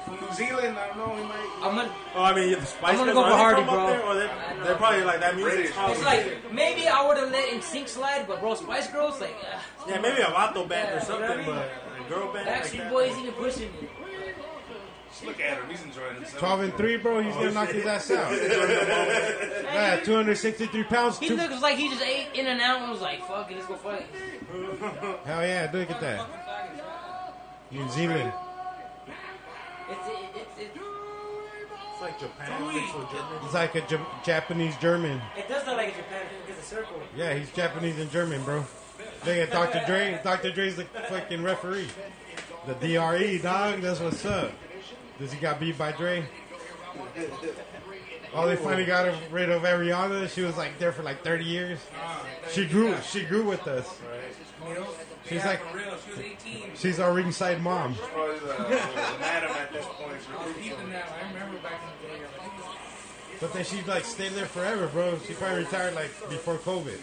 Speaker 5: From New Zealand, I don't know. He might.
Speaker 3: I'm gonna.
Speaker 2: Oh, I mean, the Spice
Speaker 3: I'm gonna
Speaker 2: Girls,
Speaker 3: go
Speaker 2: are they
Speaker 3: for Hardy,
Speaker 2: from up
Speaker 3: bro.
Speaker 2: there? Or they're, they're probably like that music's
Speaker 5: British.
Speaker 2: hot.
Speaker 3: It's like maybe I would have let him sink slide, but bro, Spice Girls like ah,
Speaker 2: yeah, maybe a Vato band
Speaker 3: Yeah,
Speaker 2: or something,
Speaker 3: you know what
Speaker 2: but a girl band. like
Speaker 3: Backstreet
Speaker 2: that.
Speaker 3: Boys even pushing it.
Speaker 5: Just look at him. He's enjoying himself.
Speaker 1: 12 and 3, bro, he's going to knock his ass out. yeah, 263 pounds.
Speaker 3: He
Speaker 1: two-
Speaker 3: looks like he just ate in and out and was like, fuck it, let's go fight.
Speaker 1: Hell yeah, look at that. New Zealand.
Speaker 3: It's, it's, it's,
Speaker 2: It's like Japan. It's so German.
Speaker 1: It's like a Jap- Japanese German.
Speaker 3: it does look like Japan because it's a circle.
Speaker 1: Yeah, he's Japanese and German, bro. Look at Dr. Dre. Dr. Dre's the fucking referee. The DRE, dog. That's what's up. Does he got beat by Dre? Oh, they finally got rid of Ariana. She was like there for like 30 years. She grew. She grew with us. She's like, she's our ringside mom.
Speaker 5: Probably the, the madam at this point.
Speaker 1: But then she like stayed there forever, bro. She probably retired like before COVID.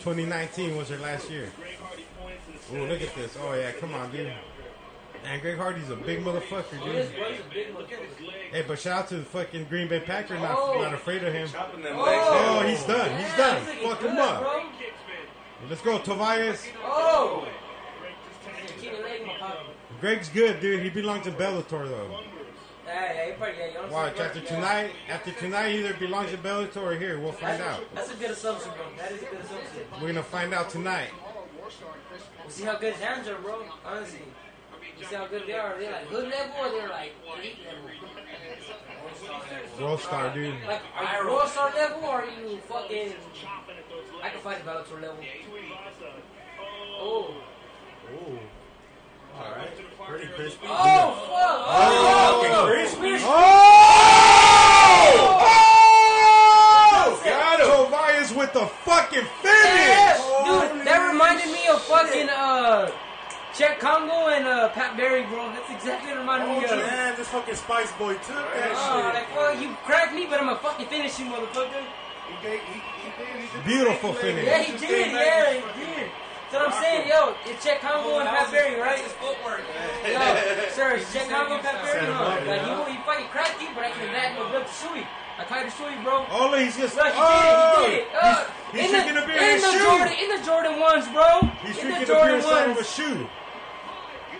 Speaker 1: 2019 was her last year. Ooh, look at this. Oh yeah, come on, dude. Man, Greg Hardy's a big motherfucker, dude. Hey, but shout out to the fucking Green Bay Packer, not not afraid of him.
Speaker 5: Chopping them legs.
Speaker 1: Oh, he's done. He's done.
Speaker 3: he's looking
Speaker 1: Fuck him
Speaker 3: good,
Speaker 1: up.
Speaker 3: bro.
Speaker 1: Let's go, Tobias.
Speaker 3: Oh! Keep your leg in my pocket.
Speaker 1: Greg's good, dude. He belongs to Bellator though.
Speaker 3: Hey, everybody, yeah, you
Speaker 1: Watch
Speaker 3: understand?
Speaker 1: after
Speaker 3: Yeah.
Speaker 1: tonight. After tonight, either belongs to Bellator or here. We'll find out.
Speaker 3: That's a good assumption, bro. That is a good assumption.
Speaker 1: We're gonna find out tonight.
Speaker 3: We'll see how good his hands are, bro. Honestly. We'll see how good they are. They're like hood level or they're like elite level.
Speaker 1: World star, dude.
Speaker 3: Like, are you World Star level or are you fucking. I can fight the Bellator level. Oh.
Speaker 2: Pretty crispy.
Speaker 3: Oh, fuck! Oh,
Speaker 1: Oh!
Speaker 5: Got him.
Speaker 1: Tobias with the fucking
Speaker 3: Yes!
Speaker 1: finish!
Speaker 3: Dude, that reminded me of fucking, uh. Chet Congo and uh, Pat Berry, bro. That's exactly what it reminded me
Speaker 2: Oh,
Speaker 3: of.
Speaker 2: man, this fucking Spice Boy took
Speaker 3: Oh,
Speaker 2: that
Speaker 3: like, fuck, you cracked me, but I'm gonna fucking finish you, motherfucker.
Speaker 5: He gave, he, he did, he did.
Speaker 1: Beautiful
Speaker 3: Yeah,
Speaker 1: finish.
Speaker 3: he did. Yeah, he did. Oh, So I'm saying, yo, it's Chet Congo and Pat Berry, right? His footwork. Yo, sir, it's Chet Congo and Pat Berry, huh? Like, he, won't- he fucking cracked you, but I can back no blood to Shui. I tied to Shui, bro.
Speaker 1: Oh, look, he's just.
Speaker 3: Look, he
Speaker 1: oh!
Speaker 3: did it. He did it. Uh,
Speaker 1: he's
Speaker 3: in the,
Speaker 1: drinking a beer
Speaker 3: in
Speaker 1: in his
Speaker 3: the
Speaker 1: shoe.
Speaker 3: Jordan, in the Jordan ones, bro.
Speaker 1: He's
Speaker 3: in
Speaker 1: drinking a beer
Speaker 3: the Jordan
Speaker 1: inside of a
Speaker 3: ones.
Speaker 1: shoe.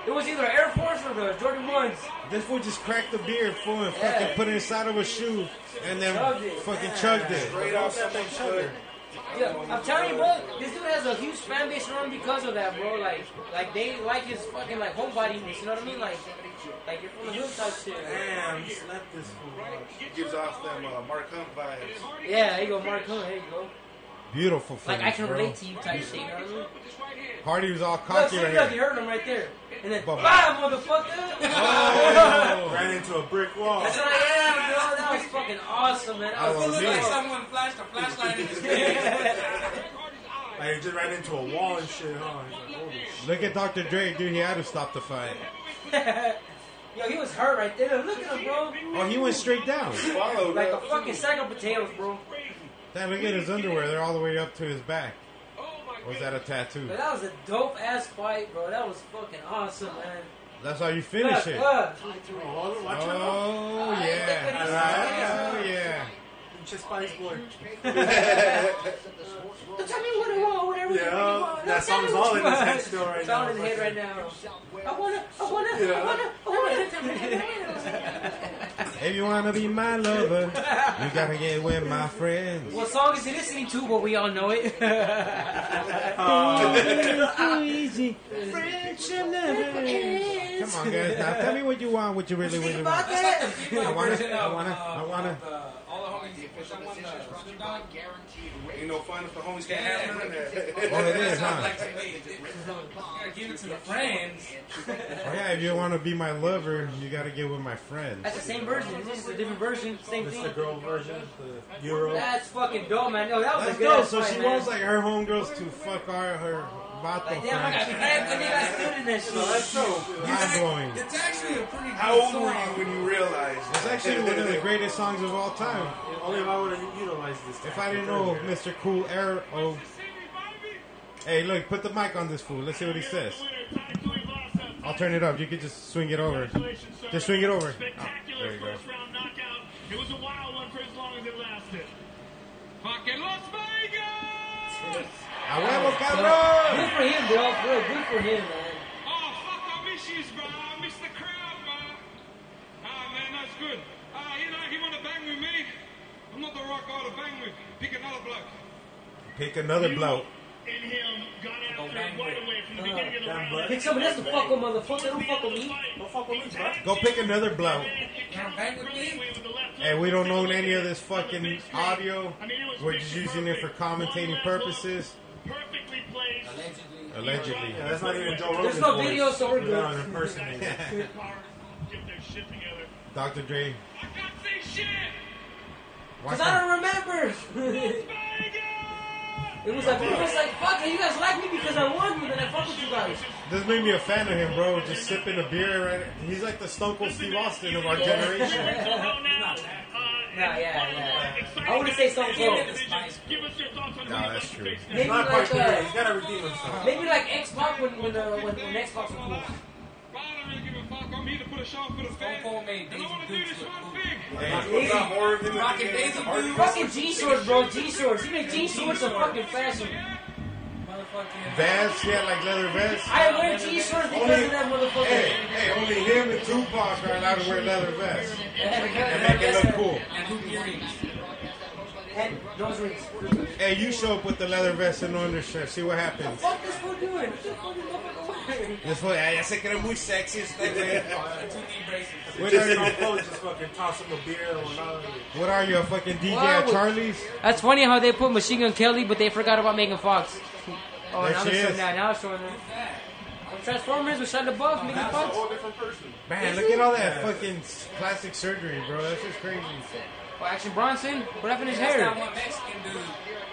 Speaker 3: It was either Air Force or the Jordan ones.
Speaker 1: This fool just cracked the beer full and
Speaker 3: Yeah.
Speaker 1: fucking put it inside of a shoe and then
Speaker 3: Chugged it.
Speaker 1: fucking chugged it.
Speaker 5: Straight off someone's hood.
Speaker 3: Yeah, I'm telling you, bro, this dude has a huge fan base around him because of that, bro. Like, like they like his fucking like homebodiness. You know what I mean? Like, like you're from the hood type shit.
Speaker 2: Damn, he slept this fool.
Speaker 5: He gives off them uh, Mark Hunt vibes.
Speaker 3: Yeah, there you go, Mark Hunt. There you go.
Speaker 1: Beautiful
Speaker 3: Like
Speaker 1: finish.
Speaker 3: I can
Speaker 1: bro.
Speaker 3: relate to you type shit. You know what I mean?
Speaker 1: Hardy was all
Speaker 3: Look,
Speaker 1: cocky
Speaker 3: see,
Speaker 1: right
Speaker 3: look, you
Speaker 1: here.
Speaker 3: heard him right there, and then
Speaker 1: Bubba.
Speaker 3: bye, motherfucker.
Speaker 2: Ran into a brick wall.
Speaker 3: That's what I am, bro. That was fucking awesome, man. I
Speaker 1: I
Speaker 3: was
Speaker 1: love you.
Speaker 3: someone.
Speaker 2: Like, he just ran into a wall and shit, huh? He's like, holy shit.
Speaker 1: Look at Dr. Dre, dude. He had to stop the fight.
Speaker 3: Yo, he was hurt right there. Look at him, bro.
Speaker 1: Oh, he went straight down.
Speaker 5: Swallowed
Speaker 3: Like a
Speaker 5: up.
Speaker 3: fucking sack of potatoes, bro.
Speaker 1: Damn, look at his underwear. They're all the way up to his back.
Speaker 6: Oh,
Speaker 1: Or is that a tattoo?
Speaker 3: But that was a dope ass fight, bro. That was fucking awesome, man.
Speaker 1: That's how you finish
Speaker 3: Look,
Speaker 1: it.
Speaker 3: look.
Speaker 2: Oh, hold on, watch out.
Speaker 1: Oh yeah. Oh yeah.
Speaker 2: It's a Spice Boy.
Speaker 3: Don't tell me what I want, whatever you really
Speaker 2: Yeah,
Speaker 3: want.
Speaker 2: that
Speaker 3: Don't tell
Speaker 2: song's
Speaker 3: me
Speaker 2: all
Speaker 3: what
Speaker 2: in
Speaker 3: you
Speaker 2: his head
Speaker 3: want.
Speaker 2: still right
Speaker 3: It's all
Speaker 2: now.
Speaker 3: in his head right now. I wanna, I wanna, I wanna, I wanna.
Speaker 1: If you wanna be my lover, you gotta get with my friends.
Speaker 3: what song is he listening to? Well, we all know
Speaker 1: Oh.
Speaker 3: it.
Speaker 1: Come on, guys. Now tell me what you want. What you really, really want. I wanna. I wanna. I wanna.
Speaker 5: Ain't no fun if the homies can't have none.
Speaker 1: Oh, it is, huh? Oh, yeah, if you wanna be my lover, you gotta get with my friends.
Speaker 3: That's the same version. It's just a different version. Same
Speaker 2: It's
Speaker 3: thing.
Speaker 2: the girl version, the Euro.
Speaker 3: That's fucking dope, man. No, that was
Speaker 1: Let's
Speaker 3: a good
Speaker 1: go.
Speaker 3: ass
Speaker 1: So
Speaker 3: fight,
Speaker 1: she
Speaker 3: man.
Speaker 1: wants like her homegirls to fuck our her
Speaker 3: Like,
Speaker 1: vato
Speaker 3: damn, I got
Speaker 1: friends.
Speaker 3: mad when they got stood in that shit.
Speaker 2: That's so.
Speaker 1: Mind blowing.
Speaker 5: How old were you when you realized?
Speaker 1: It's actually one of the greatest songs of all time.
Speaker 2: Only if I would have utilized this.
Speaker 1: If I
Speaker 2: tactic
Speaker 1: didn't know
Speaker 2: earlier.
Speaker 1: Mr. Cool Air, oh. Hey, look, put the mic on this fool. Let's see what he says. I'll turn it up. You could just swing it over. Just swing it over. Oh,
Speaker 6: Spectacular
Speaker 1: there you go.
Speaker 6: first round knockout. It was a wild one for as long as it lasted. Fucking Las Vegas!
Speaker 1: A huevo,
Speaker 3: Good
Speaker 1: cabrón!
Speaker 3: for him, bro. For real, good for him, man.
Speaker 6: Oh, fuck, I miss you, bro. I miss the crowd, bro. Ah, Another rock out of bang with. Pick another block.
Speaker 1: Pick another bloke.
Speaker 6: And him got after him right away from the beginning of the round.
Speaker 3: Pick somebody else to fuck with, motherfucker. Don't fuck with me.
Speaker 6: Don't fuck with me,
Speaker 1: Go
Speaker 6: bro.
Speaker 1: pick another bloke.
Speaker 6: Bang with me.
Speaker 1: And we don't own any of this fucking audio. We're just using it for commentating purposes.
Speaker 6: Perfectly placed.
Speaker 1: Allegedly.
Speaker 4: Yeah, that's not even Joe Rogan's
Speaker 3: There's no
Speaker 4: voice.
Speaker 3: video, so we're
Speaker 4: They're
Speaker 3: good.
Speaker 4: not an impersonator.
Speaker 6: Get their shit together.
Speaker 1: Dr. Dre.
Speaker 6: I got this shit.
Speaker 1: Watch
Speaker 3: Cause I don't remember. it was like it was like fuck. You guys like me because I won, but then I fuck with you guys.
Speaker 1: This made me a fan of him, bro. Just sipping a beer. Right? He's like the Stone Cold Steve Austin of our generation.
Speaker 3: Nah, yeah, yeah. I wouldn't say Stone Cold.
Speaker 6: Give us your thoughts on who
Speaker 1: Nah, that's
Speaker 6: you'd like to
Speaker 1: true.
Speaker 6: face
Speaker 3: Maybe
Speaker 4: Not quite
Speaker 3: like
Speaker 4: there. He's
Speaker 3: uh,
Speaker 4: gotta redeem himself.
Speaker 3: maybe like X Pac when when, uh, when when X Pac was cool.
Speaker 6: I don't really give a fuck. I'm here to put a show on for the fans.
Speaker 4: Stone Cold made
Speaker 6: And I
Speaker 4: Daisy
Speaker 6: want to do
Speaker 4: Dukes
Speaker 6: this
Speaker 4: look
Speaker 6: one
Speaker 4: cool.
Speaker 6: big.
Speaker 1: Hey,
Speaker 4: Rockin' Daisy Dude.
Speaker 3: Fucking G shorts, bro. G shorts. You make G shorts a fucking fashion.
Speaker 4: Motherfucking.
Speaker 1: vest. He had like leather vest.
Speaker 3: I wear G shorts because of that motherfucker.
Speaker 1: Hey, hey, only him and Tupac are allowed to wear leather vests and make it look cool.
Speaker 4: And hoop earrings.
Speaker 3: And nose rings.
Speaker 1: Hey, you show up with the leather vest and no undershirt. See what happens.
Speaker 3: Fuck this fool doing? What the fuck is motherfucker wearing?
Speaker 1: This way, I said que era muy sexy. este güey.
Speaker 4: Uh, Two knee braces.
Speaker 1: What are you?
Speaker 4: Stone Cold just fucking toss him a beer or another.
Speaker 1: What are you, a fucking DJ
Speaker 3: Why
Speaker 1: at
Speaker 3: would-
Speaker 1: Charlie's?
Speaker 3: That's funny how they put Machine Gun Kelly, but they forgot about Megan Fox. Oh,
Speaker 1: There
Speaker 3: now
Speaker 1: she
Speaker 3: they're showing
Speaker 1: is.
Speaker 3: that. Now they're showing that. From Transformers with Shia LaBeouf, Megan
Speaker 4: That's a
Speaker 3: Fox.
Speaker 4: whole different person.
Speaker 1: Man, look at all that fucking s- plastic surgery, bro. That's just crazy.
Speaker 3: Oh, Action Bronson. What happened to his
Speaker 4: That's not
Speaker 3: hair?
Speaker 4: one Mexican dude.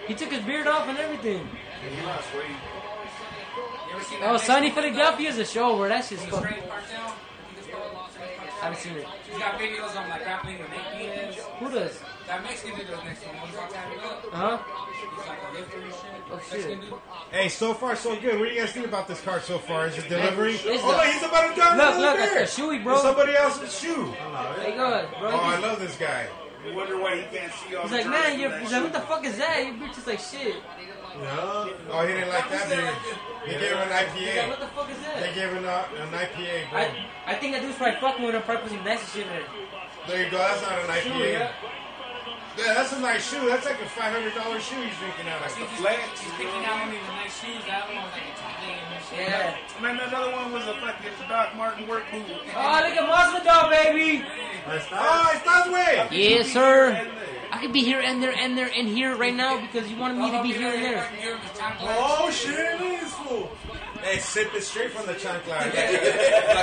Speaker 3: He took his beard off and everything.
Speaker 9: He lost weight.
Speaker 4: You ever seen that
Speaker 3: Oh, Sunny
Speaker 4: Mexican
Speaker 3: Philadelphia is a show where that's just
Speaker 4: dude?
Speaker 3: fucking.
Speaker 4: Strange Cartel. I think it's called Los
Speaker 3: I
Speaker 4: Angeles Cartel.
Speaker 3: haven't seen it.
Speaker 4: He's got videos on like grappling with Nate Diaz.
Speaker 3: Who does?
Speaker 4: That Mexican dude was next to him. He's all tatted up.
Speaker 3: Uh huh.
Speaker 4: He's like a lifter and shit.
Speaker 3: Oh, shit.
Speaker 4: Mexican dude.
Speaker 1: Hey, so far so good. What do you guys think about this car so far? Is it delivery?
Speaker 3: It's
Speaker 1: Oh,
Speaker 3: the-
Speaker 1: look, he's about to drive
Speaker 3: Look,
Speaker 1: another
Speaker 3: look,
Speaker 1: beer.
Speaker 3: that's a shoey, bro.
Speaker 1: It's somebody else's shoe.
Speaker 3: There you go,
Speaker 1: Oh,
Speaker 3: bro.
Speaker 1: I love this guy.
Speaker 5: You wonder why he can't see all
Speaker 3: He's
Speaker 5: the
Speaker 3: like,
Speaker 5: drugs
Speaker 3: man,
Speaker 5: in
Speaker 3: you're,
Speaker 5: that
Speaker 3: he's like,
Speaker 5: shit.
Speaker 3: what the fuck is that? Your bitch is like, shit.
Speaker 4: Yeah.
Speaker 1: Oh, he didn't like that beer. They gave him an
Speaker 3: He's like,
Speaker 1: IPA.
Speaker 3: what the fuck is
Speaker 1: They
Speaker 3: that?
Speaker 1: gave him a, an IPA, bro.
Speaker 3: I, I think that dude's probably fucking with him, probably putting nasty shit in it.
Speaker 1: There you go. That's not an
Speaker 3: Shoe,
Speaker 1: IPA.
Speaker 3: yeah.
Speaker 1: Yeah, that's a nice shoe. That's like a five hundred dollar shoe he's drinking out of.
Speaker 5: Flex.
Speaker 4: He's picking out only the nice shoes. That one was like a top name and shit.
Speaker 3: Yeah.
Speaker 5: Man, that other one was a fucking Doc Martin work boot.
Speaker 3: Oh, look at Muscle Dog, baby.
Speaker 4: That's
Speaker 1: Oh, it's that way.
Speaker 3: Yes, sir. I could be here and there and there and here right now because you wanted me to be here and there.
Speaker 1: Oh shit, look at this fool. Hey, sip it straight from the chunk line.
Speaker 9: Like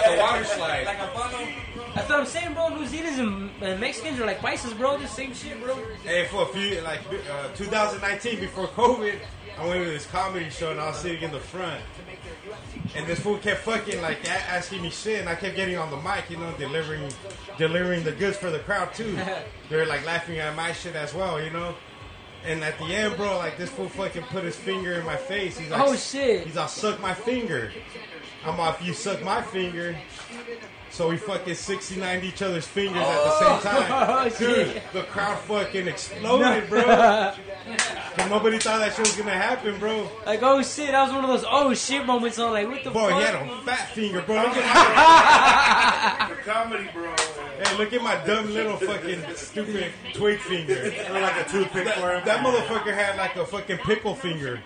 Speaker 9: a water slide.
Speaker 4: Like a funnel.
Speaker 3: That's what I'm saying, bro. New Zealanders and uh, Mexicans are like Pisces, bro. The same shit, bro.
Speaker 1: Hey, for a few, like uh, 2019, before COVID, I went to this comedy show and I was sitting in the front. And this fool kept fucking like a- asking me shit, and I kept getting on the mic, you know, delivering, delivering the goods for the crowd too. they were like laughing at my shit as well, you know. And at the end, bro, like this fool fucking put his finger in my face. He's like,
Speaker 3: Oh, shit.
Speaker 1: He's like, suck my finger. I'm off. You suck my finger. So we fucking 69 each other's fingers at the same time.
Speaker 3: Oh,
Speaker 1: Dude,
Speaker 3: shit.
Speaker 1: the crowd fucking exploded, bro. 'Cause nobody thought that shit was gonna happen, bro.
Speaker 3: Like, oh shit, that was one of those oh shit moments. I'm like, what the
Speaker 1: Boy,
Speaker 3: fuck?
Speaker 1: he had a fat finger, bro. Look at
Speaker 5: The comedy, bro.
Speaker 1: my, hey, look at my dumb little fucking stupid twig finger.
Speaker 4: Or like a toothpick for
Speaker 1: That, that motherfucker had like a fucking pickle finger.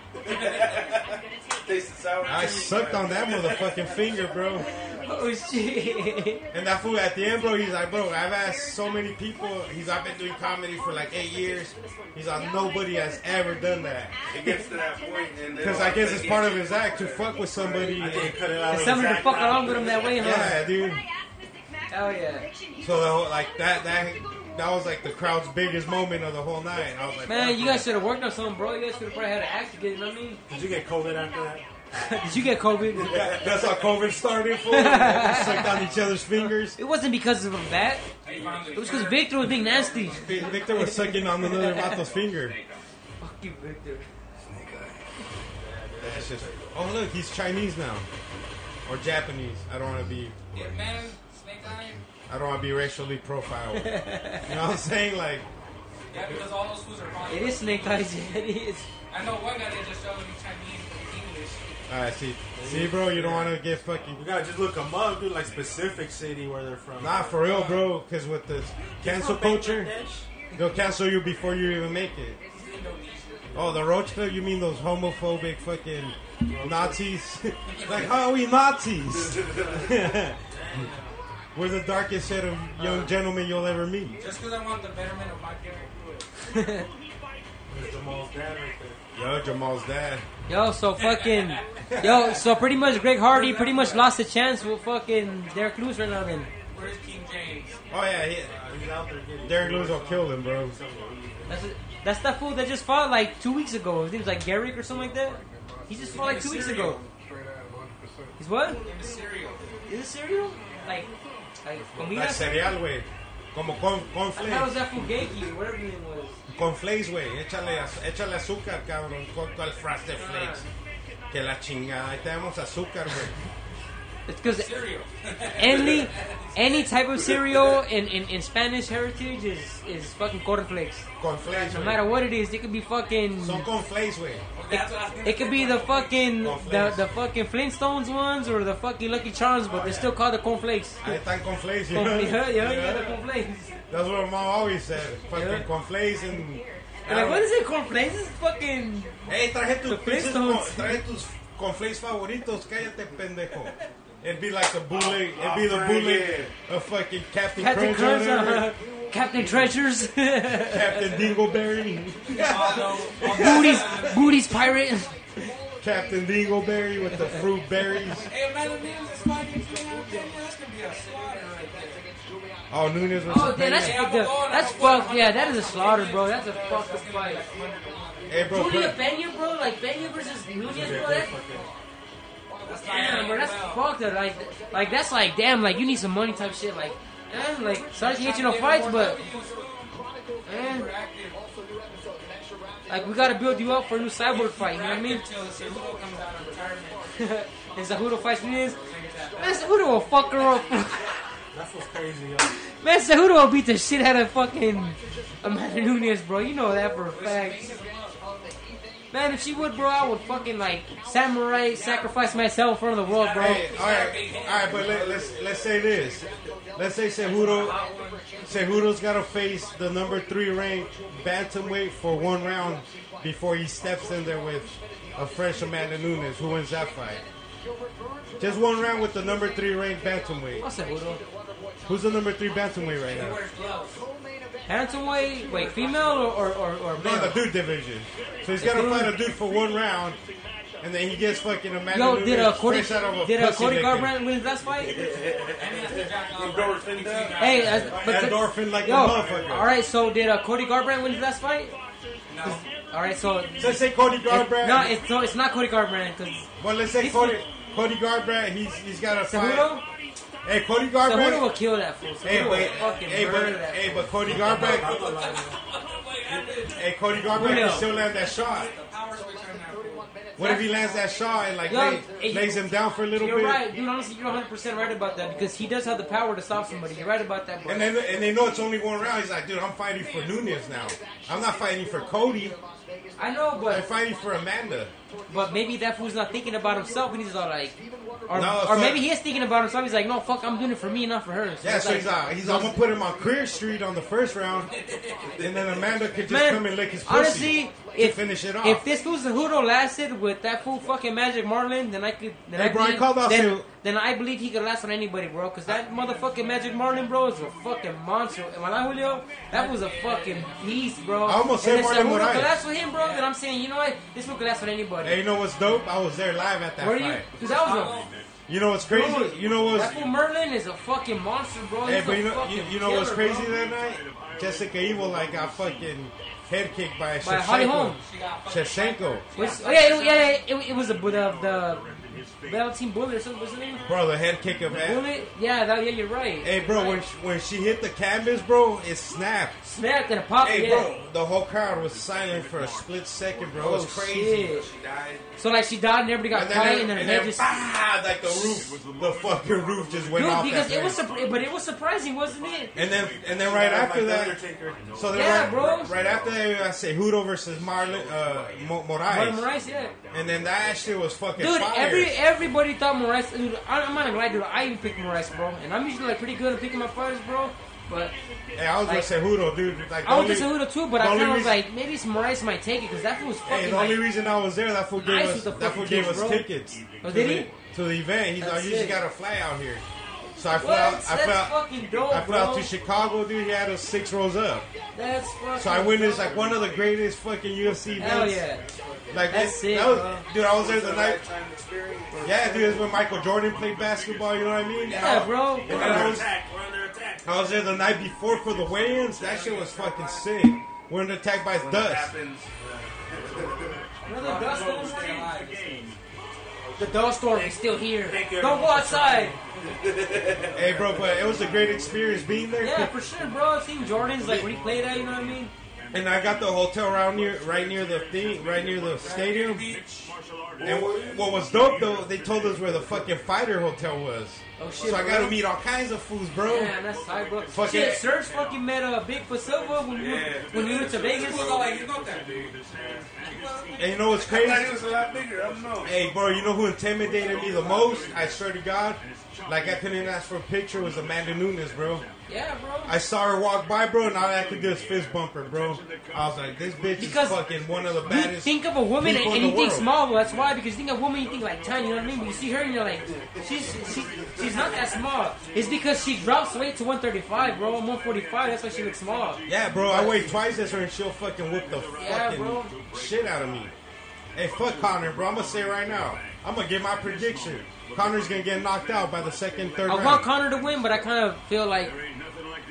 Speaker 5: Tasted sour.
Speaker 1: I
Speaker 5: too.
Speaker 1: sucked on that motherfucking finger, bro.
Speaker 3: Oh shit.
Speaker 1: And that fool at the end, bro, he's like, bro, I've asked so many people. He's, I've been doing comedy for like eight years. He's like, nobody has ever done that.
Speaker 5: It gets to that point, and they
Speaker 1: Because
Speaker 5: don't
Speaker 1: I guess
Speaker 5: take
Speaker 1: it's part
Speaker 5: it.
Speaker 1: of his act to fuck with somebody. and-
Speaker 4: cut it out
Speaker 3: And
Speaker 4: of
Speaker 3: somebody to
Speaker 4: Zach
Speaker 3: fuck
Speaker 4: Brown.
Speaker 3: along with him that way, huh?
Speaker 1: Yeah, dude.
Speaker 3: Oh, yeah.
Speaker 1: So the whole, like that that that was like the crowd's biggest moment of the whole night. I was like,
Speaker 3: Man, you guys should have worked on something, bro. You guys should have probably had an act together, you know what I mean?
Speaker 4: Did you get COVID after that?
Speaker 3: Did you get COVID?
Speaker 1: Yeah, that's how COVID started. For we sucked on each other's fingers.
Speaker 3: It wasn't because of a bat. It was because Victor was being nasty.
Speaker 1: Victor was sucking on another Vato's finger.
Speaker 3: Fuck you, Victor.
Speaker 1: That's just. Oh look, he's Chinese now, or Japanese. I don't want to be.
Speaker 4: Yeah, man. Snake eye.
Speaker 1: I don't want to be racially profiled. You know what I'm saying? Like,
Speaker 4: Yeah, because all those fools are fine.
Speaker 3: It is snake eyes, yeah, it is.
Speaker 4: I know one guy that just showed me Chinese and English.
Speaker 1: all right, see, see, bro, you don't want to get fucking.
Speaker 11: You gotta just look them up, dude. Like specific city where they're from.
Speaker 1: Nah, for real, bro. Because with this cancel culture,
Speaker 11: Bangladesh.
Speaker 1: They'll cancel you before you even make it. Oh, the Roach Clip? You mean those homophobic fucking Nazis? like, how are we Nazis? We're the darkest set of young gentlemen you'll ever meet.
Speaker 4: Just because I want the betterment of my gimmick.
Speaker 2: It's Jamal's dad right there.
Speaker 1: Yo, Jamal's dad.
Speaker 3: Yo, so fucking, yo, so pretty much Greg Hardy pretty much lost the chance with fucking Derek Lewis right now. Then
Speaker 4: Where's King James?
Speaker 1: Oh, yeah, he,
Speaker 2: He's out there getting.
Speaker 1: Derek Lewis will kill him, bro.
Speaker 3: that's that's that fool that just fought like two weeks ago. His name's like Garrick or something like that. He just fought like two weeks ago. He's what?
Speaker 4: Mysterio.
Speaker 3: Is it cereal? Like, like
Speaker 1: That's
Speaker 3: comidas?
Speaker 1: cereal, güey. Como con, con
Speaker 3: I thought it was
Speaker 1: flakes.
Speaker 3: that fugeki, whatever his name was.
Speaker 1: Con flakes, güey. Échale, az- échale azúcar, cabrón. Con con el frosted flakes. Que la chingada. Ahí tenemos azúcar, güey.
Speaker 3: It's because
Speaker 4: Mysterio.
Speaker 3: any any type of cereal in, in, in Spanish heritage is is fucking cornflakes.
Speaker 1: Con flakes,
Speaker 3: No
Speaker 1: güey.
Speaker 3: matter what it is, it could be fucking.
Speaker 1: Son con flakes, güey.
Speaker 4: That's what I was gonna
Speaker 3: It could be the fucking the,
Speaker 1: Cornflakes.
Speaker 3: the fucking Flintstones ones or the fucking Lucky Charms, but they're still called the cornflakes.
Speaker 1: Ahí están con flakes, you
Speaker 3: Corn-
Speaker 1: know?
Speaker 3: yeah, yeah, yeah, the cornflakes.
Speaker 1: That's what my mom always said. Fucking
Speaker 3: Yeah.
Speaker 1: con flakes and...
Speaker 3: They're Like, what is it, cornflakes? It's fucking.
Speaker 1: Hey, traje tus
Speaker 3: The
Speaker 1: pinches
Speaker 3: Flintstones.
Speaker 1: con- traje tus conflays favoritos, cállate pendejo. It'd be like the bullet, it'd be the bullet of fucking Captain,
Speaker 3: Captain
Speaker 1: Crunch, uh-huh. or
Speaker 3: Crunch,
Speaker 1: whatever.
Speaker 3: uh, Captain Treasures,
Speaker 1: Captain Dingleberry,
Speaker 3: Booties, Booties Pirate.
Speaker 1: Captain Dingleberry with the fruit berries.
Speaker 4: Hey, imagine me as a spy against Jay out there. That's gonna be a slaughter right there.
Speaker 1: Oh, Nunez was
Speaker 3: Oh, damn, that's the, that's fucked. Yeah, that is a slaughter, bro. That's a fucked up fight.
Speaker 1: Hey, bro,
Speaker 3: Julia
Speaker 1: put-
Speaker 3: Pena, bro, like Pena versus Nunez, bro. That's, damn, bro, that's fucked up. Like, like that's like, damn, like you need some money type shit. Like, damn, like sorry to get you no fights, but eh, like we gotta build you up for a new cyborg fight. You know what I mean?
Speaker 4: Until Cerudo comes out of retirement.
Speaker 3: and Cejudo fights Nunez. Man, Cejudo will fuck her up.
Speaker 2: That's what's crazy, yo.
Speaker 3: Man, Cejudo will beat the shit out of fucking Amanda Nunes, bro. You know that for a fact. Man, if she would, bro, I would fucking like samurai sacrifice myself in front of the world, bro.
Speaker 1: Hey, all right, all right, but let, let's let's say this. Let's say Cejudo, Cejudo's got to face the number three ranked bantamweight for one round before he steps in there with a fresh Amanda Nunes. Who wins that fight? Just one round with the number three ranked bantamweight.
Speaker 3: What's Cejudo?
Speaker 1: Who's the number three bantamweight right now?
Speaker 3: Bantamweight, wait, female or or or, or
Speaker 1: No, the
Speaker 3: male?
Speaker 1: dude division. So he's got to fight a dude for one round, and then he gets fucking Amanda
Speaker 3: Yo,
Speaker 1: Nunes
Speaker 3: did a Cody
Speaker 1: fresh out of a
Speaker 3: did a
Speaker 1: pussy
Speaker 3: Cody
Speaker 1: licking.
Speaker 3: Garbrandt win his last fight?
Speaker 5: Endorphin down.
Speaker 3: Hey, that's, but
Speaker 1: That
Speaker 3: could-
Speaker 1: endorphin like a
Speaker 3: yo,
Speaker 1: motherfucker.
Speaker 3: All right, so did uh, Cody Garbrandt win his last fight? No. All right, so
Speaker 1: So let's say Cody Garbrandt.
Speaker 3: no, it's no, it's not Cody Garbrandt because
Speaker 1: Well, let's say
Speaker 3: He's-
Speaker 1: Cody, Cody Garbrandt, he's he's got a fight.
Speaker 3: Cejudo.
Speaker 1: Hey, Cody
Speaker 3: Cejudo will
Speaker 1: Garbrandt.
Speaker 3: kill that fool.
Speaker 1: Hey,
Speaker 3: Cejudo
Speaker 1: but
Speaker 3: will fucking
Speaker 1: hey, but
Speaker 3: murder that.
Speaker 1: hey, but Cody Garbrandt. hey, Cody Garbrandt
Speaker 3: Julio.
Speaker 1: can still land that shot. What if he lands that shot and like
Speaker 3: Yo,
Speaker 1: lay-
Speaker 3: hey,
Speaker 1: lays him down for a little
Speaker 3: You're
Speaker 1: bit?
Speaker 3: right, dude. Honestly, you're 100 percent right about that because he does have the power to stop somebody. You're right about that, bro.
Speaker 1: And then and they know it's only one round. He's like, dude, I'm fighting for Nunez now. I'm not fighting for Cody.
Speaker 3: I know,
Speaker 1: I'm
Speaker 3: but
Speaker 1: fighting for Amanda.
Speaker 3: but maybe that fool's not thinking about himself, and he's all like, or,
Speaker 1: No,
Speaker 3: or
Speaker 1: so-
Speaker 3: maybe he is thinking about himself. He's like, no, fuck, I'm doing it for me, not for her. So
Speaker 1: Yeah,
Speaker 3: it's
Speaker 1: so he's like, he's like, I'm gonna put him on Career Street on the first round, and then Amanda could just
Speaker 3: Man,
Speaker 1: come and lick his pussy
Speaker 3: honestly,
Speaker 1: to
Speaker 3: if
Speaker 1: finish it off.
Speaker 3: if this fool's Cejudo lasted with that fool fucking Magic Marlin, then I could. Then
Speaker 1: Hey,
Speaker 3: I
Speaker 1: bro, I
Speaker 3: believe,
Speaker 1: called out
Speaker 3: then,
Speaker 1: Cejudo.
Speaker 3: then I believe he could last on anybody, bro. Because that motherfucking Magic Marlin, bro, is a fucking monster. And when I Julio, that was a fucking beast, bro.
Speaker 1: I almost
Speaker 3: and
Speaker 1: said
Speaker 3: if
Speaker 1: Marlon
Speaker 3: Cejudo
Speaker 1: Moraes.
Speaker 3: could last with him, bro, then I'm saying, you know what? This fool could last with anybody.
Speaker 1: Hey, you know what's dope? I was there live at that
Speaker 3: Where you?
Speaker 1: fight.
Speaker 3: Dude, that was a
Speaker 1: You? know what's crazy?
Speaker 3: Dude,
Speaker 1: you know what's
Speaker 3: that fool Merlin is a fucking monster, bro.
Speaker 1: hey,
Speaker 3: He's
Speaker 1: but
Speaker 3: a
Speaker 1: you know
Speaker 3: fucking
Speaker 1: you, you know what's
Speaker 3: killer,
Speaker 1: crazy
Speaker 3: bro.
Speaker 1: that night? Jessica Evil like got fucking head kicked by,
Speaker 3: By Holly
Speaker 1: Shevchenko.
Speaker 3: Holm.
Speaker 1: Shevchenko,
Speaker 3: Which, oh yeah, it, yeah, yeah, it, it was a bit of the Bell Team Bullet or something. What's the name?
Speaker 1: bro, the head kick of that.
Speaker 3: Bullet? Yeah, that, yeah, you're right.
Speaker 1: Hey, bro, when she, when she hit the canvas, bro, it snapped.
Speaker 3: Snapped and a pop.
Speaker 1: Hey,
Speaker 3: yeah.
Speaker 1: bro, the whole crowd was silent for a split second, bro. It was
Speaker 3: Oh,
Speaker 1: crazy.
Speaker 3: shit.
Speaker 5: She died.
Speaker 3: So like she died and everybody got
Speaker 1: And
Speaker 3: quiet
Speaker 1: then,
Speaker 3: and her
Speaker 1: and
Speaker 3: head
Speaker 1: then
Speaker 3: just.
Speaker 1: bah, like the roof, the fucking roof just went
Speaker 3: Dude,
Speaker 1: off.
Speaker 3: because
Speaker 1: that
Speaker 3: it was,
Speaker 1: place.
Speaker 3: surpri- but it was surprising, wasn't it?
Speaker 1: and then and then right after
Speaker 2: Like
Speaker 1: that,
Speaker 2: Undertaker.
Speaker 1: So then
Speaker 3: Yeah,
Speaker 1: right,
Speaker 3: bro.
Speaker 1: right after that, I say Hudo versus Marlon uh, Mo- Moraes.
Speaker 3: But Moraes, yeah.
Speaker 1: And then that shit was fucking
Speaker 3: Dude,
Speaker 1: fire.
Speaker 3: every everybody thought Moraes. Dude, I, I'm not gonna lie, dude. I even picked Moraes, bro, and I'm usually like pretty good at picking my fighters, bro. But
Speaker 1: Hey, I was
Speaker 3: like-
Speaker 1: gonna say Hudo, dude. Like, the
Speaker 3: I
Speaker 1: only-
Speaker 3: was just a little too, but
Speaker 1: the
Speaker 3: I
Speaker 1: only
Speaker 3: kind of was
Speaker 1: reason-
Speaker 3: like, maybe some rice might take it because that fool was fucking.
Speaker 1: Hey, the
Speaker 3: like,
Speaker 1: only reason I was there, that fool gave
Speaker 3: nice
Speaker 1: us
Speaker 3: with the
Speaker 1: that fool
Speaker 3: fucking
Speaker 1: gave
Speaker 3: kids,
Speaker 1: us
Speaker 3: bro.
Speaker 1: tickets.
Speaker 3: Oh,
Speaker 1: to
Speaker 3: did
Speaker 1: the-
Speaker 3: he?
Speaker 1: To the event, he's like,
Speaker 3: That's
Speaker 1: you just
Speaker 3: sick.
Speaker 1: gotta fly out here. So I flew
Speaker 3: What?
Speaker 1: out. I flew
Speaker 3: That's
Speaker 1: out,
Speaker 3: fucking dope,
Speaker 1: I flew out
Speaker 3: bro.
Speaker 1: to Chicago, dude. He had us six rows up.
Speaker 3: That's fucking.
Speaker 1: So I witnessed like
Speaker 3: dope.
Speaker 1: one of the greatest fucking UFC
Speaker 3: Hell
Speaker 1: events.
Speaker 3: yeah.
Speaker 1: Like
Speaker 3: That's
Speaker 1: it-
Speaker 3: sick,
Speaker 1: that was,
Speaker 3: bro.
Speaker 1: dude. I was there the night.
Speaker 9: Lifetime experience.
Speaker 1: Yeah, dude. That's when Michael Jordan played basketball. You know what I mean?
Speaker 3: Yeah, bro.
Speaker 1: And I was,
Speaker 6: We're under attack.
Speaker 1: I was there the night before for the weigh-ins. That shit was fucking sick. We're under attack by
Speaker 5: When it
Speaker 1: dust.
Speaker 5: happens,
Speaker 3: Another dust storm. The dust storm is still here.
Speaker 6: Thank you,
Speaker 3: Don't go
Speaker 6: everyone.
Speaker 3: outside.
Speaker 1: Hey, bro, but it was a great experience being there.
Speaker 3: Yeah, for sure, bro. I've seen Jordan's like replay that. You know what I mean?
Speaker 1: And I got the hotel around near, right near the thing, right near the stadium. And wh- what was dope though, they told us where the fucking fighter hotel was.
Speaker 3: Oh, shit,
Speaker 1: so I got to
Speaker 3: bro.
Speaker 1: meet all kinds of fools, bro.
Speaker 3: Yeah, that's tight, bro.
Speaker 1: Fuck
Speaker 3: Shit,
Speaker 1: it.
Speaker 3: Serge fucking met uh, Bigfoot Silva when we went, when we went to Vegas.
Speaker 1: And you know what's
Speaker 5: I
Speaker 1: crazy?
Speaker 5: thought he was a lot bigger. I don't know.
Speaker 1: Hey, bro, you know who intimidated me the most? I swear to God, like I couldn't ask for a picture was Amanda Nunes, bro.
Speaker 3: Yeah, bro.
Speaker 1: I saw her walk by, bro, and all I could do is fist bump her, bro. I was like, this bitch
Speaker 3: Because
Speaker 1: is fucking one of the
Speaker 3: You
Speaker 1: baddest.
Speaker 3: think of a woman and,
Speaker 1: people in
Speaker 3: and
Speaker 1: the
Speaker 3: you think
Speaker 1: world.
Speaker 3: small. That's why because you think of a woman, you think like tiny. You know what I mean? But you see her and you're like, she's she, she's not that small. It's because she drops weight to 135, bro. I'm 145. That's why she looks small.
Speaker 1: Yeah, bro, I weigh twice as her, and she'll fucking whoop the
Speaker 3: Yeah,
Speaker 1: fucking
Speaker 3: bro.
Speaker 1: shit out of me. Hey, fuck Connor, bro. I'm gonna say right now, I'm gonna give my prediction. Connor's gonna get knocked out by the second, third
Speaker 3: I want
Speaker 1: round.
Speaker 3: Connor to win, but I kind of feel like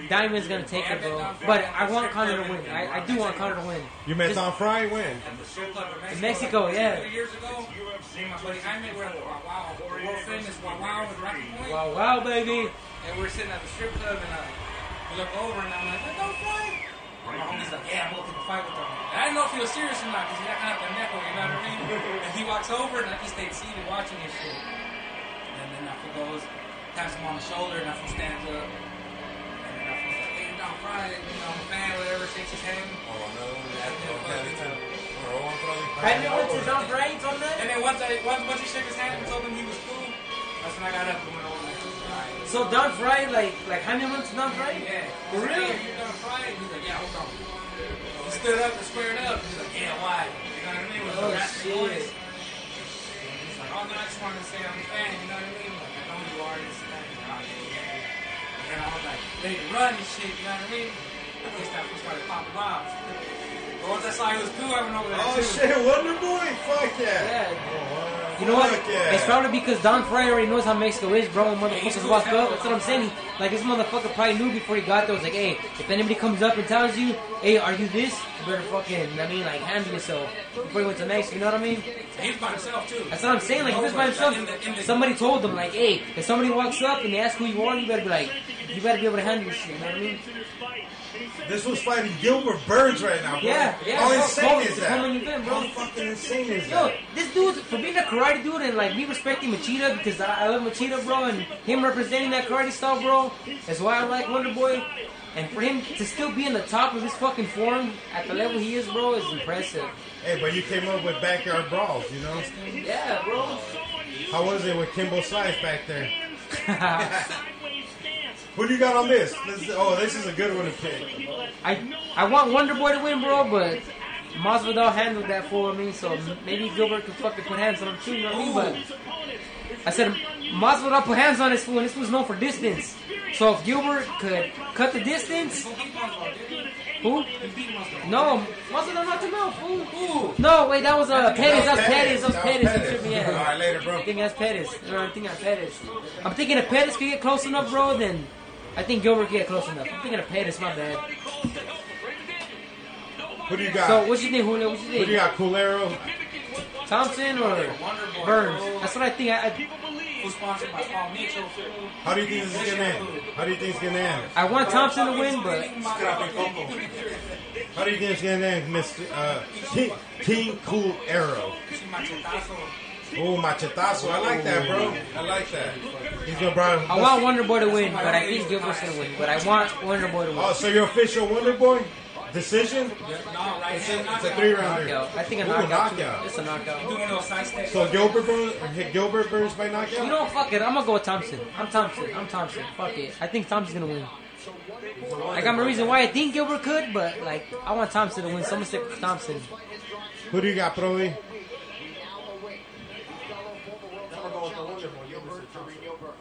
Speaker 3: Diamond's gonna take it, bro. But I want Connor to win. I, I do want Connor to win.
Speaker 1: you met on Fry when?
Speaker 3: In Mexico, yeah.
Speaker 4: Years ago, me and my buddy Jaime were at the Wow Wow, the world famous Wow Wow in Rocky Point.
Speaker 3: Wow, wow, baby.
Speaker 4: And we're sitting at the strip club, and uh, we look over, and I'm like, "Let don't fight." And my homie's like, "Yeah, I'm looking to fight with them." And I didn't know if he was serious or not, because he got kind of the neck, you know what I mean? and he walks over, and I just stayed seated watching this shit. And then that fool goes, taps him on the shoulder, and that fool stands up. And then that fool's like, "Hey, Don Fry, you know, I'm a fan, whatever." Shakes his hand.
Speaker 5: Oh,
Speaker 3: Oh, Have you went to John Brains on that?
Speaker 4: And then once I once once he shook his hand and told him he was cool, that's when I got up and went over. Like, "Alright."
Speaker 3: So Don Fry, like, like Jaime went to Don Fry?
Speaker 4: Yeah.
Speaker 3: For
Speaker 4: He's like,
Speaker 3: real?
Speaker 4: "Hey, You're gonna fry it? He's like, yeah, hold on. He stood up and squared up. He's like, yeah, why? You know what I mean? With
Speaker 3: Oh,
Speaker 4: the rest of the
Speaker 3: shit.
Speaker 4: audience. He's like, oh, no, I just wanted to say I'm a fan. You know what I mean? Like, I know who you are. This and that. He's like, "Oh, yeah, yeah, yeah." And then I was like, let it run and shit. You know what I mean? I guess that was started popping off. But once I saw he was cool, I went over there
Speaker 1: Oh
Speaker 4: too.
Speaker 1: shit, Wonder Boy, fuck yeah.
Speaker 3: Yeah. You know what?
Speaker 1: Fuck yeah.
Speaker 3: It's probably because Don Fry already knows how Mexico is, bro. And motherfuckers walk up. That's what I'm saying. Like this motherfucker probably knew before he got there. Was like, hey, if anybody comes up and tells you, hey, are you this? You better fucking, I mean, like, handle yourself before he went to Mexico. You know what I mean?
Speaker 4: And He was by himself too.
Speaker 3: That's what I'm saying. Like, if he was by himself, somebody told him, like, hey, if somebody walks up and they ask who you are, you better be like, you better be able to handle your shit. You know what I mean?
Speaker 1: This was fighting Gilbert Burns right now, bro.
Speaker 3: Yeah, yeah.
Speaker 1: How
Speaker 3: bro.
Speaker 1: insane
Speaker 3: Bro,
Speaker 1: is
Speaker 3: it's
Speaker 1: that?
Speaker 3: coming event, bro.
Speaker 1: How fucking insane is
Speaker 3: Yo,
Speaker 1: that?
Speaker 3: this dude, for being a karate dude and like me respecting Machida because I, I love Machida, bro, and him representing that karate style, bro, is why I like Wonder Boy. And for him to still be in the top of his fucking form at the level he is, bro, is impressive.
Speaker 1: Hey, but you came up with backyard brawls, you know?
Speaker 3: Yeah, bro.
Speaker 1: How was it with Kimbo Slice back there? Who do you got on this? this oh, this is a good one to pick.
Speaker 3: I I want Wonder Boy to win, bro, but Masvidal handled that for me, so m- maybe Gilbert could fucking put hands on him too, you know what I mean? But I said Masvidal put hands on this fool, and this was known for distance. So if Gilbert could cut the distance, who? No, Masvidal knocked him out, fool. No, wait, that was uh, Pettis. That was Pettis. That was Pettis. That tripped me out.
Speaker 1: All right, later, bro.
Speaker 3: I think that's Pettis. No, I'm thinking of Pettis. I'm thinking if Pettis could get close enough, bro, then I think Gilbert could get close enough. I'm thinking of Pettis, my bad.
Speaker 1: Who do you got?
Speaker 3: So what you think, Julio? What you
Speaker 1: Who do
Speaker 3: think?
Speaker 1: you got, Coolero?
Speaker 3: Thompson or Burns? That's what I think. I, I,
Speaker 4: Who's sponsored by Paul Mitchell?
Speaker 1: How do you think this is gonna end? How do you think it's gonna end?
Speaker 3: I want Thompson to win, but
Speaker 1: How do you think it's gonna end, Mr. Uh, King, King Cool Arrow? Oh, machetazo. I like that, bro. I like that. He's gonna bring.
Speaker 3: I want Wonder Boy to win. But I think Gilbert's gonna win. But I want Wonder Boy to win.
Speaker 1: Oh, so your official Wonder Boy decision? It's a, it's a three rounder.
Speaker 3: Knockout. I think a
Speaker 1: Ooh,
Speaker 3: knockout. too.
Speaker 1: knockout.
Speaker 3: It's a knowkout.
Speaker 1: So Gilbert Burns, or hit Gilbert Burns by knockout?
Speaker 3: You know, fuck it. I'm gonna go with Thompson. I'm Thompson. I'm Thompson. Fuck it. I think Thompson's gonna win. Like I'm a reason why I think Gilbert could, but like I want Thompson to win. Someone stick with Thompson.
Speaker 1: Who do you got, E? Broly?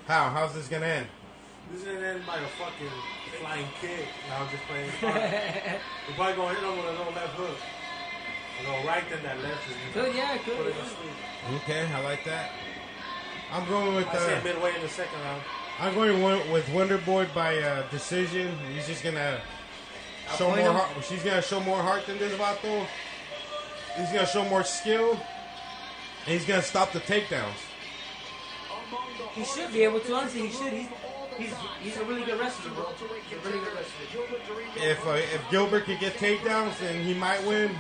Speaker 1: How? How's this gonna end?
Speaker 2: This is gonna end by a fucking flying kick. Now I'm just playing. We're probably gonna hit him with a little left hook. A little right, then that left is gonna
Speaker 3: Could, yeah, could,
Speaker 2: put it to
Speaker 3: yeah.
Speaker 2: sleep.
Speaker 1: Okay, I like that. I'm going with
Speaker 2: I say
Speaker 1: uh,
Speaker 2: midway in the second round.
Speaker 1: I'm going one- with Wonder Boy by uh, decision. He's just gonna show
Speaker 3: Outplay
Speaker 1: more.
Speaker 3: him?
Speaker 1: Heart. She's gonna show more heart than this vato. He's gonna show more skill. And he's gonna stop the takedowns.
Speaker 3: He should be able to. Honestly, he should. He's he's, he's a really good wrestler, bro. He's a really good wrestler.
Speaker 1: If uh, if Gilbert could get takedowns, then he might win.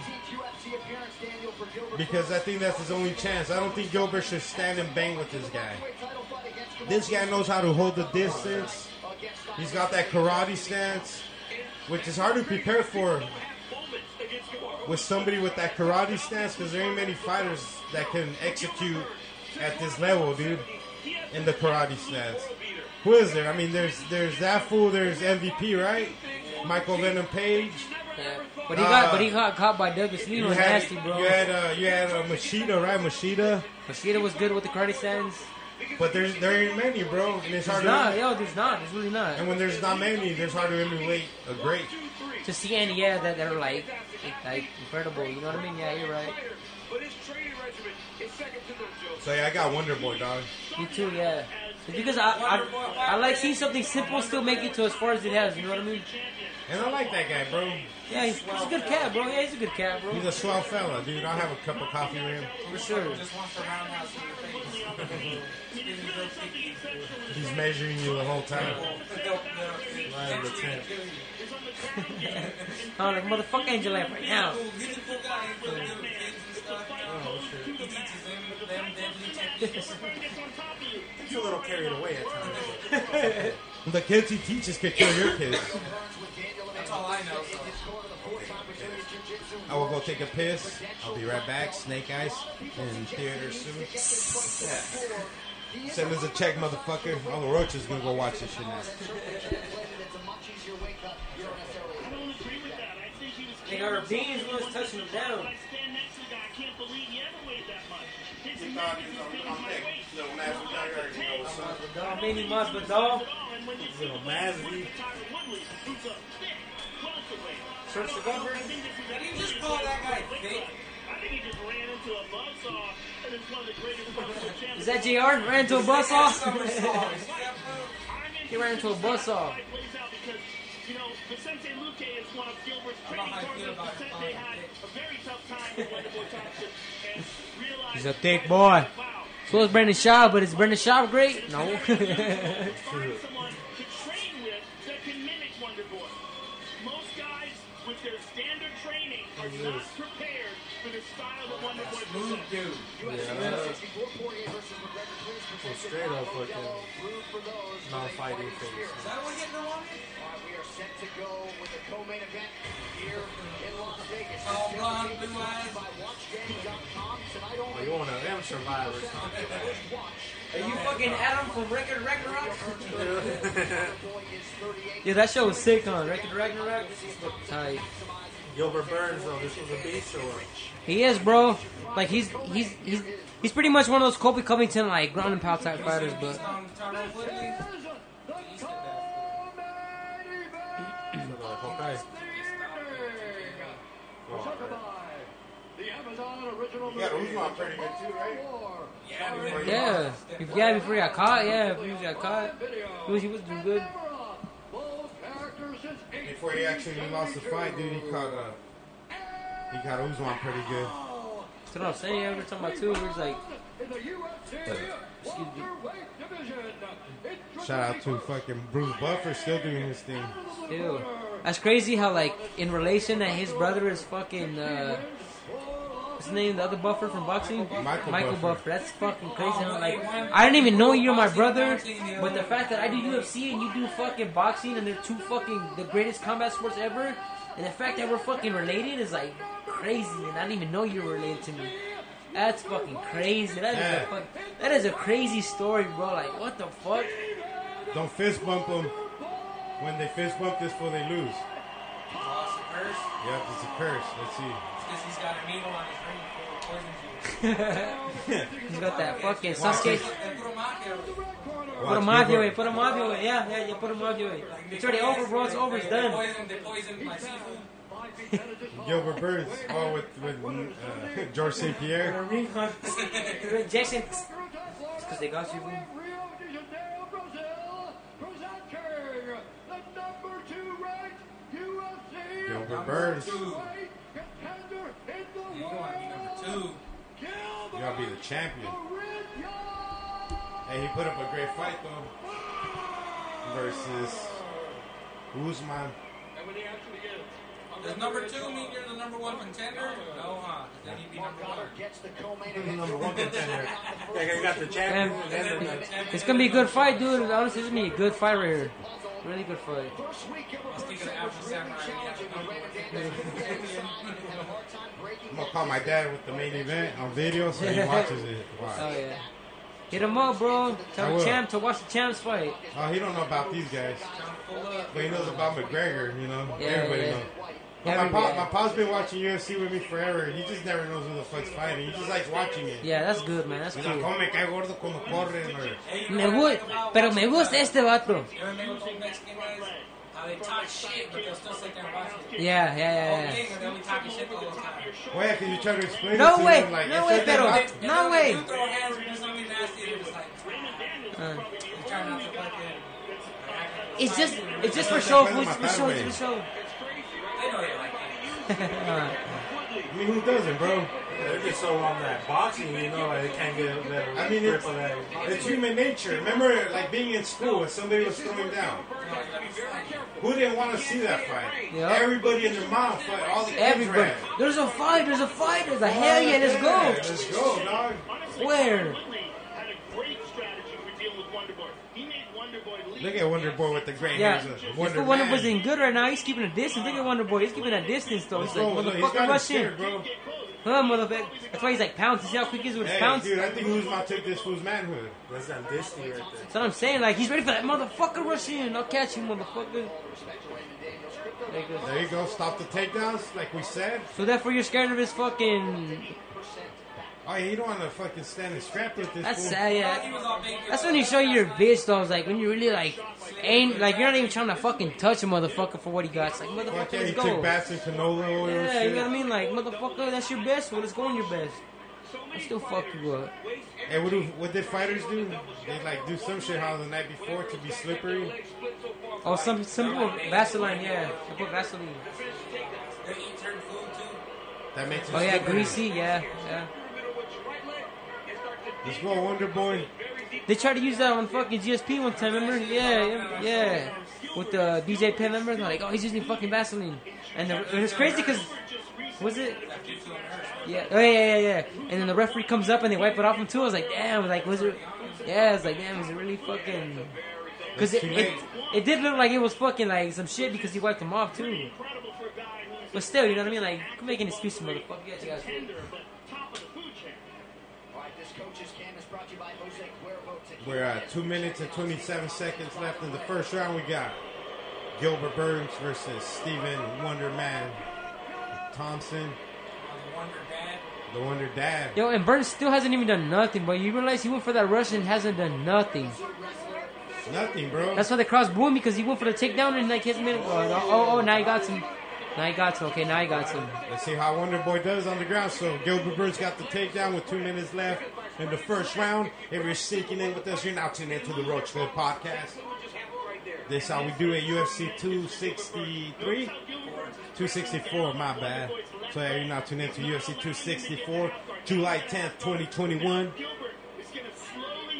Speaker 1: Because I think that's his only chance. I don't think Gilbert should stand and bang with this guy. This guy knows how to hold the distance. He's got that karate stance, which is hard to prepare for with somebody with that karate stance because there ain't many fighters that can execute at this level, dude, in the karate stance. Who is there? I mean, there's there's that fool. There's MVP, right? Michael Venom Page.
Speaker 3: Yeah. But he got but he got caught by Douglas Lee.
Speaker 1: Uh, You
Speaker 3: It was
Speaker 1: had
Speaker 3: nasty,
Speaker 1: you
Speaker 3: bro.
Speaker 1: had uh, you had uh, Machida, right? Machida,
Speaker 3: Mosquito was good with the karate stands.
Speaker 1: but there's there ain't many, bro, and it's hard.
Speaker 3: There's
Speaker 1: to
Speaker 3: not, yo, there's not. There's really not.
Speaker 1: And when there's not many, there's hard to emulate a great.
Speaker 3: To see any, yeah, that, that are like, like incredible. You know what I mean? Yeah, you're right.
Speaker 1: So yeah, I got Wonder Boy, dog.
Speaker 3: Me too, yeah. It's because I, I I like seeing something simple still make it to as far as it has. You know what I mean?
Speaker 1: And I like that guy, bro.
Speaker 3: Yeah, he's, he's a good cat, bro. Yeah, he's a good cat, bro.
Speaker 1: He's a swell fella, dude. I'll have a cup of coffee with him.
Speaker 3: For sure.
Speaker 4: Just wants to roundhouse in your face. Give you those kicks.
Speaker 1: He's measuring you the whole time.
Speaker 4: They'll- they'll-
Speaker 1: Right,
Speaker 4: next
Speaker 1: Lieutenant.
Speaker 4: year, kill you.
Speaker 3: I'm like, motherfucker, Angel Lab right now.
Speaker 4: He's a cool guy. He's really good with kids and stuff. He teaches them, them deadly techniques.
Speaker 2: It's a little carried away at times.
Speaker 1: The kids he teaches could kill your kids.
Speaker 4: That's all I know. So.
Speaker 1: I will go take a piss. I'll be right back. Snake Eyes in theater soon. Send us a check, motherfucker. All the roaches gonna go watch this shit now.
Speaker 3: They got our beans was touching them down. Masvidal, maybe Masvidal.
Speaker 2: Little Mazzy.
Speaker 3: Search the government.
Speaker 4: How do you just call that guy thick?
Speaker 3: Is that JR? Ran into a bus off?
Speaker 4: Somersault. Is that bro?
Speaker 3: he ran into a bus off. He's a thick boy. So is Brandon Shaw, but is Brandon Shaw great? No.
Speaker 4: Smooth dude.
Speaker 2: Well, straight up fucking non-fighting face.
Speaker 4: Is that what he getting along with? All blonde, blue eyes.
Speaker 2: Oh, you want to them survivors?
Speaker 3: Are you fucking Adam from Record Ragnarok? yeah, that show was sick on Record Ragnarok. Tight.
Speaker 2: Gilbert Burns, though, this was a beast or what?
Speaker 3: He is, bro. Like he's he's he's he's pretty much one of those Kobe Covington like ground and pound type fighters, but
Speaker 4: Um, Tyrone Woodley.
Speaker 2: So they're like, okay.
Speaker 1: Yeah, Usman pretty good too, right?
Speaker 4: Yeah, we went
Speaker 3: yeah, Be- yeah. Before he got caught, yeah, before he got caught, he was, he was doing good.
Speaker 1: Before he actually lost the fight, dude, he caught uh, he caught Usman pretty good.
Speaker 3: That's what I'm saying. Yeah, we were talking about too. We was like, excuse me.
Speaker 1: Shout out to fucking Bruce Buffer, still doing his thing.
Speaker 3: Ew. That's crazy how, like, in relation that his brother is fucking, uh, what's his name, the other buffer from boxing?
Speaker 1: Michael Buffer.
Speaker 3: Buffer. That's fucking crazy. I'm like, I didn't even know you're my brother, but the fact that I do UFC and you do fucking boxing and they're two fucking, the greatest combat sports ever, and the fact that we're fucking related is, like, crazy, and I didn't even know you were related to me. That's fucking crazy. That is,
Speaker 1: Yeah.
Speaker 3: a fuck, that is a crazy story, bro. Like, what the fuck?
Speaker 1: Don't fist bump him. When they fist bump this fool, they lose.
Speaker 4: Lost the curse.
Speaker 1: Yep, it's a curse. Let's see.
Speaker 4: Because he's got an needle on his ring for poison
Speaker 3: He's got that fucking Sasuke. Put
Speaker 4: Put
Speaker 3: him out your way. Put him out your way. Yeah, yeah, yeah. Put him out your way. It's already over, bro. It's over. It's
Speaker 4: They
Speaker 3: done.
Speaker 4: poisoned, they poisoned my seafood.
Speaker 1: Gilbert Burns. Oh, with with uh, George St. Pierre.
Speaker 3: Jackson. because they got you. bro.
Speaker 1: Gilbert Burns.
Speaker 4: Two.
Speaker 1: You're gonna be the champion. Hey, he put up a great fight though. Versus Usman.
Speaker 4: Does number two mean you're the number one contender? No, huh? 'Cause Then he'd be number one.
Speaker 1: Number one contender.
Speaker 2: Like, I got the
Speaker 3: Man,
Speaker 2: champion. and then the-
Speaker 3: it's gonna be a good fight, dude. Honestly, it's gonna be a good fight right here. Really good fight.
Speaker 4: Well, Speaking of Afro Samurai, we have another one.
Speaker 1: I'm gonna call my dad with the main event on video so he watches it.
Speaker 3: Oh
Speaker 1: Watch.
Speaker 3: yeah. Hit him up, bro.
Speaker 1: I
Speaker 3: Tell
Speaker 1: will.
Speaker 3: the champ to watch the champs fight.
Speaker 1: Oh, he don't know about these guys, but he knows about McGregor. You know,
Speaker 3: Yeah,
Speaker 1: everybody
Speaker 3: yeah.
Speaker 1: knows. But my
Speaker 3: Everybody.
Speaker 1: pa, my pa's been watching UFC with me forever. He just never knows who the fuck's fighting. He just likes watching it.
Speaker 3: Yeah, that's good, man. That's
Speaker 1: He's like,
Speaker 3: cool.
Speaker 1: oh, me cae gordo cuando corren. Or,
Speaker 3: Me gusta, pero me gusta este vato.
Speaker 4: You ever met those Mexican guys? How they talk shit, but they'll still sit there and watch it.
Speaker 3: Yeah, yeah, yeah.
Speaker 4: Thing, and they'll be talking shit the whole time.
Speaker 1: Well, yeah, 'cause you try to explain it
Speaker 3: No
Speaker 1: to
Speaker 3: way,
Speaker 1: them, like,
Speaker 3: no
Speaker 1: it's
Speaker 3: way,
Speaker 1: like that
Speaker 3: pero-
Speaker 1: box-
Speaker 4: And
Speaker 3: No
Speaker 4: they'll-
Speaker 3: way.
Speaker 4: You throw hands or do something nasty, they're just like,
Speaker 3: yeah. Uh,
Speaker 4: they're trying not to fucking.
Speaker 3: it's just, it's just for show, fool. It's for show, it's for show.
Speaker 4: They know they like it.
Speaker 3: Uh,
Speaker 1: I mean, who doesn't, bro?
Speaker 2: They're just so on that boxing, you know, like they can't get that
Speaker 1: I mean,
Speaker 2: grip
Speaker 1: it's,
Speaker 2: of that.
Speaker 1: it's human nature. Remember, like being in school and somebody was throwing down. Who didn't want to see that fight?
Speaker 3: Yeah.
Speaker 1: Everybody in their mom fight. All the kids
Speaker 3: everybody,
Speaker 1: ran.
Speaker 3: there's a fight, there's a fight, there's a hell yeah, let's go.
Speaker 1: Let's go, dog.
Speaker 3: Where?
Speaker 6: Had a great strategy for dealing with Wonder Boy. He made Wonder Boy leave.
Speaker 1: Look at Wonder Boy with the great
Speaker 3: Yeah,
Speaker 1: hairs.
Speaker 3: if
Speaker 1: Wonder
Speaker 3: the Wonder
Speaker 1: Man.
Speaker 3: Boy's in good right now. He's keeping a distance. Look at Wonder Boy. He's keeping a distance though. He's
Speaker 1: What's
Speaker 3: like,
Speaker 1: wrong with him? He's
Speaker 3: motherfucker,
Speaker 1: got him
Speaker 3: rush in.
Speaker 1: scared, bro.
Speaker 3: Huh, motherfucker. That's why he's like pouncing. See how quick he is with his
Speaker 1: Hey,
Speaker 3: pounce?
Speaker 1: dude, I think Usman took this fool's manhood.
Speaker 2: That's that Disney right there.
Speaker 3: That's what I'm saying. Like, he's ready for that motherfucker rush in. I'll catch you, motherfucker. There he goes.
Speaker 1: There you go. Stop the takedowns, like we said.
Speaker 3: So therefore, you're scared of his fucking.
Speaker 1: Oh, yeah, you don't want to fucking stand and strap with this
Speaker 3: That's
Speaker 1: fool.
Speaker 3: sad,
Speaker 4: He
Speaker 3: yeah.
Speaker 4: was all big.
Speaker 3: That's when you show your bitch, though. It's like when you really like ain't like you're not even trying to fucking touch a motherfucker for what he got. It's like motherfucker,
Speaker 1: Fuck yeah,
Speaker 3: let's
Speaker 1: he took
Speaker 3: go.
Speaker 1: bats and canola oil and
Speaker 3: Yeah,
Speaker 1: shit.
Speaker 3: you know what I mean? Like motherfucker, that's your best. Well, let's go on your best. I still fuck you up.
Speaker 1: Hey, what do what did fighters do? They like do some shit how the night before to be slippery.
Speaker 3: Oh, some some people Vaseline, yeah. They put Vaseline.
Speaker 4: They eat turned food too.
Speaker 1: That makes it
Speaker 3: Oh yeah,
Speaker 1: slippery.
Speaker 3: greasy, yeah, yeah.
Speaker 1: Let's go, Wonder Boy.
Speaker 3: They tried to use that on fucking GSP one time, remember? Yeah, yeah, yeah. With the DJ Penn, remember? They're like, oh, he's using fucking Vaseline. And the, it was crazy because, was it? Yeah, oh, yeah, yeah, yeah. And then the referee comes up and they wipe it off him too. I was like, damn, like, was it? Yeah, I was like, damn, is it really fucking. Because it, it, it did look like it was fucking like some shit because he wiped him off too. But still, you know what I mean? Like, you can make an excuse, motherfucker. Yeah, you guys.
Speaker 1: We're at two minutes and twenty seven seconds left in the first round. We got Gilbert Burns versus Steven Wonderman Thompson,
Speaker 4: Wonder Dad.
Speaker 1: the Wonder Dad.
Speaker 3: Yo, and Burns still hasn't even done nothing, but you realize he went for that rush and hasn't done nothing.
Speaker 1: Nothing, bro.
Speaker 3: That's why the crowd's booing because he went for the takedown and like his minute. Oh, no, oh, oh, now he got some. Now he got some. Okay, now he got some.
Speaker 1: Let's see how Wonder Boy does on the ground. So Gilbert Burns got the takedown with two minutes left in the first round. If you're sinking in with us, you're now tuned into the Roach Club podcast. This how we do it. UFC 263, 264. My bad. So yeah, you're now tuned into UFC 264, July 10th, 2021.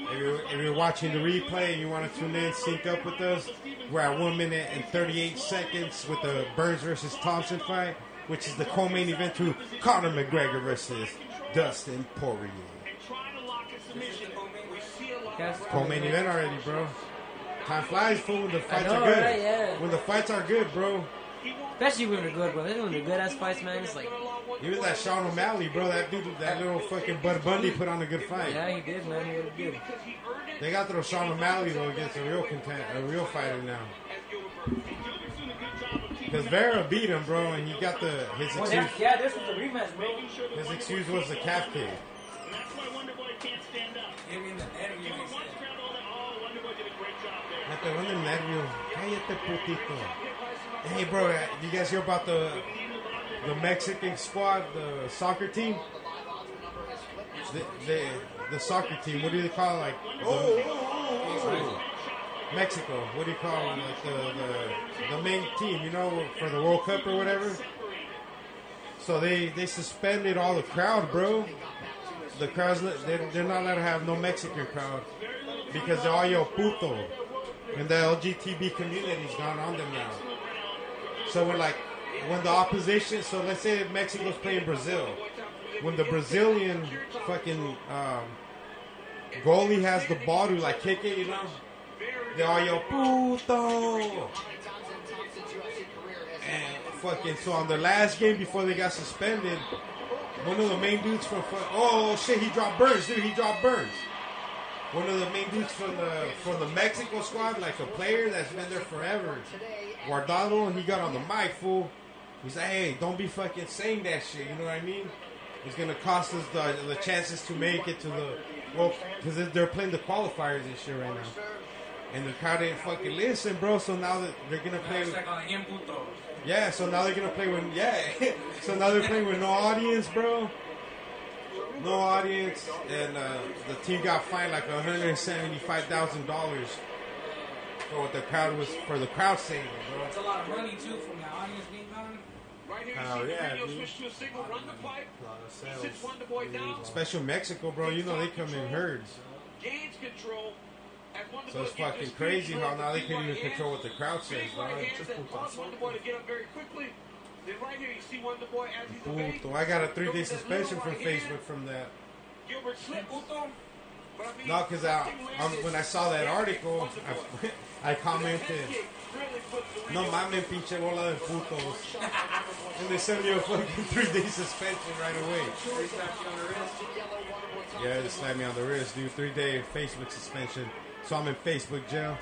Speaker 1: If you're, if you're watching the replay and you want to tune in, sync up with us. We're at 1 minute and 38 seconds with the Burns versus Thompson fight, which is the co main event to Conor McGregor versus Dustin Poirier.
Speaker 3: Yes.
Speaker 1: Co main event already, bro. Time flies, fool, when the fights
Speaker 3: know,
Speaker 1: are good.
Speaker 3: right? Yeah.
Speaker 1: When the fights are good, bro.
Speaker 3: Especially when they're good, bro. They're doing the good ass fights, man. It's like,
Speaker 1: Even that Sean O'Malley, bro, that dude, that little fucking Bud Bundy put on a good fight.
Speaker 3: yeah, he did, man. He really did.
Speaker 1: They got to throw Sean O'Malley, though, against a real content, a real fighter now. Because Vera beat him, bro, and he got the his
Speaker 4: Well,
Speaker 1: excuse.
Speaker 4: that, yeah, this was the rematch, bro.
Speaker 1: His excuse was the calf kick. At the one nervio. Cállate, putito. Hey, bro, uh, you guys hear about the the Mexican squad, the soccer team? The, the, the soccer team. What do they call like? the- Mexico. What do you call them? Like the, the the main team, you know, for the World Cup or whatever. So they they suspended all the crowd, bro. The crowds they're, they're not allowed to have no Mexican crowd because they're all yo puto, and the LGTB community's gone on them now. So when like when the opposition, so let's say Mexico's playing Brazil, when the Brazilian fucking um, goalie has the ball to like kick it, you know, they all yo puto. And fucking so on the last game before they got suspended, one of the main dudes from fuck- oh shit he dropped Burns dude he dropped Burns. One of the main dudes from the from the Mexico squad, like a player that's been there forever, Guardado, and he got on the mic fool. He's like, hey, don't be fucking saying that shit. You know what I mean? It's gonna cost us the, the chances to make it to the well because they're playing the qualifiers and shit right now. And the crowd didn't fucking listen, bro. So now that they're gonna play.
Speaker 4: It's like on the imputo.
Speaker 1: Yeah, so now they're gonna play with yeah. so now they're playing with no audience, bro. No audience, and uh, the team got fined like one hundred seventy-five thousand dollars for what the crowd was for the crowd singing, bro.
Speaker 4: That's a lot of money, too, from the audience being gone.
Speaker 1: Hell yeah, dude. Special Mexico, bro. You know they come in herds, so it's fucking crazy how now they can't even control what the crowd says, bro. Puto, I got a three-day suspension from Facebook from that. No, because I, um, when I saw that article, I, I commented, no mames, pinche bola de putos. And they sent me a fucking three day suspension right away. Yeah, they slapped me on the wrist, dude. Three day Facebook suspension. So I'm in Facebook jail.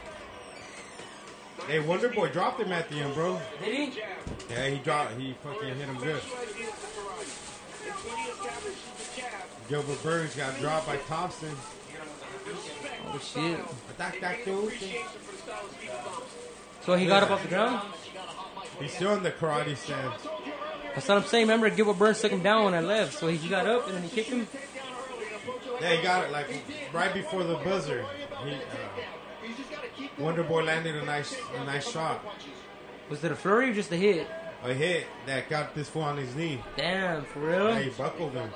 Speaker 1: Hey, Wonderboy dropped him at the end, bro.
Speaker 4: Did he?
Speaker 1: Yeah, he dropped. He fucking hit him good. Gilbert Burns got dropped by Thompson.
Speaker 3: Oh shit!
Speaker 1: Doc, doc, dude.
Speaker 3: So he got up off the ground.
Speaker 1: He's still in the karate stand.
Speaker 3: That's what I'm saying. Remember, Gilbert Burns took him down when I left. So he, he got up and then he kicked him.
Speaker 1: Yeah, he got it like right before the buzzer. He, uh, Wonder Boy landed a nice, a nice shot,
Speaker 3: Was it a flurry or just a hit?
Speaker 1: a hit that got this fool on his knee.
Speaker 3: Damn, for
Speaker 1: Yeah,
Speaker 3: real.
Speaker 1: he buckled him.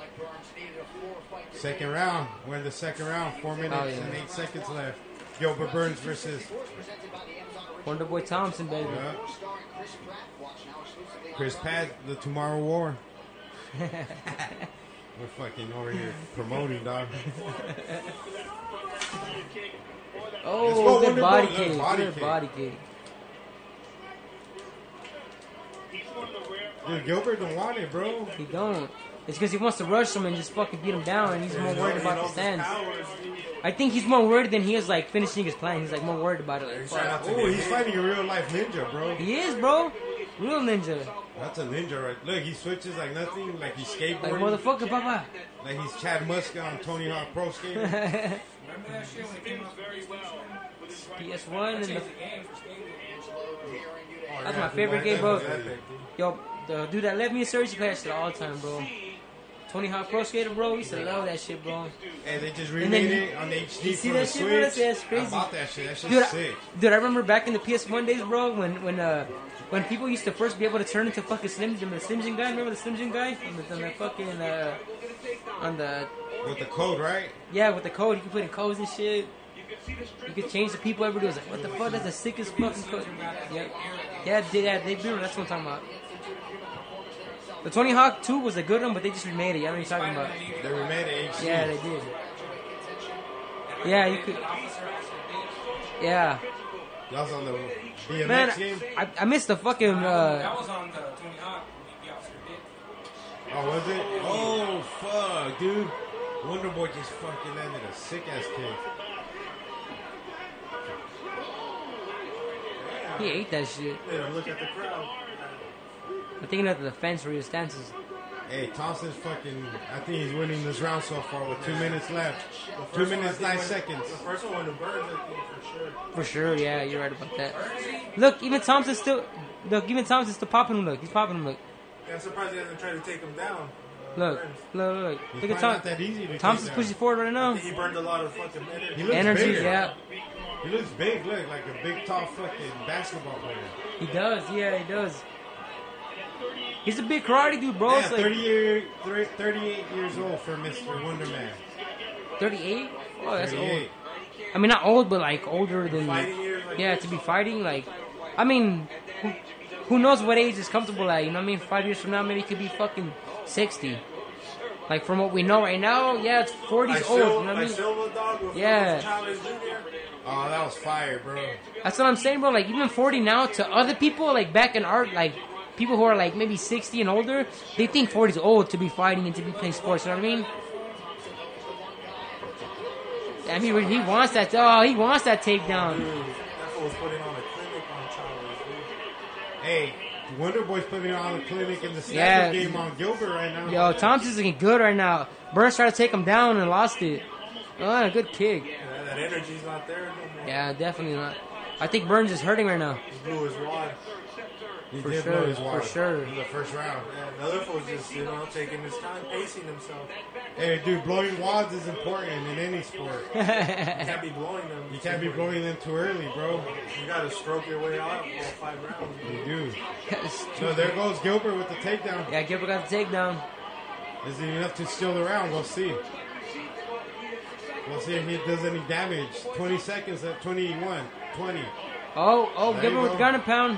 Speaker 1: Second round. We're in the second round. Four minutes
Speaker 3: yeah.
Speaker 1: and eight seconds left. Gilbert Burns versus
Speaker 3: Wonderboy Thompson, baby.
Speaker 1: uh, Chris Pat, the Tomorrow War. We're fucking over here promoting, dog. Let's
Speaker 3: Oh,
Speaker 1: go,
Speaker 3: good
Speaker 1: Wonderboy.
Speaker 3: body
Speaker 1: Good
Speaker 3: kick.
Speaker 1: body
Speaker 3: Good
Speaker 1: kick.
Speaker 3: body kick.
Speaker 1: Dude, Gilbert don't want it, bro.
Speaker 3: He don't. It's because he wants to rush him and just fucking beat him down, and he's more worried about the stands. I think he's more worried than he is like finishing his plan. He's like more worried about it. Like, fuck.
Speaker 1: Oh, he's fighting a real life ninja, bro.
Speaker 3: He is, bro. Real ninja.
Speaker 1: That's a ninja, right? Look, he switches like nothing. Like he's
Speaker 3: Like
Speaker 1: skateboarding. Like,
Speaker 3: motherfucker, papa.
Speaker 1: he's Chad Muska on Tony Hawk Pro Skater.
Speaker 4: Remember that shit when it came out for PlayStation?
Speaker 3: PS1 and the,
Speaker 4: Changed the game for skateboarding.
Speaker 1: Oh,
Speaker 3: that's my favorite game, bro. Yo, the dude that left me in service, he played that shit all the time, bro. Tony Hawk Pro Skater, bro. We used to love that shit, bro.
Speaker 1: Hey, they just
Speaker 3: And then
Speaker 1: remade
Speaker 3: he-
Speaker 1: it on HD
Speaker 3: you see
Speaker 1: for the
Speaker 3: that shit,
Speaker 1: Switch.
Speaker 3: bro? That's- that's crazy.
Speaker 1: I bought that shit. That shit's
Speaker 3: Dude, I,
Speaker 1: sick.
Speaker 3: dude, I remember back in the PS1 days, bro, when when uh when people used to first be able to turn into fucking Slim Jim, the Slim Jim guy. Remember the Slim Jim guy on the, on the fucking uh on the
Speaker 1: With the code, right?
Speaker 3: yeah with the code you could put in codes and shit. You could change the people. Everybody was like, "What the fuck? That's the sickest fucking code." Yeah, yeah, they, yeah, they do. That's what I'm talking about. The Tony Hawk 2 was a good one, but they just remade it. I know what you're talking about.
Speaker 1: They remade it HD.
Speaker 3: Yeah, they did. Yeah, you could. Yeah.
Speaker 1: That was on the BMX
Speaker 3: Man,
Speaker 1: game.
Speaker 3: I, I missed the fucking.
Speaker 4: That
Speaker 3: Uh,
Speaker 4: was on the Tony Hawk. when he officer did.
Speaker 1: Oh, was it? Oh, fuck, dude. Wonderboy just fucking landed a sick ass kick. Yeah,
Speaker 3: He ate that shit.
Speaker 2: Yeah, look at the crowd.
Speaker 3: I'm thinking of the fence where he stances.
Speaker 1: Hey, Thompson's fucking. I think he's winning this round so far with two minutes left. Two minutes, nine seconds.
Speaker 2: The first one, the birds, I think, for sure.
Speaker 3: For sure, yeah, you're right about that. Look, even Thompson's still. Look, even Thompson's still popping him. Look, he's popping him. Look,
Speaker 2: Yeah, I'm surprised he hasn't tried to take him down. Uh,
Speaker 3: look,
Speaker 2: Burns.
Speaker 3: look,
Speaker 1: It's
Speaker 3: look. Look at
Speaker 1: probably
Speaker 3: Thompson.
Speaker 1: not that easy to take
Speaker 3: Thompson's
Speaker 1: down.
Speaker 3: pushing forward right now.
Speaker 2: He burned a lot of fucking energy.
Speaker 1: He looks
Speaker 3: Energy,
Speaker 1: bigger.
Speaker 3: yeah.
Speaker 1: He looks big, look like a big, tall fucking basketball player.
Speaker 3: He does, yeah, he does. He's a big karate dude, bro.
Speaker 1: Yeah,
Speaker 3: It's like
Speaker 1: 30 year, thir- 38 years old for Mr. Wonder Man.
Speaker 3: 38? Oh, that's old.
Speaker 1: 38.
Speaker 3: I mean, not old, but like older than.
Speaker 2: Fighting years, like
Speaker 3: yeah, to be fighting, like. I mean, who, who knows what age is comfortable at? You know what I mean? Five years from now, maybe he could be fucking 60. Like, from what we know right now, yeah, it's 40s
Speaker 2: Like
Speaker 3: old. You
Speaker 2: Sil-
Speaker 3: know what I
Speaker 2: like
Speaker 3: mean?
Speaker 2: Silva Dog with
Speaker 3: Yeah.
Speaker 2: yeah. Chavez Jr.
Speaker 1: Oh, that was fire, bro.
Speaker 3: That's what I'm saying, bro. Like even 40 now to other people, like back in art, like people who are like maybe 60 and older, they think 40 is old to be fighting and to be playing sports. You know what I mean? Damn, he, he wants that. Oh, he wants that takedown.
Speaker 2: Dude, that fool was putting on a clinic on Chavez, dude.
Speaker 1: Hey, Wonder Boy's putting on a clinic in the snagger
Speaker 3: Yeah.
Speaker 1: game on Gilbert right now.
Speaker 3: Yo, Thompson's looking good right now. Burns tried to take him down and lost it. Oh, a good kick.
Speaker 2: Yeah, that energy's not there no more.
Speaker 3: Yeah, definitely not. I think Burns is hurting right now.
Speaker 2: He blew his wad.
Speaker 1: he
Speaker 3: for
Speaker 1: did
Speaker 3: sure,
Speaker 1: blow his
Speaker 3: for
Speaker 1: wad
Speaker 3: sure.
Speaker 1: in the first round.
Speaker 2: Yeah, the other fool's just, you know, taking his time, pacing himself.
Speaker 1: Hey, dude, blowing wads is important in any sport.
Speaker 2: You can't be blowing them.
Speaker 1: You can't be blowing them too early, bro.
Speaker 2: You gotta stroke your way out all five rounds.
Speaker 1: You do.
Speaker 3: Yes.
Speaker 1: So there goes Gilbert with the takedown.
Speaker 3: yeah, Gilbert got the takedown.
Speaker 1: Is it enough to steal the round? We'll see. We'll see if he does any damage. 20 seconds at 21. 20.
Speaker 3: Oh, oh,
Speaker 1: There you
Speaker 3: Gilbert with
Speaker 1: go.
Speaker 3: the ground and pound.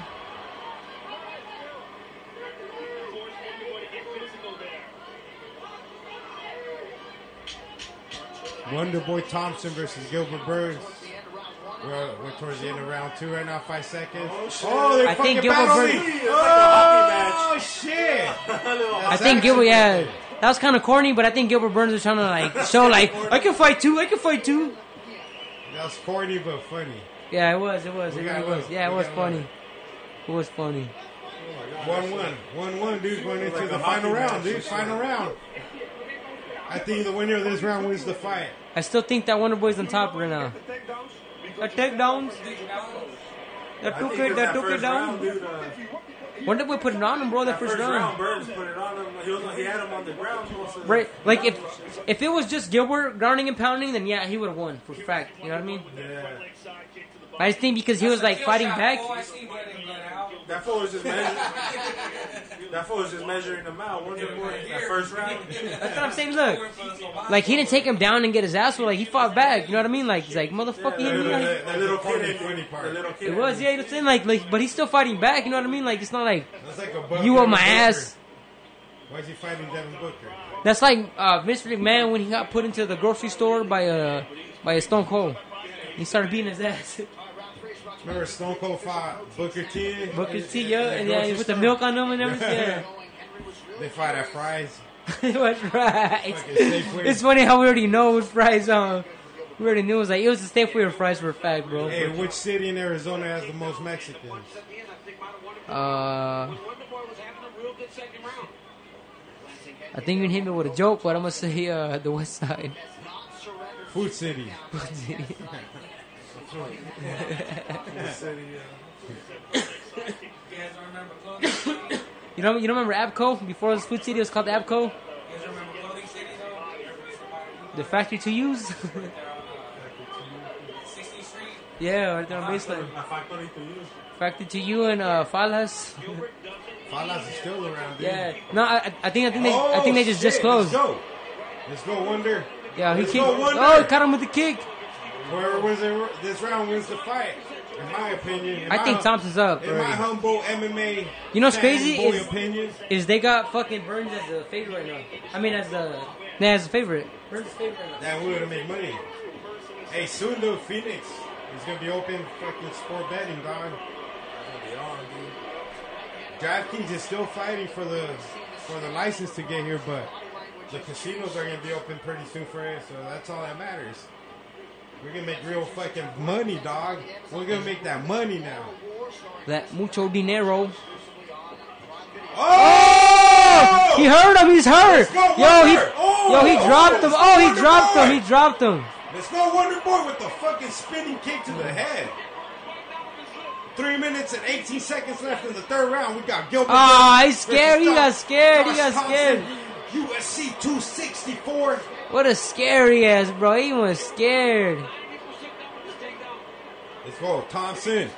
Speaker 1: Wonder Boy Thompson versus Gilbert Burns. We're, we're towards the end of round two right now, five seconds. Oh, they're
Speaker 3: I
Speaker 1: fucking
Speaker 3: think Gilbert
Speaker 1: battling.
Speaker 3: Burns-
Speaker 2: It's like a hockey
Speaker 1: Oh, shit.
Speaker 3: I think Gilbert, yeah, that was kind of corny, but I think Gilbert Burns was trying to like show, like, I can fight too, I can fight too.
Speaker 1: That was corny but funny.
Speaker 3: Yeah, it was, it was,
Speaker 1: We
Speaker 3: it
Speaker 1: got
Speaker 3: really was.
Speaker 1: one.
Speaker 3: Yeah, it
Speaker 1: We
Speaker 3: was
Speaker 1: got
Speaker 3: funny.
Speaker 1: one.
Speaker 3: It was funny.
Speaker 1: 1 1. 1 1, dude, going into
Speaker 2: Like a
Speaker 1: the
Speaker 2: hockey
Speaker 1: final round,
Speaker 2: match.
Speaker 1: dude. Final round. I think the winner of this round wins the fight.
Speaker 3: I still think that Wonder Boy's on top right now. The takedowns, that
Speaker 2: I
Speaker 3: took
Speaker 2: think
Speaker 3: it,
Speaker 2: it's that
Speaker 3: that took it
Speaker 2: first round,
Speaker 3: down.
Speaker 2: dude. Uh,
Speaker 3: Wonder Boy put it on him, bro.
Speaker 2: that
Speaker 3: That first
Speaker 2: first round,
Speaker 3: round.
Speaker 2: Burns put it on him. He, was, he had him on the ground. most of the-
Speaker 3: Right, like if if it was just Gilbert grounding and pounding, then yeah, he would have won for fact. You know what I mean?
Speaker 2: Yeah.
Speaker 3: I just think because he was like fighting back.
Speaker 2: That fool was just measuring. that fool was just measuring him out. Wonder Boy, that first round.
Speaker 3: That's what I'm saying. Look, Like he didn't take him down and get his ass. Well, like he fought back. You know what I mean? Like he's like motherfucker.
Speaker 2: Yeah,
Speaker 3: you know what I mean?
Speaker 2: that, that little kid, in-
Speaker 1: Funny
Speaker 2: that
Speaker 1: part.
Speaker 2: little kid.
Speaker 3: it was yeah. You know what I'm saying? Like, like, but he's still fighting back. You know what I mean? Like it's not like
Speaker 1: That's like a bug
Speaker 3: you on
Speaker 1: Devin
Speaker 3: my
Speaker 1: Booker.
Speaker 3: ass.
Speaker 1: Why is he fighting Devin Booker?
Speaker 3: That's like uh, Vince McMahon when he got put into the grocery store by a by a Stone Cold. He started beating his ass.
Speaker 1: Remember Stone Cold fought Booker T?
Speaker 3: Booker
Speaker 1: in-
Speaker 3: T,
Speaker 1: in
Speaker 3: yeah,
Speaker 1: that
Speaker 3: and yeah, he
Speaker 1: grocery
Speaker 3: put the
Speaker 1: store?
Speaker 3: milk on him and everything. Yeah,
Speaker 1: They fought at Fry's.
Speaker 3: it was right.
Speaker 1: Fucking Safeway.
Speaker 3: It's funny how we already know with fries. Um, we already knew it was like it was the state for fries for a fact, bro.
Speaker 1: Hey, which city in Arizona has the most Mexicans?
Speaker 3: Uh, I think you can hit me with a joke, but I'm gonna say uh, the West Side.
Speaker 1: Food City.
Speaker 3: you know, you don't remember Abco? Before it was Food City, it was called Abco. The factory to use.
Speaker 4: uh,
Speaker 3: yeah, right there on baseline.
Speaker 2: My factory to use.
Speaker 3: Factory to you and uh, Falas.
Speaker 1: Falas is still around, dude.
Speaker 3: Yeah. No, I, I- I think I think they I
Speaker 1: Oh,
Speaker 3: think they just
Speaker 1: shit,
Speaker 3: disclosed.
Speaker 1: Let's go. Let's go, Wonder.
Speaker 3: Yeah, he
Speaker 1: Let's
Speaker 3: kicked.
Speaker 1: go, Wonder.
Speaker 3: Oh, he caught him with the kick.
Speaker 1: Whoever wins the- this round wins the fight. In my opinion. In
Speaker 3: I
Speaker 1: my
Speaker 3: think
Speaker 1: hum-
Speaker 3: Thompson's up.
Speaker 1: In my
Speaker 3: Already.
Speaker 1: humble MMA.
Speaker 3: You know what's crazy
Speaker 1: fanboy
Speaker 3: is-
Speaker 1: opinion.
Speaker 3: Is they got fucking Burns as a favorite right now? I mean, as the nah, as a favorite. Burns is favorite right now.
Speaker 1: That we're gonna make money. Hey, soon though, Phoenix is gonna be open fucking sport betting, dog. DraftKings is still fighting for the for the license to get here, but the casinos are gonna be open pretty soon for it, so that's all that matters. We're gonna make real fucking money, dog. We're gonna make that money now.
Speaker 3: that mucho dinero. Oh! He heard him. He's
Speaker 1: Let's
Speaker 3: hurt.
Speaker 1: go,
Speaker 3: Yo, he,
Speaker 1: Wonder. Oh!
Speaker 3: yo, he dropped him.
Speaker 1: Let's go,
Speaker 3: Oh, he
Speaker 1: Wonder
Speaker 3: dropped him.
Speaker 1: Boy.
Speaker 3: He dropped him.
Speaker 1: Let's go, Wonder Boy, with the fucking spinning kick to the head. Three minutes and 18 seconds left in the third round. We got Gilbert.
Speaker 3: Ah,
Speaker 1: Burns
Speaker 3: he's scared. He
Speaker 1: versus
Speaker 3: got scared. He
Speaker 1: Josh
Speaker 3: got
Speaker 1: Thompson,
Speaker 3: scared.
Speaker 1: USC 264.
Speaker 3: What a scary ass, bro. He was scared.
Speaker 1: Let's go, Thompson.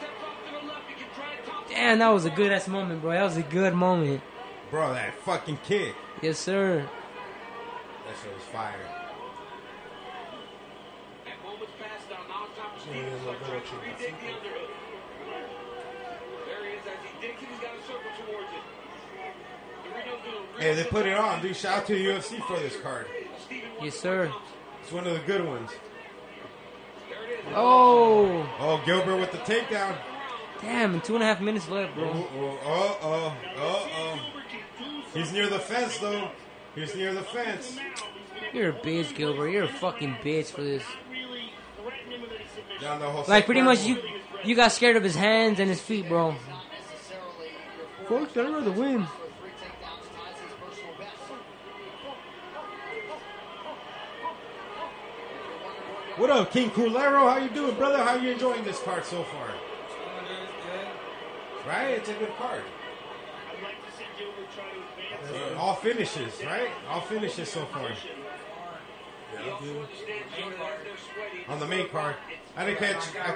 Speaker 3: Damn, that was a good ass moment, bro. That was a good moment.
Speaker 1: Bro, that fucking kick.
Speaker 3: Yes, sir.
Speaker 1: That shit was fire. Hey, they put it on, dude. Shout out to the UFC for this card.
Speaker 3: Yes, sir.
Speaker 1: It's one of the good ones.
Speaker 3: Oh,
Speaker 1: Oh, Gilbert with the takedown.
Speaker 3: damn. Two and a half minutes left,
Speaker 1: Uh
Speaker 3: bro.
Speaker 1: oh, uh oh. He's near the fence, though. He's near the fence.
Speaker 3: You're a bitch, Gilbert. You're a fucking bitch for this.
Speaker 1: Down the whole
Speaker 3: Like, pretty much, you you got scared of his hands and his feet, bro. Fuck, I'd rather win.
Speaker 1: What up, King Culero? How you doing, brother? How you enjoying this card so far? Right? It's a good card. Uh, all finishes, right? All finishes so far. On the main card. I didn't catch I,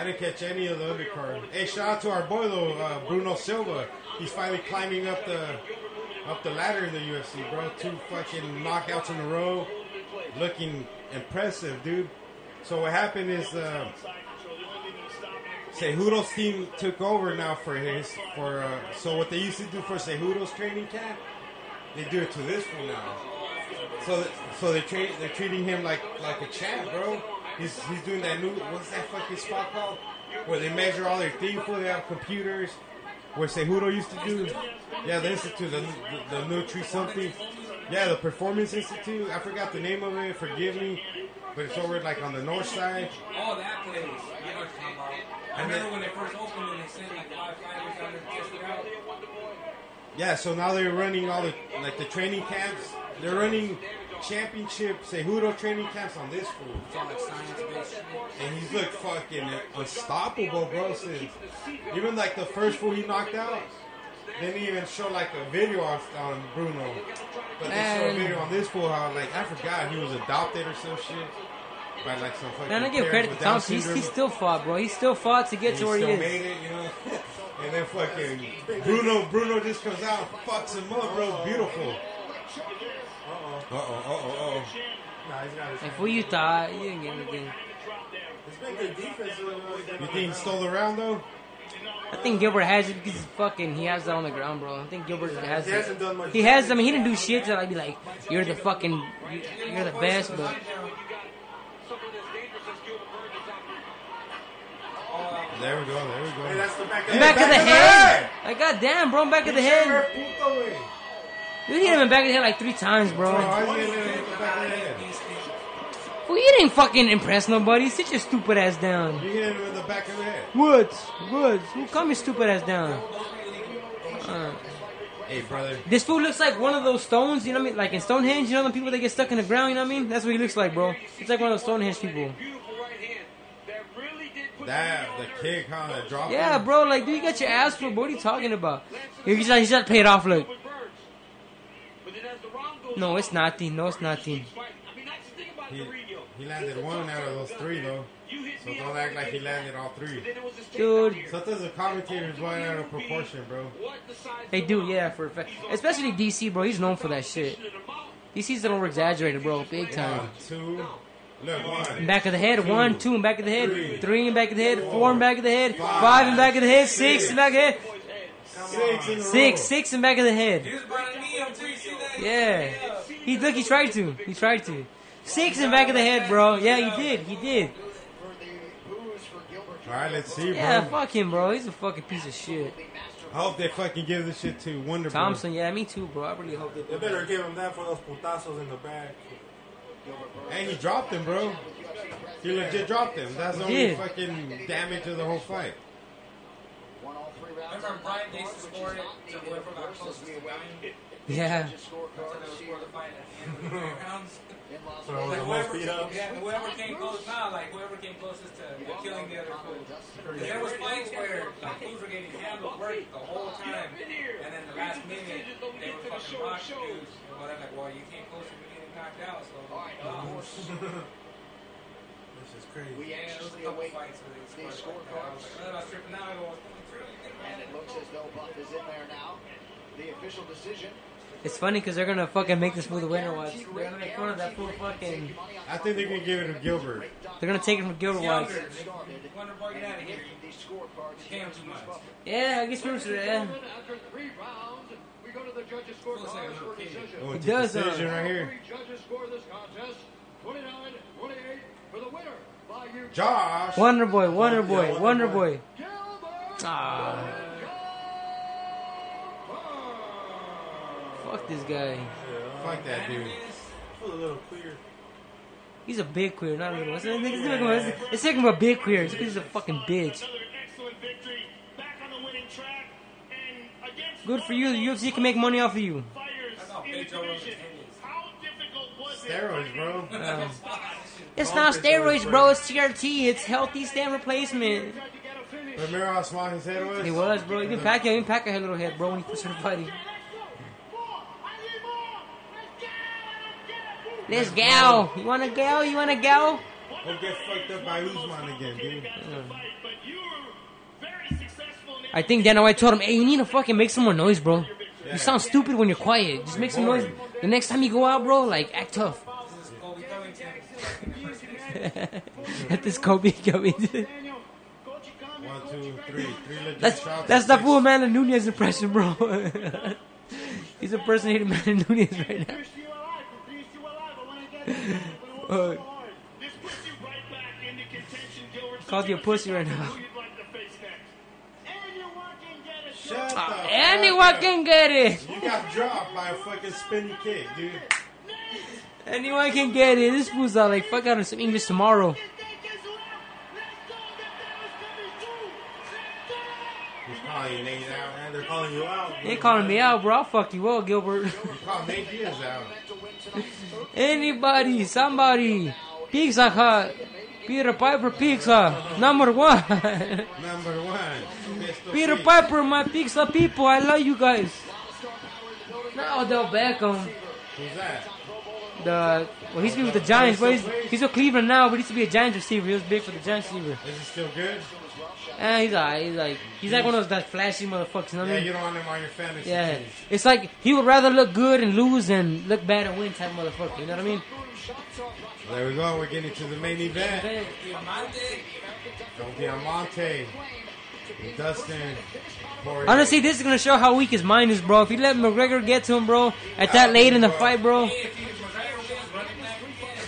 Speaker 1: I didn't catch any of the other card. Hey, shout out to our boy though, uh, Bruno Silva. He's finally climbing up the up the ladder in the UFC, bro. Two fucking knockouts in a row. Looking impressive, dude. So what happened is uh Cejudo's team took over now for his for uh, so what they used to do for Cejudo's training camp, they do it to this one now. So th- so they treat they're treating him like like a champ, bro. He's he's doing that new what's that fucking spot called where they measure all their things for they have computers. Where Cejudo used to do, yeah, the institute, the, the, the Nutri something, yeah, the Performance Institute. I forgot the name of it. Forgive me, but it's over like on the north side.
Speaker 4: Oh, that place. Yeah, I know what you're talking about. I remember when they first opened and they sent like five fighters out there to test it out.
Speaker 1: Yeah, so now they're running all the like the training camps. They're running championship Cejudo training camps on this fool,
Speaker 4: It's all like science-based shit.
Speaker 1: and he's looked fucking unstoppable, bro. Since even like the first fool he knocked out, they didn't even show like a video on, on Bruno, but they showed a
Speaker 3: Man.
Speaker 1: video on this fool how like I forgot he was adopted or some shit by like some fucking.
Speaker 3: Man, I give
Speaker 1: parents
Speaker 3: credit to
Speaker 1: with Down
Speaker 3: Thompson. He's,
Speaker 1: syndrome.
Speaker 3: he still fought, bro. He still fought to get
Speaker 1: And
Speaker 3: to
Speaker 1: he
Speaker 3: where he
Speaker 1: still
Speaker 3: is.
Speaker 1: made it, you know. and then fucking Bruno, Bruno just comes out, and fucks him up, bro. Beautiful. Uh oh, uh oh, uh oh. Nah, he's got his.
Speaker 3: Like, what you thought? You didn't get anything.
Speaker 1: It's been good defense. You think he stole the round though?
Speaker 3: I think Gilbert has it because he's fucking he has that on the ground, bro. I think Gilbert has
Speaker 1: He
Speaker 3: it.
Speaker 1: hasn't done much
Speaker 3: He has. I mean, he didn't do shit to like be like, you're the fucking, you're the best, but
Speaker 1: There we go. There we go.
Speaker 2: the back
Speaker 3: back, of the head. Like, goddamn, bro, back of the head. You hit him in back of the head like three times,
Speaker 1: Oh,
Speaker 3: bro. Well, you didn't fucking impress nobody. Sit your stupid ass down.
Speaker 1: You hit him in the back of the head.
Speaker 3: Woods, Woods, who come your stupid ass down?
Speaker 1: Hey, brother.
Speaker 3: This fool looks like one of those stones, you know what I mean? Like in Stonehenge, you know the people that get stuck in the ground, you know what I mean? That's what he looks like, bro. It's like one of those Stonehenge people.
Speaker 1: That the kick, huh? That drop.
Speaker 3: Yeah, bro, like, dude, you got your ass flipped. What are you talking about? He's not, he's not paid off, look. No, it's nothing. No, it's nothing.
Speaker 1: He, he landed one out of those three though. So don't act like he landed all three.
Speaker 3: Dude,
Speaker 1: Sometimes the commentators run out of proportion, bro.
Speaker 3: they do, yeah, for a fact. Especially DC, bro. He's known for that shit. DC's a little exaggerated, bro, big time.
Speaker 1: One, two, look, one.
Speaker 3: Back of the head, one, two, and back of the head, three, and back of the head, four, and back of the head, five, and back of the head, six, and back of the head,
Speaker 1: Six in a
Speaker 3: six,
Speaker 1: row.
Speaker 3: six, and back of the head.
Speaker 4: He was burning me up too. You see that?
Speaker 3: Yeah. He look he tried to. He tried to. Six in back of the head, bro. Yeah, he did. He did.
Speaker 1: All right, let's see, bro.
Speaker 3: Yeah, fuck him, bro. He's a fucking piece of shit.
Speaker 1: I hope they fucking give this shit to Wonder Boy.
Speaker 3: Thompson, yeah, me too, bro. I really hope they
Speaker 1: They
Speaker 3: do.
Speaker 1: better give him that for those putazos in the back. And he dropped him, bro. He legit dropped him. That's the only
Speaker 3: did.
Speaker 1: fucking damage of the whole fight.
Speaker 4: Remember, Brian they scored it to whoever got closest to winning.
Speaker 3: Yeah.
Speaker 4: Throw like whoever, yeah, whoever came close now, like whoever came closest to to killing the other fool. 'Cause There was fights where like fools were getting handled work the whole time, and then the last minute they were fucking rocking dudes. And whatever, like, well, you came close to getting knocked out, so. no.
Speaker 1: This is crazy.
Speaker 4: We actually await these scorecards. And it looks as though Buff is in there now. The official decision.
Speaker 3: It's funny because they're gonna fucking make this fool the winner was. They're gonna make fun of that fool fucking.
Speaker 1: I think they're gonna give it to Gilbert.
Speaker 3: They're gonna take it from Gilbert Watts. Yeah, I guess Bruce. Yeah.
Speaker 11: After three rounds, we go to the judges' scorecards for a decision.
Speaker 1: Oh, it's
Speaker 3: It
Speaker 1: a
Speaker 3: does, uh,
Speaker 1: decision right here.
Speaker 11: Three judges score this contest 29 28 for the winner by you.
Speaker 1: Josh.
Speaker 3: Wonder Boy, Wonder Boy, Wonder Boy. Ah. Fuck this guy.
Speaker 1: Fuck that dude.
Speaker 2: Feel a little queer.
Speaker 3: He's a big queer, not a little. It's, it's, it's, it's taking him a big queer. It's 'cause he's a fucking bitch.
Speaker 6: Another excellent victory. Back on the winning track. And against
Speaker 3: Good for you. The UFC can make money off of you.
Speaker 6: fighters in the division. How difficult was it?
Speaker 1: Steroids, bro.
Speaker 3: It's not steroids, bro. It's TRT. It's healthy stem replacement.
Speaker 1: Remember how small his head was?
Speaker 3: He was, bro. Even Pacquiao, even Pacquiao had a little head, bro, when he first started fighting. Let's go. You want to go? You want to go?
Speaker 1: Don't get fucked up by Usman again, dude.
Speaker 3: I think Dana White told him, hey, you need to fucking make some more noise, bro. You sound stupid when you're quiet. Just make some noise. The next time you go out, bro, like, act tough. At this Kobe coming.
Speaker 1: One, two, three. Three legit
Speaker 3: That's
Speaker 1: shots.
Speaker 3: that's the full Amanda Nunez impression, bro. He's impersonating Amanda Nunez right now. Uh,
Speaker 6: This puts you right back into contention, Gilbert. So
Speaker 3: Called you a
Speaker 6: give us
Speaker 3: pussy
Speaker 6: your
Speaker 3: right
Speaker 6: thoughts on
Speaker 3: now.
Speaker 6: Who you'd like to face next?
Speaker 1: Shut the
Speaker 3: Uh,
Speaker 1: fuck
Speaker 3: anyone
Speaker 1: up.
Speaker 3: can get it.
Speaker 1: You got dropped by a fucking spinning kick, dude.
Speaker 3: Anyone can get it. This fool's all like, fuck out of some English tomorrow.
Speaker 1: He's probably Nate out. Man, they're
Speaker 2: Calling you out.
Speaker 3: They ain't calling me out, bro. I'll fuck you up, Gilbert.
Speaker 1: calling Nate Diaz out.
Speaker 3: Anybody, somebody. Pizza Hut. Peter Piper Pizza. Number one.
Speaker 1: Number one. Pistol
Speaker 3: Peter
Speaker 1: Pete.
Speaker 3: Piper, my pizza people. I love you guys. Now Odell Beckham.
Speaker 1: Who's that?
Speaker 3: The well, he's been with the Giants, but he's, he's with Cleveland now. But he used to be a Giants receiver. He was big for the Giants receiver.
Speaker 1: Is he still good?
Speaker 3: And Eh, he's like, he's like, he's like one of those that flashy motherfuckers. You know what
Speaker 1: Yeah,
Speaker 3: I
Speaker 1: you
Speaker 3: mean?
Speaker 1: don't want him on your fantasy
Speaker 3: Yeah,
Speaker 1: team.
Speaker 3: it's like he would rather look good and lose than look bad and win type motherfucker. You know what I mean?
Speaker 1: There we go. We're getting to the main event. Don Diamante. and Dustin. Poirier.
Speaker 3: Honestly, this is gonna show how weak his mind is, bro. If he let McGregor get to him, bro, at that late in the fight, bro.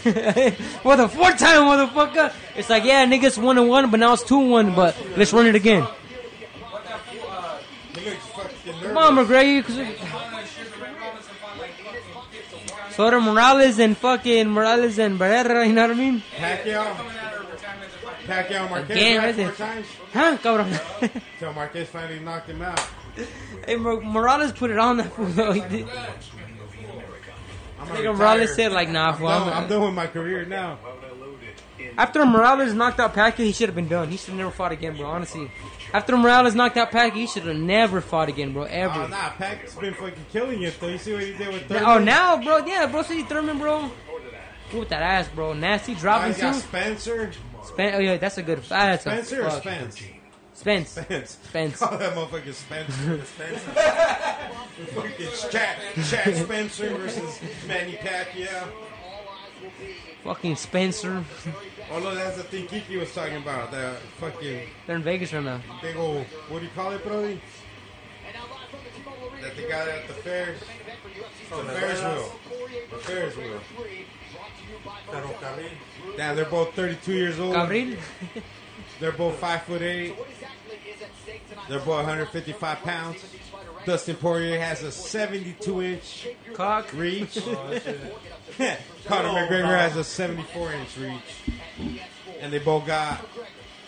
Speaker 3: well, the fourth time, motherfucker. It's like, yeah, niggas one and one, but now it's two and one. But let's run it again.
Speaker 1: He looks fucking nervous.
Speaker 3: Come on, McGregor. So do Morales and fucking Morales and Barrera, you know what I mean?
Speaker 1: Pacquiao. Pacquiao Marquez.
Speaker 3: Again,
Speaker 1: right,
Speaker 3: right
Speaker 1: four
Speaker 3: there.
Speaker 1: times.
Speaker 3: Huh, cabrón?
Speaker 1: Till Marquez finally knocked him out.
Speaker 3: hey, Mo- Morales put it on that fool, though. He did.
Speaker 1: I'm
Speaker 3: Nigga Morales said, like, nah,
Speaker 1: I'm,
Speaker 3: fool.
Speaker 1: done,
Speaker 3: I'm
Speaker 1: I'm done with my career now.
Speaker 3: After Morales knocked out Pacquiao, he should have been done. He should have never fought again, bro, honestly. After Morales knocked out Pacquiao, he should have never fought again, bro, ever.
Speaker 1: Oh, nah, Pac's been fucking killing it, though. You see what he did with Thurman?
Speaker 3: Oh, now, bro, yeah, bro, see Thurman, bro. Whoop that ass, bro. Nasty
Speaker 1: Now
Speaker 3: dropping
Speaker 1: he's got
Speaker 3: too.
Speaker 1: Spencer.
Speaker 3: Spen- oh, yeah, that's a good. That's a
Speaker 1: Spencer or
Speaker 3: fuck.
Speaker 1: Spence?
Speaker 3: Spence.
Speaker 1: Spence.
Speaker 3: Spence.
Speaker 1: Call that motherfucker Spencer. Spencer. fucking Chad, Chad Spencer versus Manny Pacquiao.
Speaker 3: Fucking Spencer.
Speaker 1: Although that's the thing Kiki was talking about. The fucking
Speaker 3: They're in Vegas right now.
Speaker 1: big old, what do you call it, Brody? That they got at the fair. The Ferris wheel. The Ferris wheel.
Speaker 2: Ferrocarril.
Speaker 1: Damn, they're both 32 years old.
Speaker 3: Gabriel?
Speaker 1: They're both five foot eight. They're both 155 pounds. Dustin Poirier has a 72 inch
Speaker 3: Cock.
Speaker 1: reach.
Speaker 3: Oh,
Speaker 1: Conor McGregor has a 74 inch reach, and they both got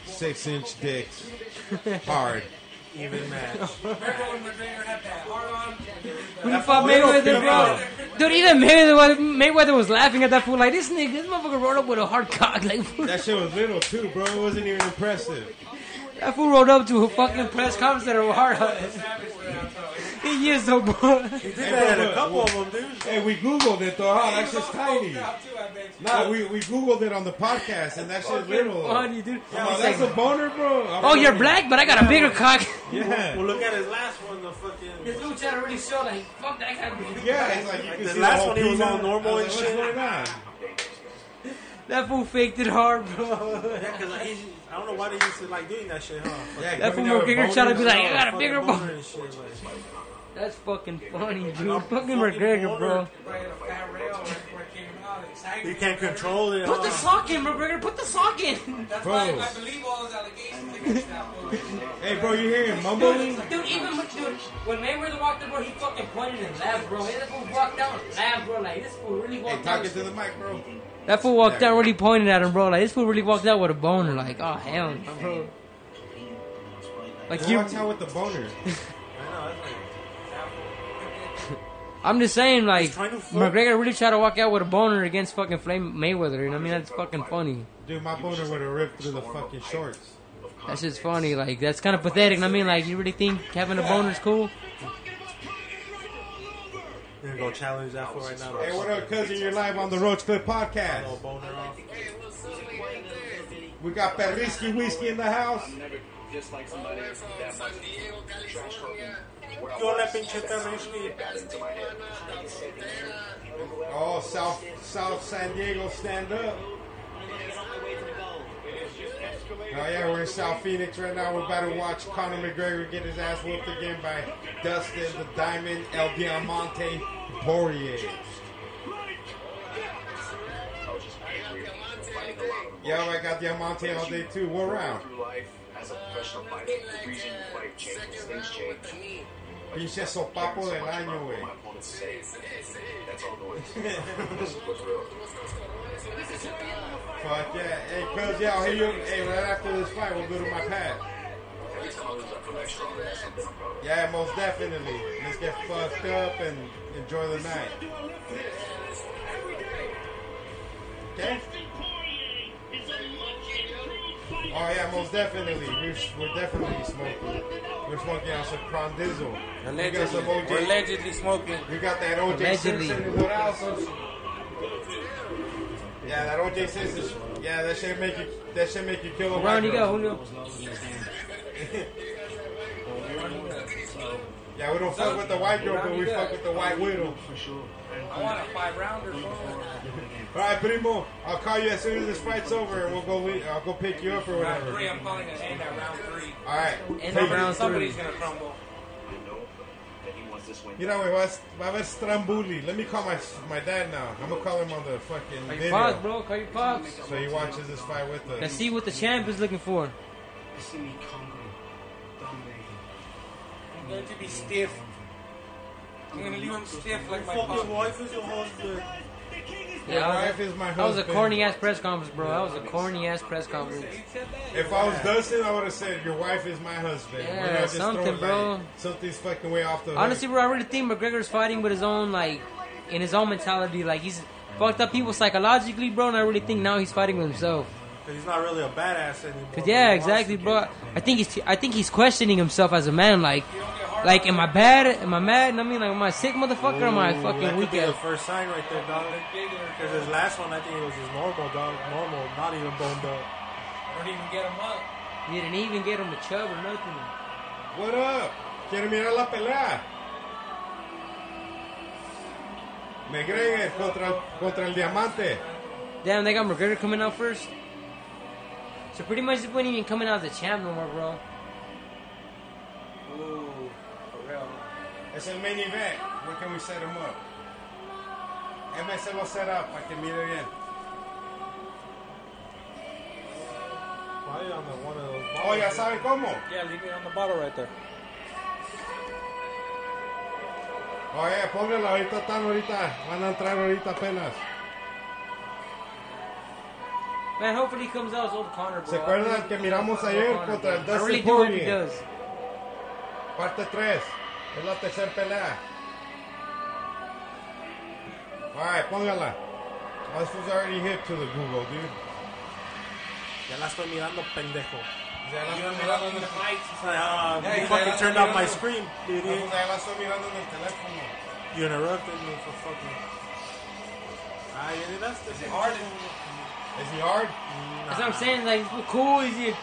Speaker 1: six inch dicks. Hard. Even match.
Speaker 4: Remember when McGregor had that hard on?
Speaker 3: Who the fuck Mayweather, bro? Dude, even Mayweather, Mayweather was laughing at that fool. Like, this nigga, this motherfucker rolled up with a hard cock. Like,
Speaker 1: That shit was little too, bro. It wasn't even impressive.
Speaker 3: that fool rolled up to a fucking press conference at a hard on. He is so bro.
Speaker 1: Hey, bro, look, we- Hey, we googled it though. Huh? That's just tiny. Nah, we, we googled it on the podcast, and that shit's little.
Speaker 3: Funny, dude.
Speaker 1: Come on, that's a boner, bro. I'm
Speaker 3: Oh, you're
Speaker 1: like-
Speaker 3: black, but I got a bigger cock.
Speaker 1: Yeah.
Speaker 2: Well, look at his last one, the fucking.
Speaker 3: His new chat already showed, like, fuck that guy.
Speaker 1: Yeah, it's like you can
Speaker 2: the
Speaker 1: see
Speaker 2: last
Speaker 1: whole
Speaker 2: one he was
Speaker 1: peanut.
Speaker 2: all normal
Speaker 1: I
Speaker 2: and
Speaker 1: was like,
Speaker 2: shit.
Speaker 1: What's going on?
Speaker 3: That fool faked it hard, bro.
Speaker 2: Yeah, cause like, he's- I don't know why they used to like doing that shit, huh?
Speaker 1: Yeah,
Speaker 3: That fool
Speaker 1: coming out with
Speaker 3: McGregor tried to be
Speaker 1: boners.
Speaker 3: like, I got a
Speaker 2: Fucking
Speaker 3: bigger
Speaker 2: boner
Speaker 3: bone.
Speaker 2: and shit, like,
Speaker 3: That's fucking funny, dude. Fucking McGregor, bro.
Speaker 2: You can't control it.
Speaker 3: Put the
Speaker 2: huh?
Speaker 3: sock in, McGregor. Put the sock in.
Speaker 4: That's
Speaker 1: Bro.
Speaker 4: why I believe all those allegations against that fool.
Speaker 1: Hey, bro, you hearing mumbling?
Speaker 3: Dude, dude, even with- dude, when Mayweather walked in, bro, he fucking pointed and laughed, bro. Hey, that fool walked down and laughed, bro. Like, this fool really
Speaker 1: Hey,
Speaker 3: walked out.
Speaker 1: talking to the mic, bro.
Speaker 3: That fool walked out really pointed at him, bro. Like, this fool really walked out with a boner. Like, oh, hell no, bro. Like,
Speaker 1: Hey,
Speaker 3: you,
Speaker 1: Watch out with the
Speaker 2: I know,
Speaker 1: boner.
Speaker 2: that's like-
Speaker 3: I'm just saying, like,
Speaker 2: trying to fuck.
Speaker 3: McGregor really tried to walk out with a boner against fucking Flame Mayweather. You know what I mean? That's fucking funny.
Speaker 1: Dude, my boner would have ripped through the fucking shorts.
Speaker 3: That's just funny. Like, that's kind of pathetic. You know what I mean? Like, you really think having a boner is cool?
Speaker 2: You're gonna go challenge that for right now.
Speaker 1: Hey, what up, cousin? You're live on the Roach Clip
Speaker 2: Little
Speaker 1: Podcast.
Speaker 2: boner off.
Speaker 1: We got Perrisky Whiskey in the house.
Speaker 2: Yo, la pinche perra, actually.
Speaker 1: Oh, South South San Diego, stand up. Oh yeah, we're in South Phoenix right now. We're about to watch Conor McGregor get his ass whooped again by Dustin the Diamond El Diamante Poirier. Yeah, I got Diamante all day too. What round? Pinche sopapo del año, wey. Fuck yeah. Hey, cuz, eh, yeah, I'll hear you. Hey, right after this fight, we'll go to my pad. Yeah, most definitely. Let's get fucked up and enjoy the night. Okay? Oh, yeah, most definitely. We're, we're definitely smoking. We're smoking on some Crondizzle. We got some
Speaker 4: Allegedly,
Speaker 1: OJ.
Speaker 4: allegedly smoking.
Speaker 1: We got that OJ
Speaker 3: Allegedly.
Speaker 1: Simpson in the house. Yeah, that OJ Simpson. Yeah, that shit make you. That shit make you kill a white
Speaker 3: Round you
Speaker 1: girl.
Speaker 3: go, Julio.
Speaker 1: Yeah, we don't fuck with the white girl, but we fuck with the white widow.
Speaker 4: I want a five rounder.
Speaker 1: All right, primo. I'll call you as soon as this fight's over, and we'll go. le- I'll go pick you up or
Speaker 4: Round
Speaker 1: whatever.
Speaker 4: three, I'm calling an end at round three.
Speaker 1: All right.
Speaker 3: End
Speaker 1: Take
Speaker 3: of
Speaker 1: it.
Speaker 3: round three.
Speaker 4: Somebody's gonna crumble.
Speaker 1: You know, it was my was Strambuli. Let me call my my dad now. I'm gonna call him on the fucking
Speaker 3: Call your pops,
Speaker 1: video,
Speaker 3: bro. Call your pops.
Speaker 1: so he watches this fight with
Speaker 3: Let's
Speaker 1: us.
Speaker 3: see what the champ is looking for.
Speaker 4: I'm going to be stiff. I'm gonna leave him stiff like my
Speaker 2: Fuck your
Speaker 4: pop.
Speaker 2: wife is your husband.
Speaker 3: Yeah,
Speaker 1: My
Speaker 3: that
Speaker 1: wife
Speaker 3: was
Speaker 1: is my
Speaker 3: a- that was
Speaker 1: husband.
Speaker 3: a corny ass press conference, bro. That was a corny ass press conference.
Speaker 4: He said that.
Speaker 1: If I was Dustin, I would have said, "Your wife is my husband."
Speaker 3: Yeah,
Speaker 1: We're not just
Speaker 3: something,
Speaker 1: throwing,
Speaker 3: bro.
Speaker 1: Like, something's fucking way off the. hook.
Speaker 3: Honestly, bro, I really think McGregor's fighting with his own like, in his own mentality. Like he's fucked up people psychologically, bro. And I really think now he's fighting with himself.
Speaker 2: 'Cause he's not really a badass anymore.
Speaker 3: Cause yeah, exactly, bro. I think he's I think he's questioning himself as a man. Like, like am I bad? Am I mad? And I mean, like, am I a sick motherfucker? Or am I a
Speaker 2: that
Speaker 3: fucking
Speaker 2: could
Speaker 3: weak
Speaker 2: be the
Speaker 3: ass?
Speaker 2: first sign right there, dog. Because his last one, I think it was just normal, dog. Normal, not even boned up.
Speaker 4: Don't even get him up.
Speaker 3: He didn't even get him a chub or nothing.
Speaker 1: What up? Quiero mirar la pelea. McGregor contra, contra el diamante.
Speaker 3: Damn, they got McGregor coming out first. So pretty much, this wasn't even coming out as a champ no more, bro.
Speaker 4: Ooh, for real.
Speaker 1: It's a main event. Where can we set him up? MS lo set up para que mire bien.
Speaker 2: Probably on the one of those.
Speaker 1: Oh, ya sabe cómo.
Speaker 4: Yeah, leave it on the bottle right there.
Speaker 1: Oh, yeah, póngala ahorita, están ahorita. Van a entrar ahorita apenas.
Speaker 3: Man, hopefully he comes out as old Connor, bro.
Speaker 1: ¿Se acuerdan que miramos
Speaker 3: I really
Speaker 1: ayer
Speaker 3: hope he
Speaker 1: contra el
Speaker 3: does. I really
Speaker 1: Dustin
Speaker 3: do hope he
Speaker 1: Poirier?
Speaker 3: does.
Speaker 1: Parte 3. Es la tercera pelea. Alright, póngala. Oh, this was already hip to the Google, dude.
Speaker 2: Ya la estoy mirando, pendejo.
Speaker 1: Ya la estoy mirando en el
Speaker 2: It's like, ah,
Speaker 1: Yeah,
Speaker 2: you
Speaker 1: ya la
Speaker 2: fucking
Speaker 1: estoy
Speaker 2: turned off my
Speaker 1: mirando.
Speaker 2: screen, idiot.
Speaker 1: Ya la estoy mirando en el teléfono.
Speaker 2: You interrupted me for fucking. Ah, ya miraste.
Speaker 1: Is it hard? Is he hard?
Speaker 3: That's what I'm saying. Like, he's cool. Is he a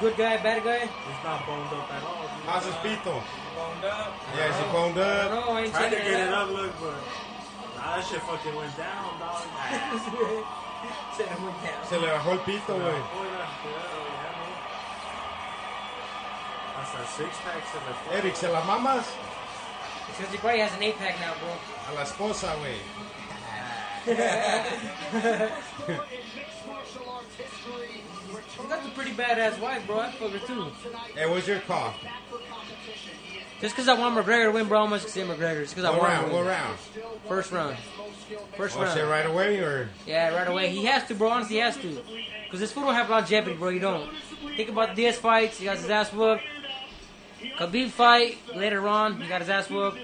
Speaker 3: good guy, bad guy?
Speaker 2: He's not boned up at all. dude.
Speaker 1: How's his pito?
Speaker 12: Boned up.
Speaker 1: Yeah, is he boned up?
Speaker 3: No, I ain't
Speaker 2: Tried to
Speaker 3: checking
Speaker 2: get
Speaker 3: it
Speaker 2: it
Speaker 3: out.
Speaker 2: up, look, but nah, that shit fucking went down, dog.
Speaker 3: Said I went down.
Speaker 1: Se le bajó el pito,
Speaker 2: Fuera,
Speaker 1: güey.
Speaker 2: fuera, yeah. Hasta el six pack se le fue.
Speaker 1: Eric, ¿se la mamas?
Speaker 3: Because he probably has an eight pack now, bro.
Speaker 1: A la esposa, güey.
Speaker 3: He's got a pretty badass wife, bro. I fuck her too.
Speaker 1: Hey, what's your call?
Speaker 3: Just because I want McGregor to win, bro, I'm going to say McGregor. Just because I
Speaker 1: What
Speaker 3: want
Speaker 1: round?
Speaker 3: him to
Speaker 1: What
Speaker 3: win.
Speaker 1: round?
Speaker 3: First round. First
Speaker 1: Oh,
Speaker 3: round.
Speaker 1: shit, right away or?
Speaker 3: Yeah, right away. He has to, bro. Honestly, he has to. Because this fool don't have longevity, bro. You don't. Think about Diaz fights. He got his ass whooped. Khabib fight later on. He got his ass whooped.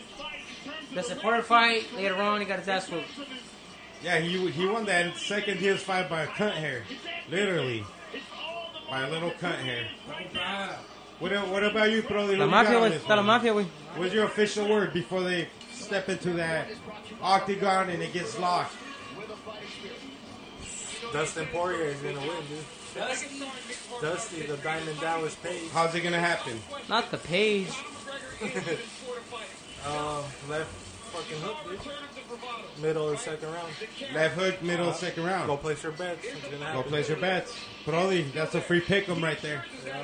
Speaker 3: The support fight later on. He got his ass whooped.
Speaker 1: Yeah, he he won that second his fight by a cunt hair, literally, by a little cunt hair. What a- what about you, brother? What you
Speaker 3: La
Speaker 1: got
Speaker 3: mafia,
Speaker 1: on
Speaker 3: güey.
Speaker 1: this
Speaker 3: Está la
Speaker 1: one?
Speaker 3: mafia, güey.
Speaker 1: What's your official word before they step into that octagon and it gets locked?
Speaker 2: Dustin Poirier is gonna win, dude. Dusty, the Diamond Dallas Page,
Speaker 1: How's it gonna happen?
Speaker 3: Not the page.
Speaker 2: uh, left fucking hook, dude. Middle of the second round.
Speaker 1: Left hook, middle, second
Speaker 2: Go
Speaker 1: round.
Speaker 2: place your bets. It's gonna
Speaker 1: Go
Speaker 2: happen.
Speaker 1: place your bets, Brody. That's a free pick 'em right there.
Speaker 2: Yeah. I'm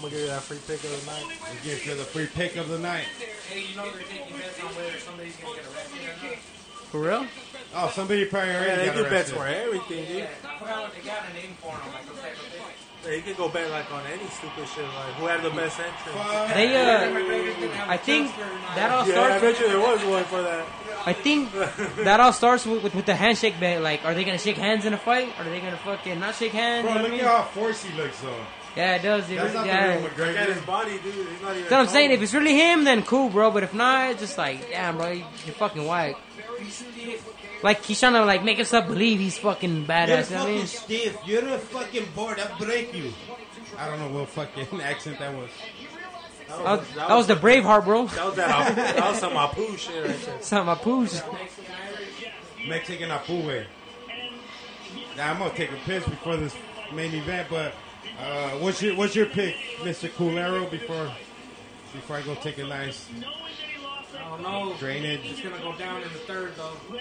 Speaker 2: gonna give you that free pick of the night.
Speaker 1: We give you the free pick of the night.
Speaker 4: Hey, you know they're taking bets on whether somebody's gonna get arrested or not.
Speaker 3: For real?
Speaker 1: Oh, somebody probably
Speaker 2: Yeah,
Speaker 1: already
Speaker 2: they
Speaker 1: got
Speaker 2: do bets
Speaker 1: arrested.
Speaker 2: for everything, dude.
Speaker 4: I forgot what they got a name for them, like those type of things.
Speaker 2: They could go bet like on any stupid shit, like who had the best entrance.
Speaker 3: They, uh, I think that all
Speaker 2: Yeah, I
Speaker 3: starts with,
Speaker 2: bet you there was one for that.
Speaker 3: I think that all starts with, with, with the handshake bet. Like, are they going to shake hands in a fight? Are they going to fucking not shake hands?
Speaker 1: Bro,
Speaker 3: You know what I
Speaker 1: look at
Speaker 3: mean?
Speaker 1: how forced he looks though.
Speaker 3: Yeah, it does. It
Speaker 1: That's not
Speaker 3: really- yeah.
Speaker 1: the real
Speaker 2: Look at his
Speaker 1: McGregor.
Speaker 2: body, dude. He's not even.
Speaker 3: That's what I'm saying.
Speaker 2: tall.
Speaker 3: If it's really him, then cool, bro. But if not, it's just like, damn, bro, you- you're fucking white. Like he's trying to like make himself believe he's fucking badass. You know what I mean?
Speaker 1: stiff. You're a fucking board. I'll break you. I don't know what fucking accent that was.
Speaker 3: That was, that was the Braveheart, bro.
Speaker 2: That was that. that was some Apu shit right there.
Speaker 3: Something I poosh.
Speaker 1: Mexican Apuwe. Now I'm gonna take a piss before this main event, but uh, what's your what's your pick, Mr. Coolero? Before before I go take a nice
Speaker 4: I don't know. It's
Speaker 1: drainage.
Speaker 4: gonna go down in the third though.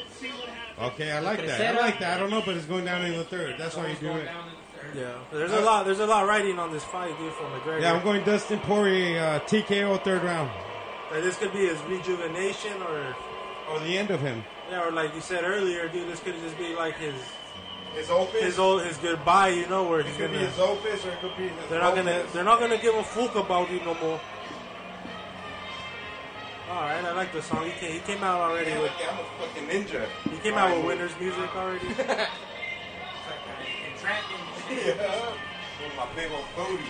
Speaker 1: Okay, I like that. I like that. I don't know, but it's going down in the third. That's why you
Speaker 4: It's
Speaker 1: do
Speaker 4: going
Speaker 1: it.
Speaker 4: down in the third.
Speaker 2: Yeah, there's a lot. There's a lot riding on this fight, dude, for McGregor.
Speaker 1: Yeah, I'm going Dustin Poirier, uh, TKO third round,
Speaker 2: Like, this could be his rejuvenation, or
Speaker 1: or the end of him.
Speaker 2: yeah, or like you said earlier, dude, this could just be like his
Speaker 1: His opus.
Speaker 2: his old his goodbye, you know, where he's gonna.
Speaker 1: opus, or it could be his.
Speaker 2: They're not gonna. They're not gonna give a fuck about you no more. All right, I like the song. He came, he came out already with.
Speaker 1: I'm a fucking ninja.
Speaker 2: He came out with winners music already.
Speaker 1: With my big old booty.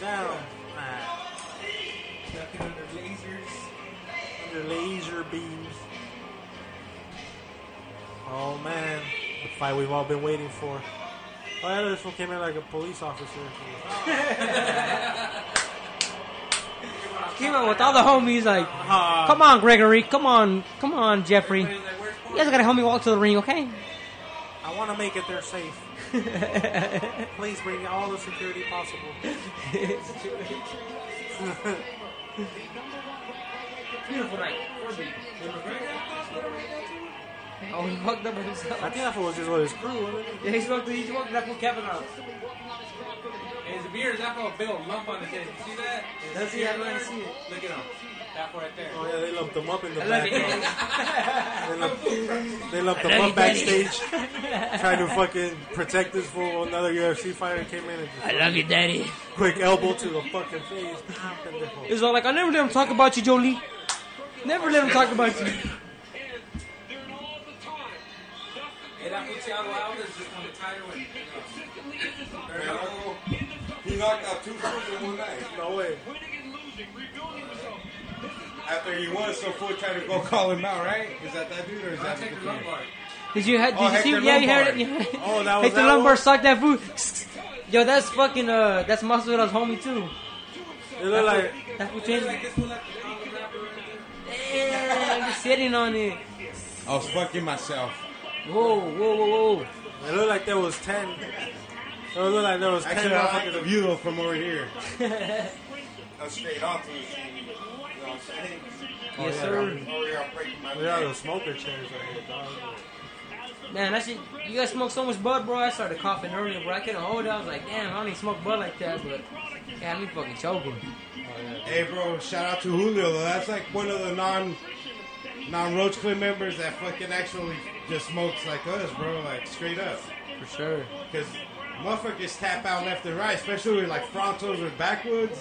Speaker 2: Damn. man.
Speaker 4: Ducking under lasers.
Speaker 2: Under laser beams. Oh man, the fight we've all been waiting for. Oh yeah, this one came in like a police officer.
Speaker 3: Came out with all the homies. Like,
Speaker 2: Ah,
Speaker 3: come on, Gregory. Come on, come on, Jeffrey.
Speaker 4: Everybody's like, where's
Speaker 3: You guys gotta help me walk to the ring, okay?
Speaker 2: I want to make it there safe. Please bring all the security possible.
Speaker 3: Beautiful night. Oh, he fucked up himself.
Speaker 2: I think that fool was just with his crew. wasn't it?
Speaker 3: Yeah, he's walked. He's walked like Kavanaugh.
Speaker 4: Hey, His beard is that for a big old lump on his head. You see that? His
Speaker 3: Does he? I don't
Speaker 4: beard
Speaker 3: see it.
Speaker 4: there? Look at him. That for right there.
Speaker 2: Oh yeah, they lumped them up in the
Speaker 3: I love
Speaker 2: back.
Speaker 3: you.
Speaker 2: though. They lumped, they lumped
Speaker 3: I
Speaker 2: them up
Speaker 3: love you, Daddy.
Speaker 2: backstage, trying to fucking protect this fool. Another UFC fighter came in and
Speaker 3: I
Speaker 2: just
Speaker 3: love you, daddy.
Speaker 2: quick elbow to the fucking face. Ah, pendejo.
Speaker 3: It's all like, I never let him talk about you, Jolie. Never let him talk about you.
Speaker 4: Hey, that fool Thiago Alves just won the title and you know,
Speaker 1: He knocked out two fools in one night.
Speaker 2: No way.
Speaker 1: After he won, so fool tried to go call him out, right? Is that that dude or is that the kid?
Speaker 3: Did you ha- did
Speaker 1: Oh,
Speaker 3: you see?
Speaker 1: Hector
Speaker 3: Yeah, you heard it.
Speaker 1: Lombard.
Speaker 3: Yeah.
Speaker 1: Oh, that was
Speaker 3: Hector
Speaker 1: that one?
Speaker 3: Lombard sucked that food. Yo, that's fucking uh, that's Masvidal's homie too.
Speaker 2: It looked like
Speaker 3: That's what changed. Damn, you're sitting on it.
Speaker 1: I was fucking myself.
Speaker 3: Whoa, whoa, whoa, whoa.
Speaker 2: It looked like there was ten. It looked like there was ten.
Speaker 1: Actually, I
Speaker 2: motherfuckers-
Speaker 1: like the view though from over here.
Speaker 13: I stayed off to the scene. You know what I'm saying?
Speaker 2: Oh, Yes, yeah. sir.
Speaker 13: Over here, I'm breaking my
Speaker 2: We are the
Speaker 13: neck.
Speaker 2: smoker chairs right here, dog.
Speaker 3: Man, that shit, you guys smoke so much bud, bro. I started coughing earlier, bro. I couldn't hold it. I was like, damn, I don't even smoke bud like that, but yeah, me fucking choking.
Speaker 1: Hey, bro, shout out to Julio though. That's like one of the non non Roach Clip members that fucking actually just smokes like us, bro. Like straight up.
Speaker 3: For sure.
Speaker 1: Cause motherfuckers tap out left and right, especially with like frontos or backwoods.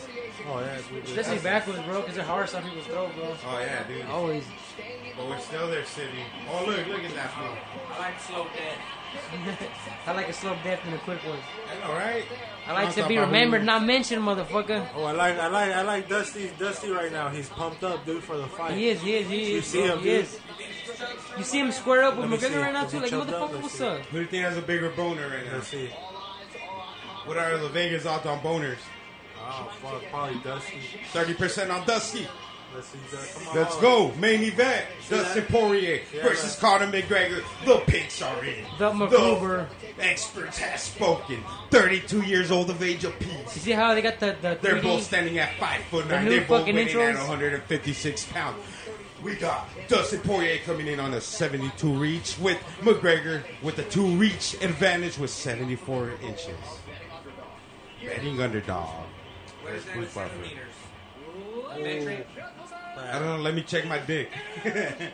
Speaker 2: Oh yeah, it's weird.
Speaker 3: Especially backwards, bro, because they're hard on people's throat, bro.
Speaker 1: Oh yeah, dude.
Speaker 3: Always.
Speaker 1: But we're still there sitting. Oh look, look at that fool.
Speaker 4: I like slow death.
Speaker 3: I like a slow death and a quick one.
Speaker 1: I know, right?
Speaker 3: I like to
Speaker 2: Nonstop
Speaker 3: be
Speaker 2: by
Speaker 3: remembered,
Speaker 2: Julio.
Speaker 3: not mentioned, motherfucker.
Speaker 2: Oh, I like, I like, I like Dusty. Dusty right now. He's pumped up, dude, for the fight.
Speaker 3: He is, he is, he is.
Speaker 2: You see
Speaker 3: bro,
Speaker 2: him,
Speaker 3: he
Speaker 2: dude?
Speaker 3: is. You see him square up with
Speaker 2: Let me see.
Speaker 3: McGregor right now,
Speaker 2: Is he
Speaker 3: too? Like,
Speaker 2: chubbed up?
Speaker 3: motherfucker,
Speaker 2: Let's
Speaker 3: what's
Speaker 2: see.
Speaker 3: up?
Speaker 1: Who do you think has a bigger boner right now?
Speaker 2: Let's see.
Speaker 1: What are the Vegas odds on boners?
Speaker 2: Oh fuck, probably Dusty.
Speaker 1: Thirty percent on Dusty.
Speaker 2: Let's see. Dusty. Come on,
Speaker 1: Let's
Speaker 2: Holly.
Speaker 1: go. Main event.
Speaker 2: See
Speaker 1: Dustin
Speaker 2: that?
Speaker 1: Poirier
Speaker 2: Yeah,
Speaker 1: versus Conor McGregor. The picks are in.
Speaker 3: The McGruber.
Speaker 1: experts have spoken. 32 years old of age
Speaker 3: You
Speaker 1: apiece.
Speaker 3: see how they got the, the
Speaker 1: They're
Speaker 3: 3D?
Speaker 1: both standing at 5 foot
Speaker 3: The
Speaker 1: 9.
Speaker 3: new
Speaker 1: They're both
Speaker 3: fucking
Speaker 1: weighing at
Speaker 3: intros.
Speaker 1: 156 pounds. We got Dustin Poirier coming in on a 72 reach with McGregor with a 2 reach advantage with 74 inches. Betting underdog.
Speaker 4: What is that
Speaker 1: Bruce
Speaker 4: in
Speaker 1: Buffer.
Speaker 4: centimeters? Metric?
Speaker 1: I don't know. Let me check my dick.
Speaker 4: Hey,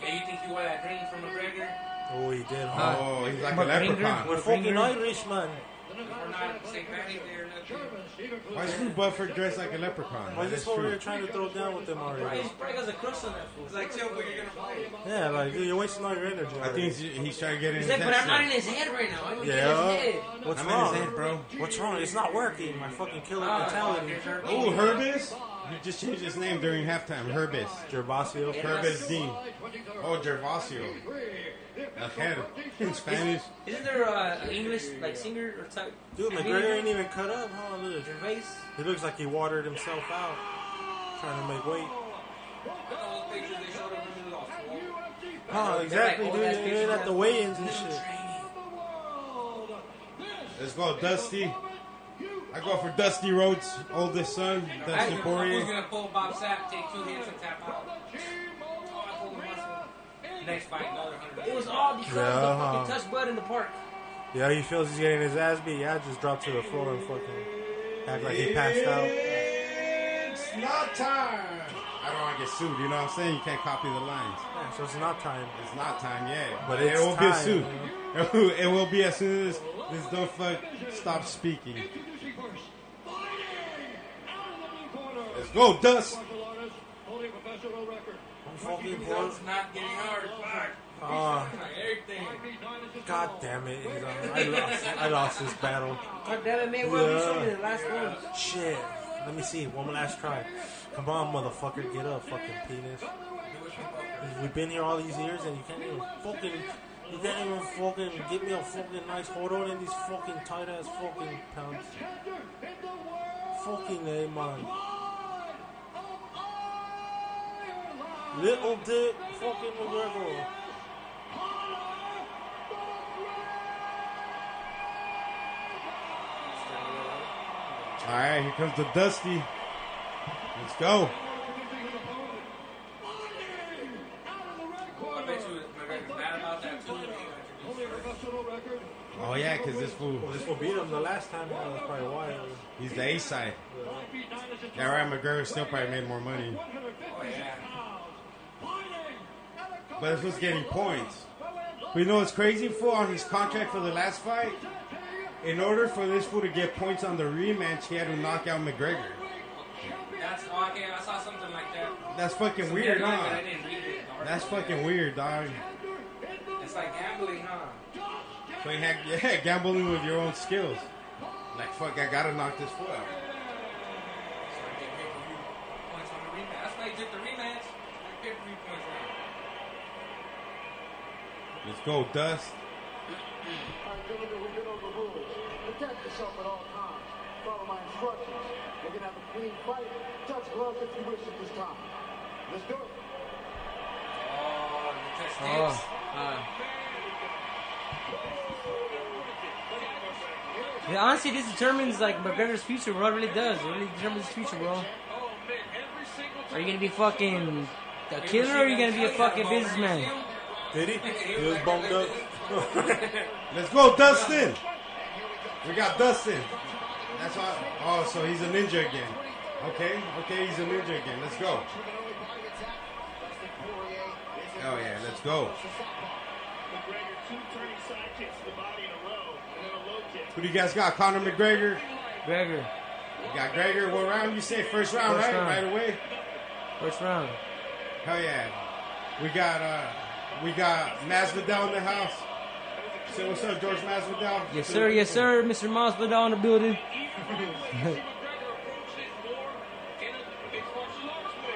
Speaker 4: you think you wore that ring from McGregor?
Speaker 2: Oh, he did.
Speaker 3: uh,
Speaker 2: huh?
Speaker 1: oh, he's like a
Speaker 3: McGregor.
Speaker 1: leprechaun.
Speaker 2: We're fucking Irish, man.
Speaker 4: We're not St. Patrick's Day or nothing.
Speaker 1: Why is Lou Buffer dressed like a leprechaun?
Speaker 2: Why is this
Speaker 1: That's
Speaker 2: what we
Speaker 1: true.
Speaker 2: were trying to throw down with them already?
Speaker 3: probably got a crush on that fool.
Speaker 4: It's like, yo, but you're gonna fight.
Speaker 2: Yeah, like dude, you're wasting all your energy.
Speaker 1: I
Speaker 2: Already.
Speaker 1: think he's, he's trying to get in
Speaker 3: He's
Speaker 1: his
Speaker 3: like, but
Speaker 1: next
Speaker 3: I'm not in
Speaker 1: one.
Speaker 3: his head right now. I'm gonna get his
Speaker 2: Yeah.
Speaker 3: head.
Speaker 2: What's
Speaker 1: I'm in his
Speaker 2: wrong,
Speaker 1: head, bro.
Speaker 2: What's wrong? It's not working. My fucking killer
Speaker 3: Ah.
Speaker 2: mentality.
Speaker 1: Oh, Herbis? He just changed his name during halftime. Herbis.
Speaker 2: Gervasio.
Speaker 1: Herbis Dean. Oh, Gervasio. Ajero. In Spanish.
Speaker 3: Isn't there uh, an English like singer or type?
Speaker 2: Dude, McGregor ain't even cut up. Huh? Look.
Speaker 3: Gervais.
Speaker 2: He looks like he watered himself out, trying to make weight. Huh? Exactly,
Speaker 3: old
Speaker 2: dude.
Speaker 3: ass
Speaker 2: You're
Speaker 3: pictures
Speaker 2: at the
Speaker 3: of-
Speaker 2: weigh-ins and shit.
Speaker 1: Let's go, Dusty. I go for Dusty Rhodes, oldest son, Dusty
Speaker 4: Who's
Speaker 1: Poirier.
Speaker 4: gonna pull Bob Sapp, take two hits and tap out? Oh, I pulled a muscle. Next fight, another hundred.
Speaker 3: It was all because
Speaker 2: Yeah.
Speaker 3: of the fucking touch bud in the park.
Speaker 2: Yeah, he feels he's getting his ass beat. Yeah, I just dropped to the floor and fucking act like he passed out.
Speaker 1: It's not time. I don't want to get sued, you know what I'm saying? You can't copy the lines.
Speaker 2: Yeah, so it's not time.
Speaker 1: It's not time yet.
Speaker 2: But
Speaker 1: But
Speaker 2: it's
Speaker 1: it will be
Speaker 2: time,
Speaker 1: soon. it will be as soon as this dumb fuck stops speaking. Let's go, Dust.
Speaker 2: I'm fucking bored.
Speaker 4: Results not getting hard. Fuck.
Speaker 2: Ah,
Speaker 4: Everything.
Speaker 2: God damn it. He's on- I lost, I lost this battle.
Speaker 3: God damn it, man. Well, you showed me
Speaker 2: Yeah.
Speaker 3: the last one.
Speaker 2: Shit. Let me see. One last try. Come on, motherfucker. Get up, fucking penis. We've been here all these years and you can't even fucking. You can't even fucking give me a fucking nice hold on in these fucking tight ass fucking pounds. Fucking A, man. Little dick fucking McGregor.
Speaker 1: All right, here comes the Dusty. Let's go.
Speaker 4: I bet you McGregor's mad about that too.
Speaker 1: Oh yeah, cause this fool,
Speaker 2: Well, this will beat him the last time. That was probably why. it was-
Speaker 1: he's the A side. Yeah, right. McGregor still probably made more money,
Speaker 4: Oh, yeah.
Speaker 1: but this was getting points. But you know what's crazy? Fool on his contract for the last fight. In order for this fool to get points on the rematch, he had to knock out McGregor.
Speaker 4: That's okay. I saw something like that.
Speaker 1: That's fucking
Speaker 4: Some
Speaker 1: weird,
Speaker 4: headline, but
Speaker 1: huh?
Speaker 4: I didn't read it.
Speaker 1: That's fucking weird, dog.
Speaker 4: It's like gambling, huh?
Speaker 1: So you had, yeah, gambling with your own skills. Like, fuck, I gotta knock this fool out.
Speaker 4: It's like that pay-per-view. rematch. That's why he took the rematch. I get three points now.
Speaker 1: Let's go, Dust.
Speaker 6: gentlemen, we get over the rules. Protect yourself at all times. Follow my instructions. We're gonna have a clean fight. Touch gloves if you wish at this time. Let's do it.
Speaker 4: Oh, the test
Speaker 3: Oh,
Speaker 4: hits.
Speaker 3: Yeah, honestly, this determines like McGregor's future, bro. It really does. It really determines his future, bro. Are you gonna be fucking a killer or are you gonna be a fucking businessman?
Speaker 2: Did he? He was bumped up.
Speaker 1: Let's go, Dustin. We got Dustin. That's all. Oh, so he's a ninja again. Okay, okay, he's a ninja again. Let's go. Oh yeah, let's go.
Speaker 14: McGregor, two turning side kicks to the body in a row, and then a low kick.
Speaker 1: Who do you guys got? Conor McGregor.
Speaker 3: Gregor,
Speaker 1: You got Gregor. What round you say? First round,
Speaker 3: First
Speaker 1: right?
Speaker 3: round.
Speaker 1: Right away.
Speaker 3: first round.
Speaker 1: Hell yeah. We got uh, we got Masvidal in the house. Say what's up, George Masvidal.
Speaker 3: Yes sir, yes sir, Mr. Miles Vidal in the building.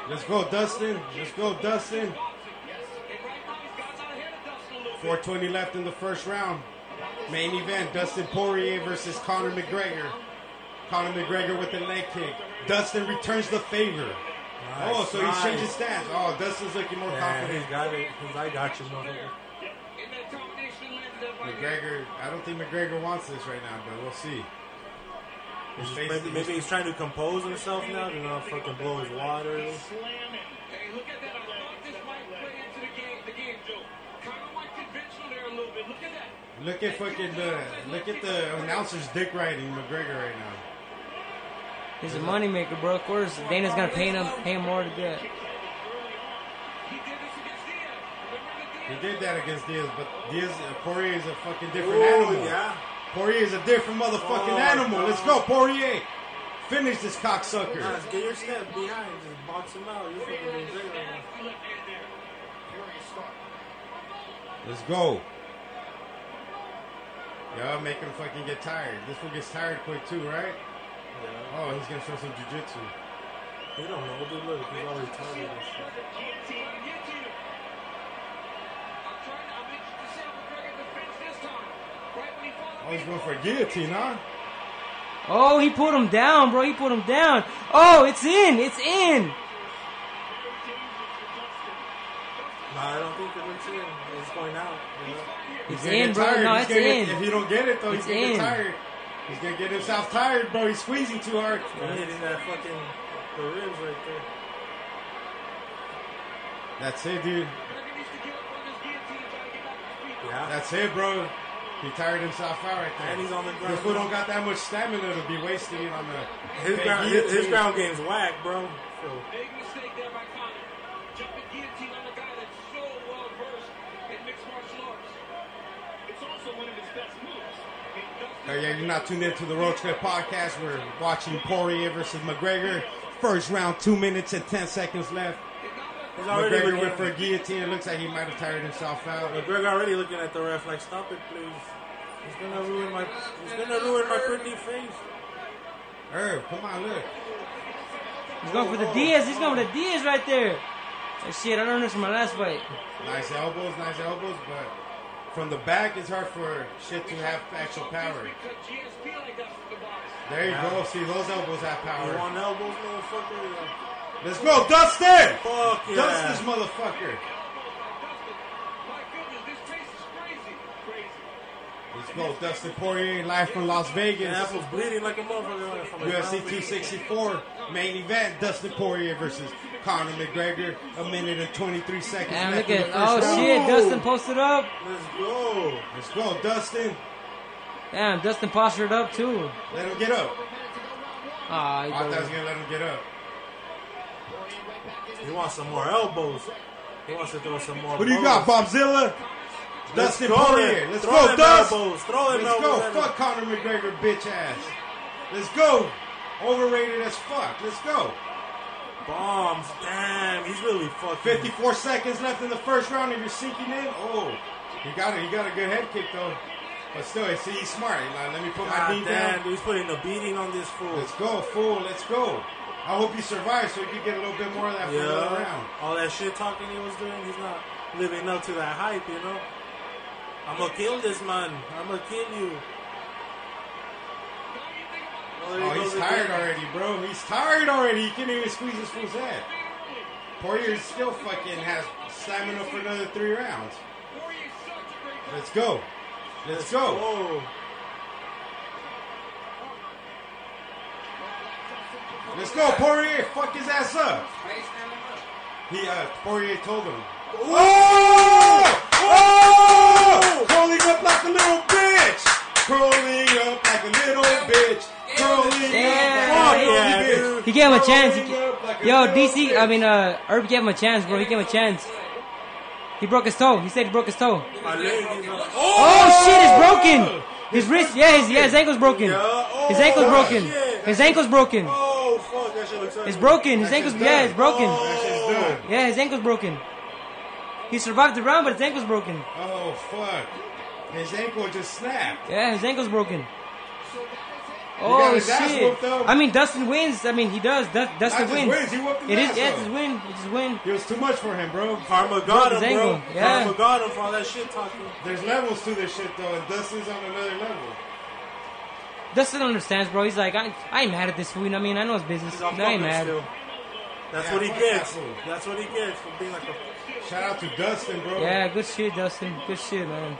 Speaker 1: Let's go, Dustin. Let's go, Dustin. 420 left in the first round. Main event Dustin Poirier versus Conor McGregor. Conor McGregor with the leg kick. Dustin returns the favor. oh, so
Speaker 2: nice.
Speaker 1: he's changing stance. Oh, Dustin's looking more
Speaker 2: Yeah,
Speaker 1: confident.
Speaker 2: he's got it. He's, I got you, motherfucker.
Speaker 1: McGregor, I don't think McGregor wants this right now, but we'll see. His face-
Speaker 2: Maybe, maybe he's trying to compose himself now to not fucking blow his water.
Speaker 1: Look at fucking the look at the announcer's dick riding McGregor right now.
Speaker 3: He's a moneymaker, bro. Of course, Dana's gonna pay him pay him more to do it.
Speaker 1: He did that against Diaz, but Diaz uh, Poirier is a fucking different
Speaker 2: Ooh,
Speaker 1: animal.
Speaker 2: yeah.
Speaker 1: Poirier is a different motherfucking
Speaker 2: Oh,
Speaker 1: animal.
Speaker 2: no.
Speaker 1: Let's go, Poirier. Finish this
Speaker 2: Nah,
Speaker 1: cocksucker.
Speaker 2: get your step behind, just box him out. You're fucking McGregor.
Speaker 1: Let's go. Y'all make him fucking get tired. This one gets tired quick too, right? Oh, he's gonna show some jujitsu.
Speaker 2: They don't know. Dude, look, he's all retarded and shit.
Speaker 1: Oh, he's going for a guillotine, huh?
Speaker 3: Oh, he pulled him down, bro. He pulled him down. Oh, it's in, it's in.
Speaker 2: Nah, I don't think it looks in. It's going out. You know?
Speaker 3: It's
Speaker 1: gonna
Speaker 3: in,
Speaker 1: get
Speaker 3: bro.
Speaker 1: tired.
Speaker 3: No,
Speaker 1: He's
Speaker 3: it's
Speaker 1: gonna get-
Speaker 3: in.
Speaker 1: If he don't get it though,
Speaker 3: It's
Speaker 1: he's gonna
Speaker 3: in.
Speaker 1: get tired. He's gonna get himself tired, bro. He's squeezing too hard.
Speaker 2: I'm hitting that fucking the ribs right there.
Speaker 1: That's it, dude.
Speaker 2: Yeah.
Speaker 1: That's it, bro. He tired himself out right there.
Speaker 2: And he's on the ground.
Speaker 1: This fool don't got that much stamina to be wasting it on the
Speaker 2: His
Speaker 1: Hey,
Speaker 2: ground,
Speaker 1: guillotine.
Speaker 2: his, his ground game's whack, bro. So,
Speaker 14: It's also one of his best moves.
Speaker 1: Oh, yeah, you're not tuned in to the Road Trip Podcast. We're watching Poirier versus McGregor. First round, two minutes and ten seconds left.
Speaker 2: he's already
Speaker 1: McGregor went
Speaker 2: looking,
Speaker 1: for a guillotine. It looks like he might have tired himself out.
Speaker 2: McGregor already looking at the ref like, stop it, please. He's gonna ruin my, he's gonna ruin my pretty face.
Speaker 1: Herb, come on, look.
Speaker 3: He's going for the Diaz. He's going for the Diaz right there. That shit, I learned this from my last fight.
Speaker 1: Nice elbows, nice elbows, but from the back, it's hard for shit to have actual power. There you go. See, those elbows have
Speaker 2: You
Speaker 1: power.
Speaker 2: want elbows, motherfucker? Yeah.
Speaker 1: Let's go, Dustin!
Speaker 2: Fuck yeah.
Speaker 1: Dust this motherfucker! Let's go, Dustin Poirier, live from Las
Speaker 2: Yeah,
Speaker 1: Vegas.
Speaker 2: that fool's bleeding like a motherfucker. from his
Speaker 1: UFC
Speaker 2: mouth.
Speaker 1: 264 main event: Dustin Poirier versus Conor McGregor. A minute and 23 seconds
Speaker 3: And
Speaker 1: left
Speaker 3: look
Speaker 1: in
Speaker 3: at
Speaker 1: the
Speaker 3: oh
Speaker 1: first round.
Speaker 3: shit, Dustin posted up.
Speaker 2: Let's go.
Speaker 1: Let's go, Dustin.
Speaker 3: Damn, Dustin postured up too.
Speaker 1: Let him get up.
Speaker 3: Ah,
Speaker 1: I
Speaker 3: he
Speaker 1: thought I was
Speaker 3: goes-
Speaker 1: gonna let him get up.
Speaker 2: He wants some more elbows. He wants to throw some more.
Speaker 1: What do you got,
Speaker 2: blows.
Speaker 1: Bobzilla?
Speaker 2: Let's
Speaker 1: Dustin
Speaker 2: throw them-
Speaker 1: Poirier. Let's
Speaker 2: throw
Speaker 1: go,
Speaker 2: them
Speaker 1: Dust.
Speaker 2: elbows. Throw them
Speaker 1: Let's
Speaker 2: elbows
Speaker 1: go.
Speaker 2: at him.
Speaker 1: Fuck Conor McGregor, bitch ass. Let's go. Overrated as fuck. Let's go.
Speaker 2: Bombs. Damn, he's really fucking.
Speaker 1: 54 seconds left in the first round, and you're sinking in. Oh, he got it. He got a good head kick though. But still, see, he's smart. Like, let me put my knee
Speaker 2: God damn,
Speaker 1: down.
Speaker 2: dude, he's putting a beating on this fool.
Speaker 1: Let's go, fool. Let's go. I hope he survives so he can get a little bit more of that for another round.
Speaker 2: All that shit talking he was doing, he's not living up to that hype, you know? I'm gonna kill this man. I'm gonna kill you. Well, there
Speaker 1: Oh,
Speaker 2: he
Speaker 1: he's
Speaker 2: goes
Speaker 1: tired
Speaker 2: again.
Speaker 1: already, bro. He's tired already. He can't even squeeze his fool's head. Poirier still fucking has stamina for another three rounds. Let's go. Let's go. Let's go, Poirier. Fuck his ass up. He, uh, Poirier told him. Oh! Oh! Curling up like a little bitch. Curling up like a little bitch. Curling up like a little bitch.
Speaker 3: He gave him a chance. He, yo, DC, I mean, uh, Herb gave him a chance, bro. He gave him a chance. He broke his toe. He said he broke his toe.
Speaker 2: My leg is not-
Speaker 3: Oh, shit, it's broken. His wrist, yeah, his, yeah, his ankle's broken. his ankle's
Speaker 1: oh,
Speaker 3: broken. His ankle's broken.
Speaker 2: Oh, fuck, that shit looks like
Speaker 3: It's broken. His ankle's, yeah, it's broken.
Speaker 1: Oh.
Speaker 3: Yeah, his ankle's broken. He survived the round, but his ankle's broken.
Speaker 1: Oh fuck! His ankle just snapped.
Speaker 3: Yeah, his ankle's broken.
Speaker 1: He got
Speaker 3: Oh
Speaker 1: his ass
Speaker 3: shit!
Speaker 1: whooped, though.
Speaker 3: I mean, Dustin wins. I mean, he does. Dus- Dustin
Speaker 1: just
Speaker 3: wins.
Speaker 1: wins, he whooped his
Speaker 3: It is.
Speaker 1: ass,
Speaker 3: Yeah, it's
Speaker 1: though.
Speaker 3: his win. It's his win.
Speaker 1: It was too much for him, bro.
Speaker 2: Karma
Speaker 3: got his him, bro. ankle, yeah. Karma
Speaker 2: got him for all that shit talking.
Speaker 1: There's levels to this shit, though, and Dustin's on another level.
Speaker 3: Dustin understands, bro. He's like, I, I ain't mad at this win. I mean, I know it's business. I ain't mad.
Speaker 2: That's
Speaker 1: Yeah,
Speaker 2: what he
Speaker 1: fuck
Speaker 2: gets.
Speaker 1: that fool.
Speaker 2: That's what he gets for being like a.
Speaker 1: Shout out to Dustin, bro.
Speaker 3: Yeah, good shit, Dustin. Good shit, man.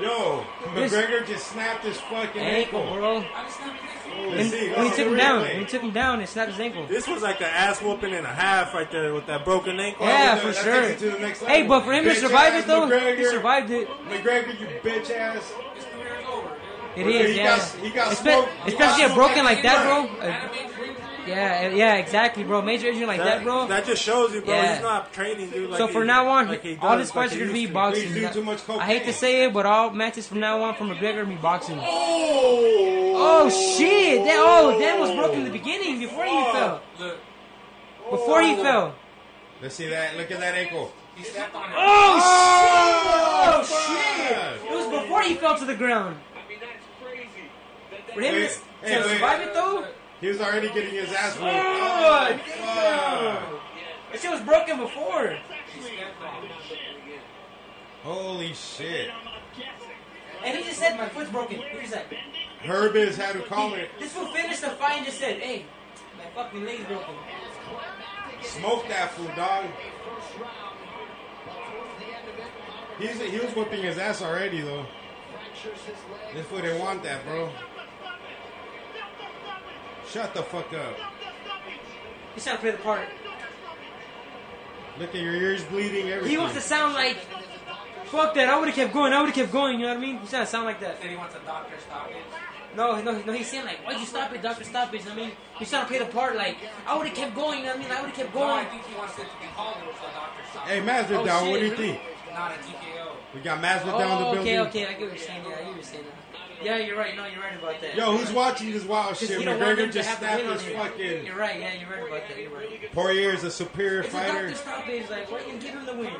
Speaker 1: Yo,
Speaker 3: This-
Speaker 1: McGregor just snapped his fucking
Speaker 3: Ankle,
Speaker 1: ankle,
Speaker 3: bro.
Speaker 1: Let's
Speaker 3: And
Speaker 1: see. Oh,
Speaker 3: when he
Speaker 1: Let's
Speaker 3: took
Speaker 1: see
Speaker 3: him
Speaker 1: the
Speaker 3: down,
Speaker 1: replay.
Speaker 3: when he took him down, it snapped his ankle.
Speaker 2: This was like an ass whooping and a half right there with that broken ankle.
Speaker 3: Yeah,
Speaker 2: That
Speaker 3: for
Speaker 2: takes
Speaker 3: sure.
Speaker 2: it to the next
Speaker 3: Hey,
Speaker 2: level.
Speaker 3: but for him to
Speaker 2: Bitch
Speaker 3: survive
Speaker 2: ass
Speaker 3: it though, he
Speaker 2: McGregor.
Speaker 3: survived it.
Speaker 1: McGregor, you bitch ass.
Speaker 3: It
Speaker 1: But
Speaker 3: is,
Speaker 1: he
Speaker 3: yeah.
Speaker 1: got- he got
Speaker 3: Espe-
Speaker 1: smoked. He got
Speaker 3: especially a
Speaker 1: smoked
Speaker 3: broken
Speaker 1: like
Speaker 3: like that,
Speaker 1: he
Speaker 3: bro. Uh, Yeah, yeah, exactly, bro. Major injury like that, bro.
Speaker 2: That just shows you, bro.
Speaker 3: Yeah.
Speaker 2: He's not training, dude. Like
Speaker 3: so
Speaker 2: he-
Speaker 3: from now on,
Speaker 2: like he
Speaker 3: all
Speaker 2: does,
Speaker 3: his fights
Speaker 2: like
Speaker 3: are
Speaker 2: he
Speaker 3: gonna be
Speaker 2: used to.
Speaker 3: boxing.
Speaker 1: Please do too much
Speaker 3: I hate to say it, but all matches from now on from McGregor be boxing.
Speaker 2: Oh,
Speaker 3: oh shit! That oh, that was broken in the beginning before he fell. Before
Speaker 2: Oh.
Speaker 3: he fell.
Speaker 1: Let's see that. Look at that ankle.
Speaker 4: He stepped on it.
Speaker 3: Oh, shit!
Speaker 1: fuck.
Speaker 3: Oh shit! It was before he fell to the ground. For him to,
Speaker 1: Wait,
Speaker 3: s- to
Speaker 1: hey, wait.
Speaker 3: survive it though,
Speaker 1: He was already getting his ass whooped.
Speaker 3: Oh,
Speaker 1: fuck.
Speaker 3: that shit was broken before.
Speaker 1: Holy shit!
Speaker 3: And he just said, "My foot's broken." He was like,
Speaker 1: Herb is had to call it.
Speaker 3: "This fool finished the fight and just said, hey, my fucking leg's broken.'"
Speaker 1: Smoke that fool, dog. He's, he was whipping his ass already, though. This fool didn't want that, bro. Shut the fuck up.
Speaker 3: He's trying to play the part.
Speaker 1: Look at your ears bleeding, everything.
Speaker 3: He wants to sound like, "Fuck that! I would have kept going. I would have kept going." You know what I mean? He's trying to sound like that.
Speaker 4: Said he wants a doctor stoppage.
Speaker 3: No, no, no. He's saying like, "Why'd you stop it, Doctor Stoppage?" I mean, he's trying to play the part like, "I would have kept going." You know what I mean? I would have kept
Speaker 4: No, I
Speaker 3: going.
Speaker 4: think he wants it to be called a doctor stoppage.
Speaker 1: Hey, Mazda
Speaker 3: Oh,
Speaker 1: down,
Speaker 3: shit,
Speaker 1: what do you
Speaker 3: really?
Speaker 1: think?
Speaker 4: Not a TKO.
Speaker 1: We got Mazda
Speaker 3: Oh,
Speaker 1: down the building.
Speaker 3: okay, okay. I get what you're saying. Yeah, I get what you're saying. Yeah, you're right. No, you're right about that.
Speaker 1: Yo, who's watching this wild
Speaker 3: Because
Speaker 1: shit?
Speaker 3: he don't want them
Speaker 1: McGregor
Speaker 3: to
Speaker 1: just
Speaker 3: have the
Speaker 1: snapped
Speaker 3: win on
Speaker 1: his
Speaker 3: him.
Speaker 1: fucking.
Speaker 3: You're right. Yeah, you're right about that. You're right.
Speaker 1: Poirier is a superior
Speaker 3: It's a
Speaker 1: fighter.
Speaker 3: Doctor Stoppage. Like, why you give him the win?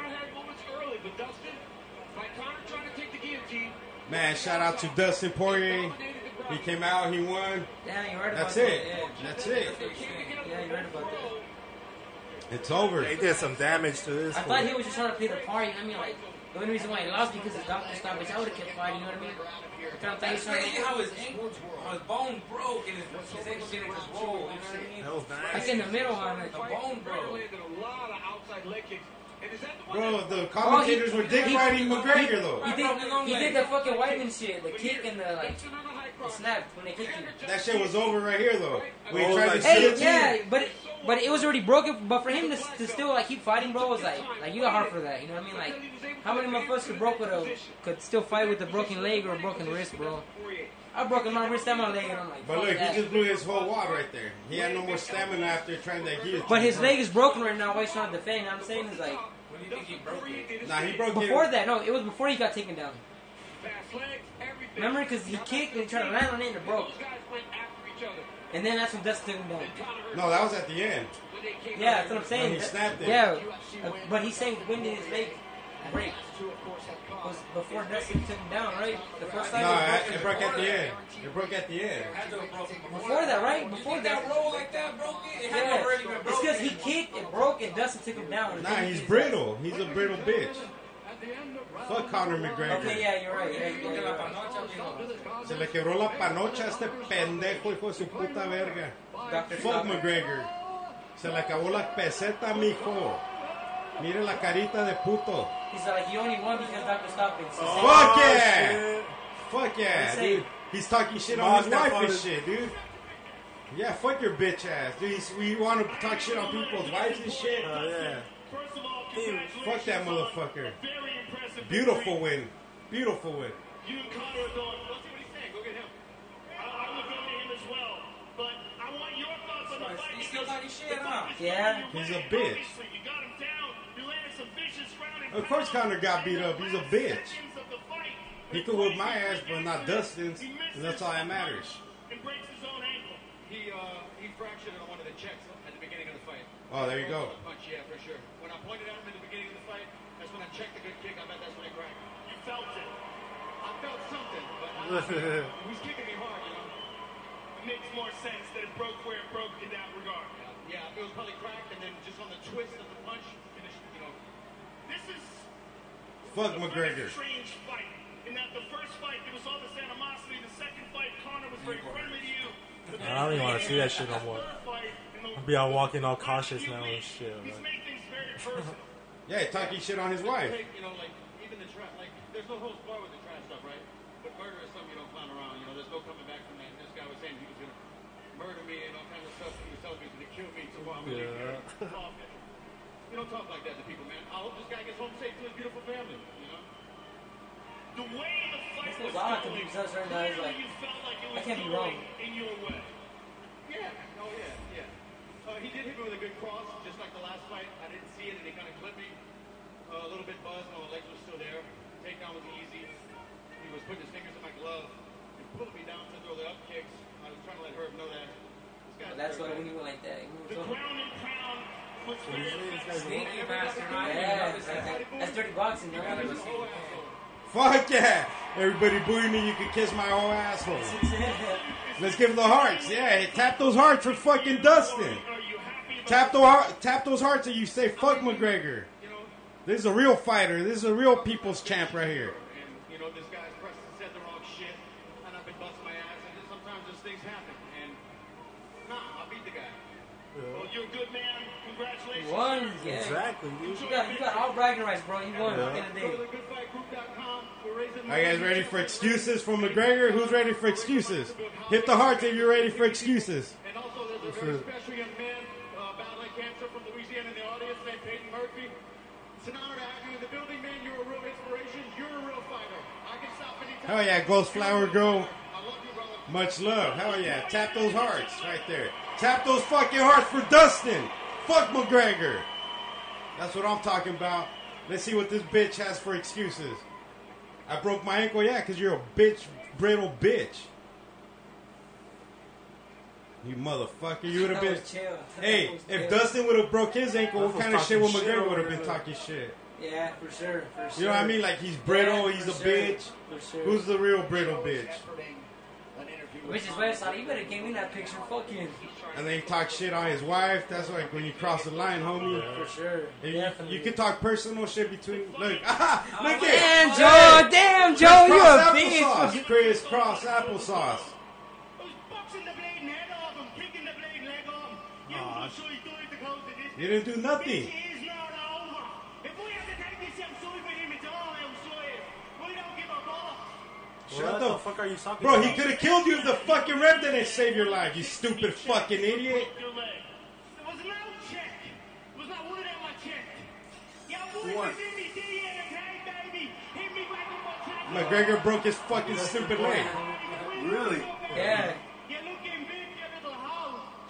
Speaker 1: Man, shout out to Dustin Poirier. He came out, he won.
Speaker 3: Yeah, you're right about
Speaker 1: That's
Speaker 3: that.
Speaker 1: it.
Speaker 3: Yeah.
Speaker 1: That's it.
Speaker 3: Yeah, you're right about that.
Speaker 1: It's over.
Speaker 2: They did some damage to this.
Speaker 3: I
Speaker 2: fool.
Speaker 3: thought he was just trying to play the part. You know what I mean? Like, the only reason why he lost because his doctor stopped, which I would have kept fighting. You know what I mean? I kind of thought he was
Speaker 4: That's
Speaker 3: trying
Speaker 4: crazy how
Speaker 3: to.
Speaker 4: his ankle, how his bone broke and his, his ankle didn't just roll. You know what I mean?
Speaker 2: That was nice.
Speaker 3: Like in the middle on it.
Speaker 4: The bone broke.
Speaker 1: Bro, the commentators
Speaker 3: he-
Speaker 1: were dick
Speaker 3: he-
Speaker 1: riding McGregor, though.
Speaker 3: He did, he did the fucking Whiteman shit, the kick and the like, the snap when they kicked him.
Speaker 1: That shit was over right here, though. When he
Speaker 2: Oh,
Speaker 1: tried to
Speaker 2: like-
Speaker 1: sit
Speaker 3: Hey,
Speaker 1: it
Speaker 3: yeah, but it, but it was already broken. But for him to, to still like keep fighting, bro, was like like you got hard for that. You know what I mean? Like, how many motherfuckers could broke with a could still fight with a broken leg or a broken wrist, bro? I broke my wrist and my leg, and I'm like,
Speaker 1: But
Speaker 3: fuck
Speaker 1: look,
Speaker 3: that.
Speaker 1: he just blew his whole wad right there. He had no more stamina after trying that guillotine.
Speaker 3: But his
Speaker 1: bro.
Speaker 3: leg is broken right now. Why he's trying to defend? You know what I'm saying is like
Speaker 4: When do you think he broke it?
Speaker 1: Nah, he broke
Speaker 3: before
Speaker 1: it.
Speaker 3: that. No, it was before he got taken down. Remember, because he kicked and tried to land on it and it broke. And then that's when Dustin took him down.
Speaker 1: No, that was at the end.
Speaker 3: Yeah, that's what I'm saying.
Speaker 1: When he
Speaker 3: That-
Speaker 1: snapped it.
Speaker 3: Yeah, uh, but he's saying when did his leg break? Was before Dustin took him down, right? The first
Speaker 1: No,
Speaker 3: time.
Speaker 1: it it broke at the end. It broke at the end.
Speaker 4: Had to have broken before
Speaker 3: Before that, right? Before
Speaker 4: Did that
Speaker 3: that.
Speaker 4: roll like that, broke it, it had
Speaker 3: Yeah.
Speaker 4: already been
Speaker 3: It's
Speaker 4: broken.
Speaker 3: because he kicked and broke and Dustin took him down.
Speaker 1: Nah, he's brittle. He's a brittle bitch. Fuck Conor McGregor.
Speaker 3: Okay, yeah, you're right. Yeah, you're right.
Speaker 1: Se le quebró la panocha a este pendejo, hijo de su puta verga.
Speaker 3: Dr.
Speaker 1: Fuck
Speaker 3: Slaughter.
Speaker 1: McGregor. Se le acabó la peseta, mijo. Mire la carita de puto.
Speaker 3: He's like, you only won because Dr. Stoppage.
Speaker 2: Oh,
Speaker 1: Fuck yeah! Fuck yeah,
Speaker 3: What'd he say?
Speaker 1: dude. He's talking shit on
Speaker 3: Mom's
Speaker 1: his
Speaker 3: not
Speaker 1: wife and
Speaker 3: father's-
Speaker 1: shit, dude. Yeah, fuck your bitch ass, dude. He's, we want to talk shit on people's wives and shit.
Speaker 2: Oh, yeah.
Speaker 1: Dude, fuck that motherfucker. Beautiful win. Beautiful win.
Speaker 6: You and Connor are going. Let's see what he's saying. Go get him. I, I would go to him as well, but I want your thoughts on the fight. He's still talking shit, huh?
Speaker 1: Yeah. He's a bitch.
Speaker 6: You got him down. You landed some vicious rounding.
Speaker 1: Of course Conor got beat up. He's a bitch.
Speaker 6: seconds of the fight.
Speaker 1: He could whip my ass, but not Dustin's.
Speaker 6: He misses
Speaker 1: And that's all that matters.
Speaker 6: and breaks his own ankle. He uh, he fractured on one of the checks at the beginning of the fight.
Speaker 1: Oh, there you go.
Speaker 6: Punch, yeah, for sure. When I pointed at him in the beginning of the fight, that's when I checked the good kick. I bet that's when I cracked. You felt it. I felt something, but I, it was kicking me hard. You know, it makes more sense that it broke where it broke in that regard. Yeah, it was probably cracked, and then just on the twist of the punch, finished. You know, this is
Speaker 1: Fuck McGregor.
Speaker 6: strange fight. In that the first fight, there was all this animosity. The second fight, Connor was very friendly to you. But then
Speaker 2: I don't even want to see that shit no more. I'll be out walking all cautious now and shit.
Speaker 6: He's
Speaker 2: Like,
Speaker 6: made things very personal.
Speaker 1: Yeah, talking shit on his wife.
Speaker 6: Take, you know, like even the trash. Like there's no holds barred with the trash stuff, right? But murder is something you don't clown around. You know, there's no coming back from that. And this guy was saying he was gonna murder me and all kinds of stuff. He was telling me he's gonna kill me tomorrow. I'm gonna leave here. Off it. You don't talk like that to people, man. I hope this guy gets home safe to his beautiful family. You know. The way the fight
Speaker 3: This
Speaker 6: was
Speaker 3: was odd to
Speaker 6: going,
Speaker 3: me, 'cause I was right now, I was
Speaker 6: clearly
Speaker 3: like,
Speaker 6: you felt like it
Speaker 3: I
Speaker 6: was
Speaker 3: can't be
Speaker 6: going
Speaker 3: wrong.
Speaker 6: in your way. Yeah. Oh yeah. Yeah. Uh, he did hit me with a good cross, just like the last fight. I didn't see it, and it kind of clipped me. Uh, a little bit buzzed. My legs were still there. Takedown was easy. He was putting his fingers in my glove and pulling me down to throw the up kicks. I was trying to let Herb know that. This guy's
Speaker 3: But that's why
Speaker 6: very
Speaker 3: when
Speaker 6: bad.
Speaker 3: you were like that, you were
Speaker 6: The
Speaker 3: talking.
Speaker 6: ground and pound was
Speaker 3: What
Speaker 6: very
Speaker 3: is this?
Speaker 6: effective.
Speaker 3: Sneaky
Speaker 6: Everybody
Speaker 3: bastard,
Speaker 6: got
Speaker 3: right?
Speaker 6: the
Speaker 3: Yeah, that's-
Speaker 6: other side.
Speaker 3: that's dirty boxing, man.
Speaker 6: You got his whole ass off.
Speaker 1: Fuck yeah! Everybody booing me, you can kiss my whole asshole. Let's give the hearts. Yeah, tap those hearts for fucking Dustin. Tap, the, heart- tap those hearts and you say fuck McGregor. This is a real fighter. This is a real people's champ right here.
Speaker 6: And you know, this guy's pressed and said the wrong shit, and I've been busting my ass. And sometimes those things happen. And nah, I beat the guy. Well, you're a good man. Congratulations.
Speaker 3: One, yeah.
Speaker 2: Exactly, dude.
Speaker 3: You got, you got all bragging rights, bro. You won
Speaker 2: Yeah.
Speaker 3: back in the day.
Speaker 1: Are you guys ready for excuses from McGregor? Who's ready for excuses? Hit the hearts if you're ready for excuses.
Speaker 6: And also, there's a very special young man uh, battling cancer from Louisiana in the audience named Peyton Murphy. It's an honor to have you in the building, man. You're a real inspiration. You're a real fighter. I can stop anytime.
Speaker 1: Hell yeah, Ghost Flower Girl. Much love. Hell yeah. Tap those hearts right there. Tap those fucking hearts for Dustin. Fuck McGregor. That's what I'm talking about. Let's see what this bitch has for excuses. I broke my ankle, yeah, because you're a bitch, brittle bitch. You motherfucker. You would have
Speaker 3: That
Speaker 1: been.
Speaker 3: was chill. That
Speaker 1: Hey,
Speaker 3: was
Speaker 1: if
Speaker 3: chill.
Speaker 1: Dustin would have broke his ankle,
Speaker 3: That
Speaker 1: what
Speaker 3: was
Speaker 1: kind of shit would
Speaker 3: talking shit
Speaker 1: McGregor
Speaker 3: over
Speaker 1: would have been
Speaker 3: there.
Speaker 1: talking shit?
Speaker 3: Yeah, for sure, for sure.
Speaker 1: You know what I mean? Like he's brittle,
Speaker 3: Yeah,
Speaker 1: he's
Speaker 3: for
Speaker 1: a
Speaker 3: sure,
Speaker 1: bitch.
Speaker 3: For sure.
Speaker 1: Who's the real brittle bitch?
Speaker 3: Which is why I thought you better give me that picture. Fuck you.
Speaker 1: And then he talks shit on his wife. That's like when you cross the line, homie.
Speaker 3: For sure.
Speaker 1: And you, you can talk personal shit between. Look, ah,
Speaker 3: Oh,
Speaker 1: look at
Speaker 3: Damn, Joe, damn, Joe, you Oh, a bitch.
Speaker 1: bitch. Chris Cross applesauce. Ah,
Speaker 2: Aw,
Speaker 1: You didn't do nothing.
Speaker 2: What
Speaker 1: Shut
Speaker 2: the
Speaker 1: the
Speaker 2: fuck are you talking
Speaker 1: Bro,
Speaker 2: about?
Speaker 1: he could have killed you if the fucking ref didn't save your life, you stupid fucking idiot. McGregor broke his fucking stupid leg. Really?
Speaker 3: Yeah.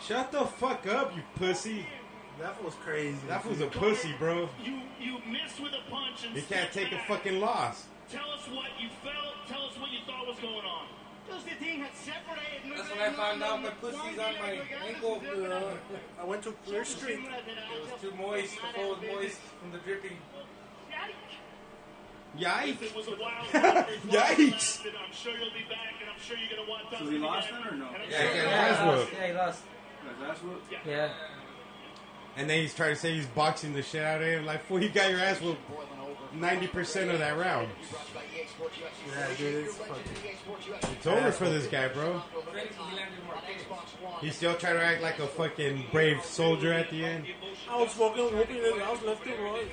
Speaker 1: Shut the fuck up, you pussy.
Speaker 2: That was crazy.
Speaker 1: That was a pussy, bro.
Speaker 6: You you missed with a punch and
Speaker 1: You can't
Speaker 6: stepped
Speaker 1: take a
Speaker 6: back.
Speaker 1: fucking loss.
Speaker 6: Tell us what you felt. Tell us what you thought was going on.
Speaker 4: That's when I found out my pussy's on my ankle.
Speaker 2: I went to Clear Street.
Speaker 4: It was too moist. The floor was moist from the dripping.
Speaker 1: Yikes.
Speaker 6: It was a wild
Speaker 1: Yikes.
Speaker 6: I'm sure you'll be back, and I'm sure you're gonna want
Speaker 5: So he lost then or no?
Speaker 1: Yeah, he lost.
Speaker 3: Yeah, he lost. Yeah.
Speaker 1: And then he's trying to say he's boxing the shit out of him. Like, fool, you got your ass whooped 90% of that round.
Speaker 2: Yeah, dude, it's fucking.
Speaker 1: It's over for this guy, bro. He still trying to act like a fucking brave soldier at the end.
Speaker 2: I was fucking whooping his ass left and right.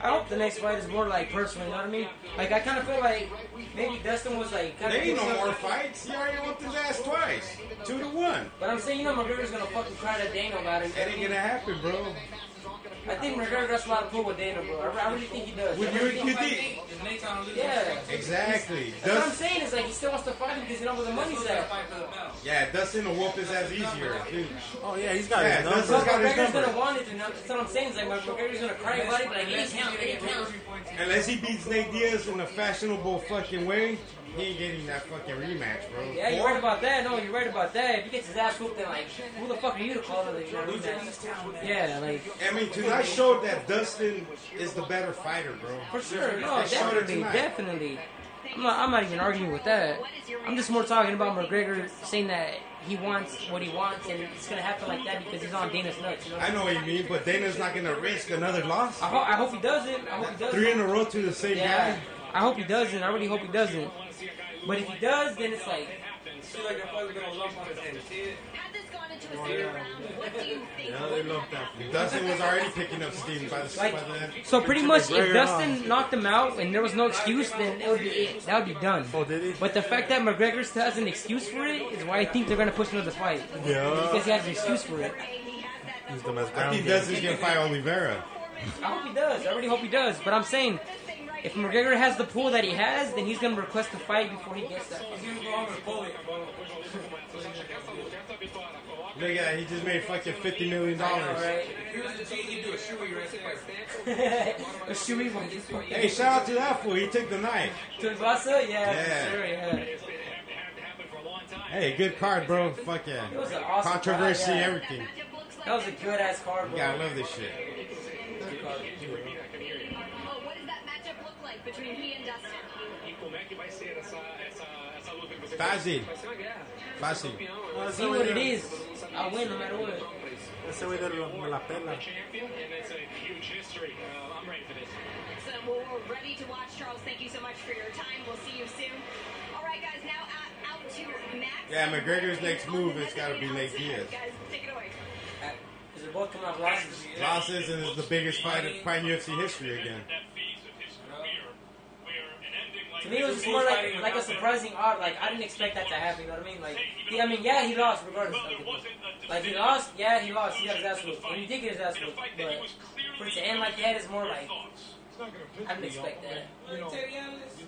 Speaker 3: I hope the next fight is more like personal. You know what I mean? Like I kind of feel like maybe Dustin was like kind
Speaker 1: There ain't no more fights. He already whooped his ass twice. Two to one.
Speaker 3: But I'm saying, you know, McGregor's gonna fucking cry to Dana about it.
Speaker 1: That ain't gonna happen, bro.
Speaker 3: I think McGregor does a lot of cool with Dana, bro. I, I really think he does.
Speaker 1: Would
Speaker 3: I
Speaker 1: you-
Speaker 3: really
Speaker 1: you
Speaker 3: think-
Speaker 1: think-
Speaker 3: Yeah.
Speaker 1: Exactly.
Speaker 3: That's what I'm
Speaker 1: Dust,
Speaker 3: saying is like he still wants to fight him because you know where the money's at.
Speaker 1: yeah, Dustin will whoop his ass easier. dude.
Speaker 2: Oh yeah, he's got
Speaker 1: Yeah,
Speaker 2: his
Speaker 1: that's-
Speaker 2: number.
Speaker 1: that's-
Speaker 3: McGregor's gonna want it, and that's what I'm saying. Is like McGregor's gonna cry about it, but like any count, any count.
Speaker 1: Unless he beats Nate Diaz in a fashionable fucking way, he ain't getting that fucking rematch, bro.
Speaker 3: Yeah, you're
Speaker 1: Or-
Speaker 3: right about that. No, you're right about that. If he gets his ass whooped, then like, who the fuck are you to call it? You know what I mean? Yeah, like.
Speaker 1: I mean, tonight showed that Dustin is the better fighter, bro.
Speaker 3: For sure, no,
Speaker 1: They showed it
Speaker 3: definitely,
Speaker 1: tonight.
Speaker 3: definitely. I'm not, I'm not even arguing with that. I'm just more talking about McGregor saying that he wants what he wants, and it's gonna happen like that because he's on Dana's nuts. You know?
Speaker 1: I know what you mean, but Dana's not gonna risk another loss.
Speaker 3: I, ho- I hope he doesn't. I hope he doesn't.
Speaker 1: Three in a row to the same
Speaker 3: Yeah.
Speaker 1: guy.
Speaker 3: I hope he doesn't. I really hope he doesn't. But if he does, then it's like,
Speaker 2: Yeah, they love that.
Speaker 1: Dustin was already picking up steam by the
Speaker 3: Like,
Speaker 1: by the
Speaker 3: so pretty much if
Speaker 2: McGregor
Speaker 3: Dustin knocked him out and there was no excuse, then it would be it. That would be done.
Speaker 2: Oh, did he?
Speaker 3: But the fact that McGregor still has an excuse for it is why I think they're gonna push him to the fight.
Speaker 2: Yeah.
Speaker 3: Because he has an excuse for it.
Speaker 2: He's the best
Speaker 1: I
Speaker 2: ground
Speaker 1: think
Speaker 2: game.
Speaker 1: Dustin's gonna fight Oliveira.
Speaker 3: I hope he does. I really hope he does. But I'm saying, if McGregor has the pool that he has, then he's gonna request the fight before he gets that.
Speaker 1: Look at that, he just made fucking fifty million dollars.
Speaker 3: Alright. a shoey one.
Speaker 1: Hey, shout out to that fool. He took the knife.
Speaker 3: Tuivasa? Yeah,
Speaker 1: Yeah.
Speaker 3: for sure, yeah.
Speaker 1: Hey, good card, bro. Fuck yeah.
Speaker 3: It was an awesome
Speaker 1: Controversy,
Speaker 3: card, yeah.
Speaker 1: everything.
Speaker 3: That was a good ass card,
Speaker 1: You
Speaker 3: bro.
Speaker 1: gotta love this shit. Fácil. Fácil.
Speaker 2: No, that's
Speaker 3: See
Speaker 2: the way
Speaker 3: what it
Speaker 2: they-
Speaker 3: is. I win no matter what.
Speaker 2: that's the way they lo- me la pela.
Speaker 3: Uh,
Speaker 8: So we're ready to watch, Charles. Thank you so much for your time. We'll see you soon. All right, guys. Now uh, out to Max.
Speaker 1: Yeah, McGregor's next move has gotta be Nate Diaz.
Speaker 8: Guys, take it away.
Speaker 3: Because they're both coming off losses.
Speaker 1: Losses and it's the biggest fight in prime UFC history again.
Speaker 3: To me, it was just more like, like a surprising odd. Like, I didn't expect that to happen, you know what I mean? Like, he, I mean, yeah, he lost regardless. Of it. Like, he lost, yeah, he lost. He got his ass whooped. And he did get his ass whooped. But for it to end like that is more like, I didn't expect that.
Speaker 6: You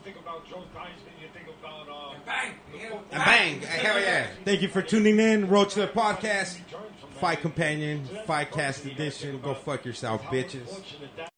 Speaker 6: think about Joe Tyson, you think about uh,
Speaker 1: And bang! Hell yeah! Thank you for tuning in. Road to the podcast. Fight companion, fight cast edition. Go fuck yourself, bitches.
Speaker 6: fortunate that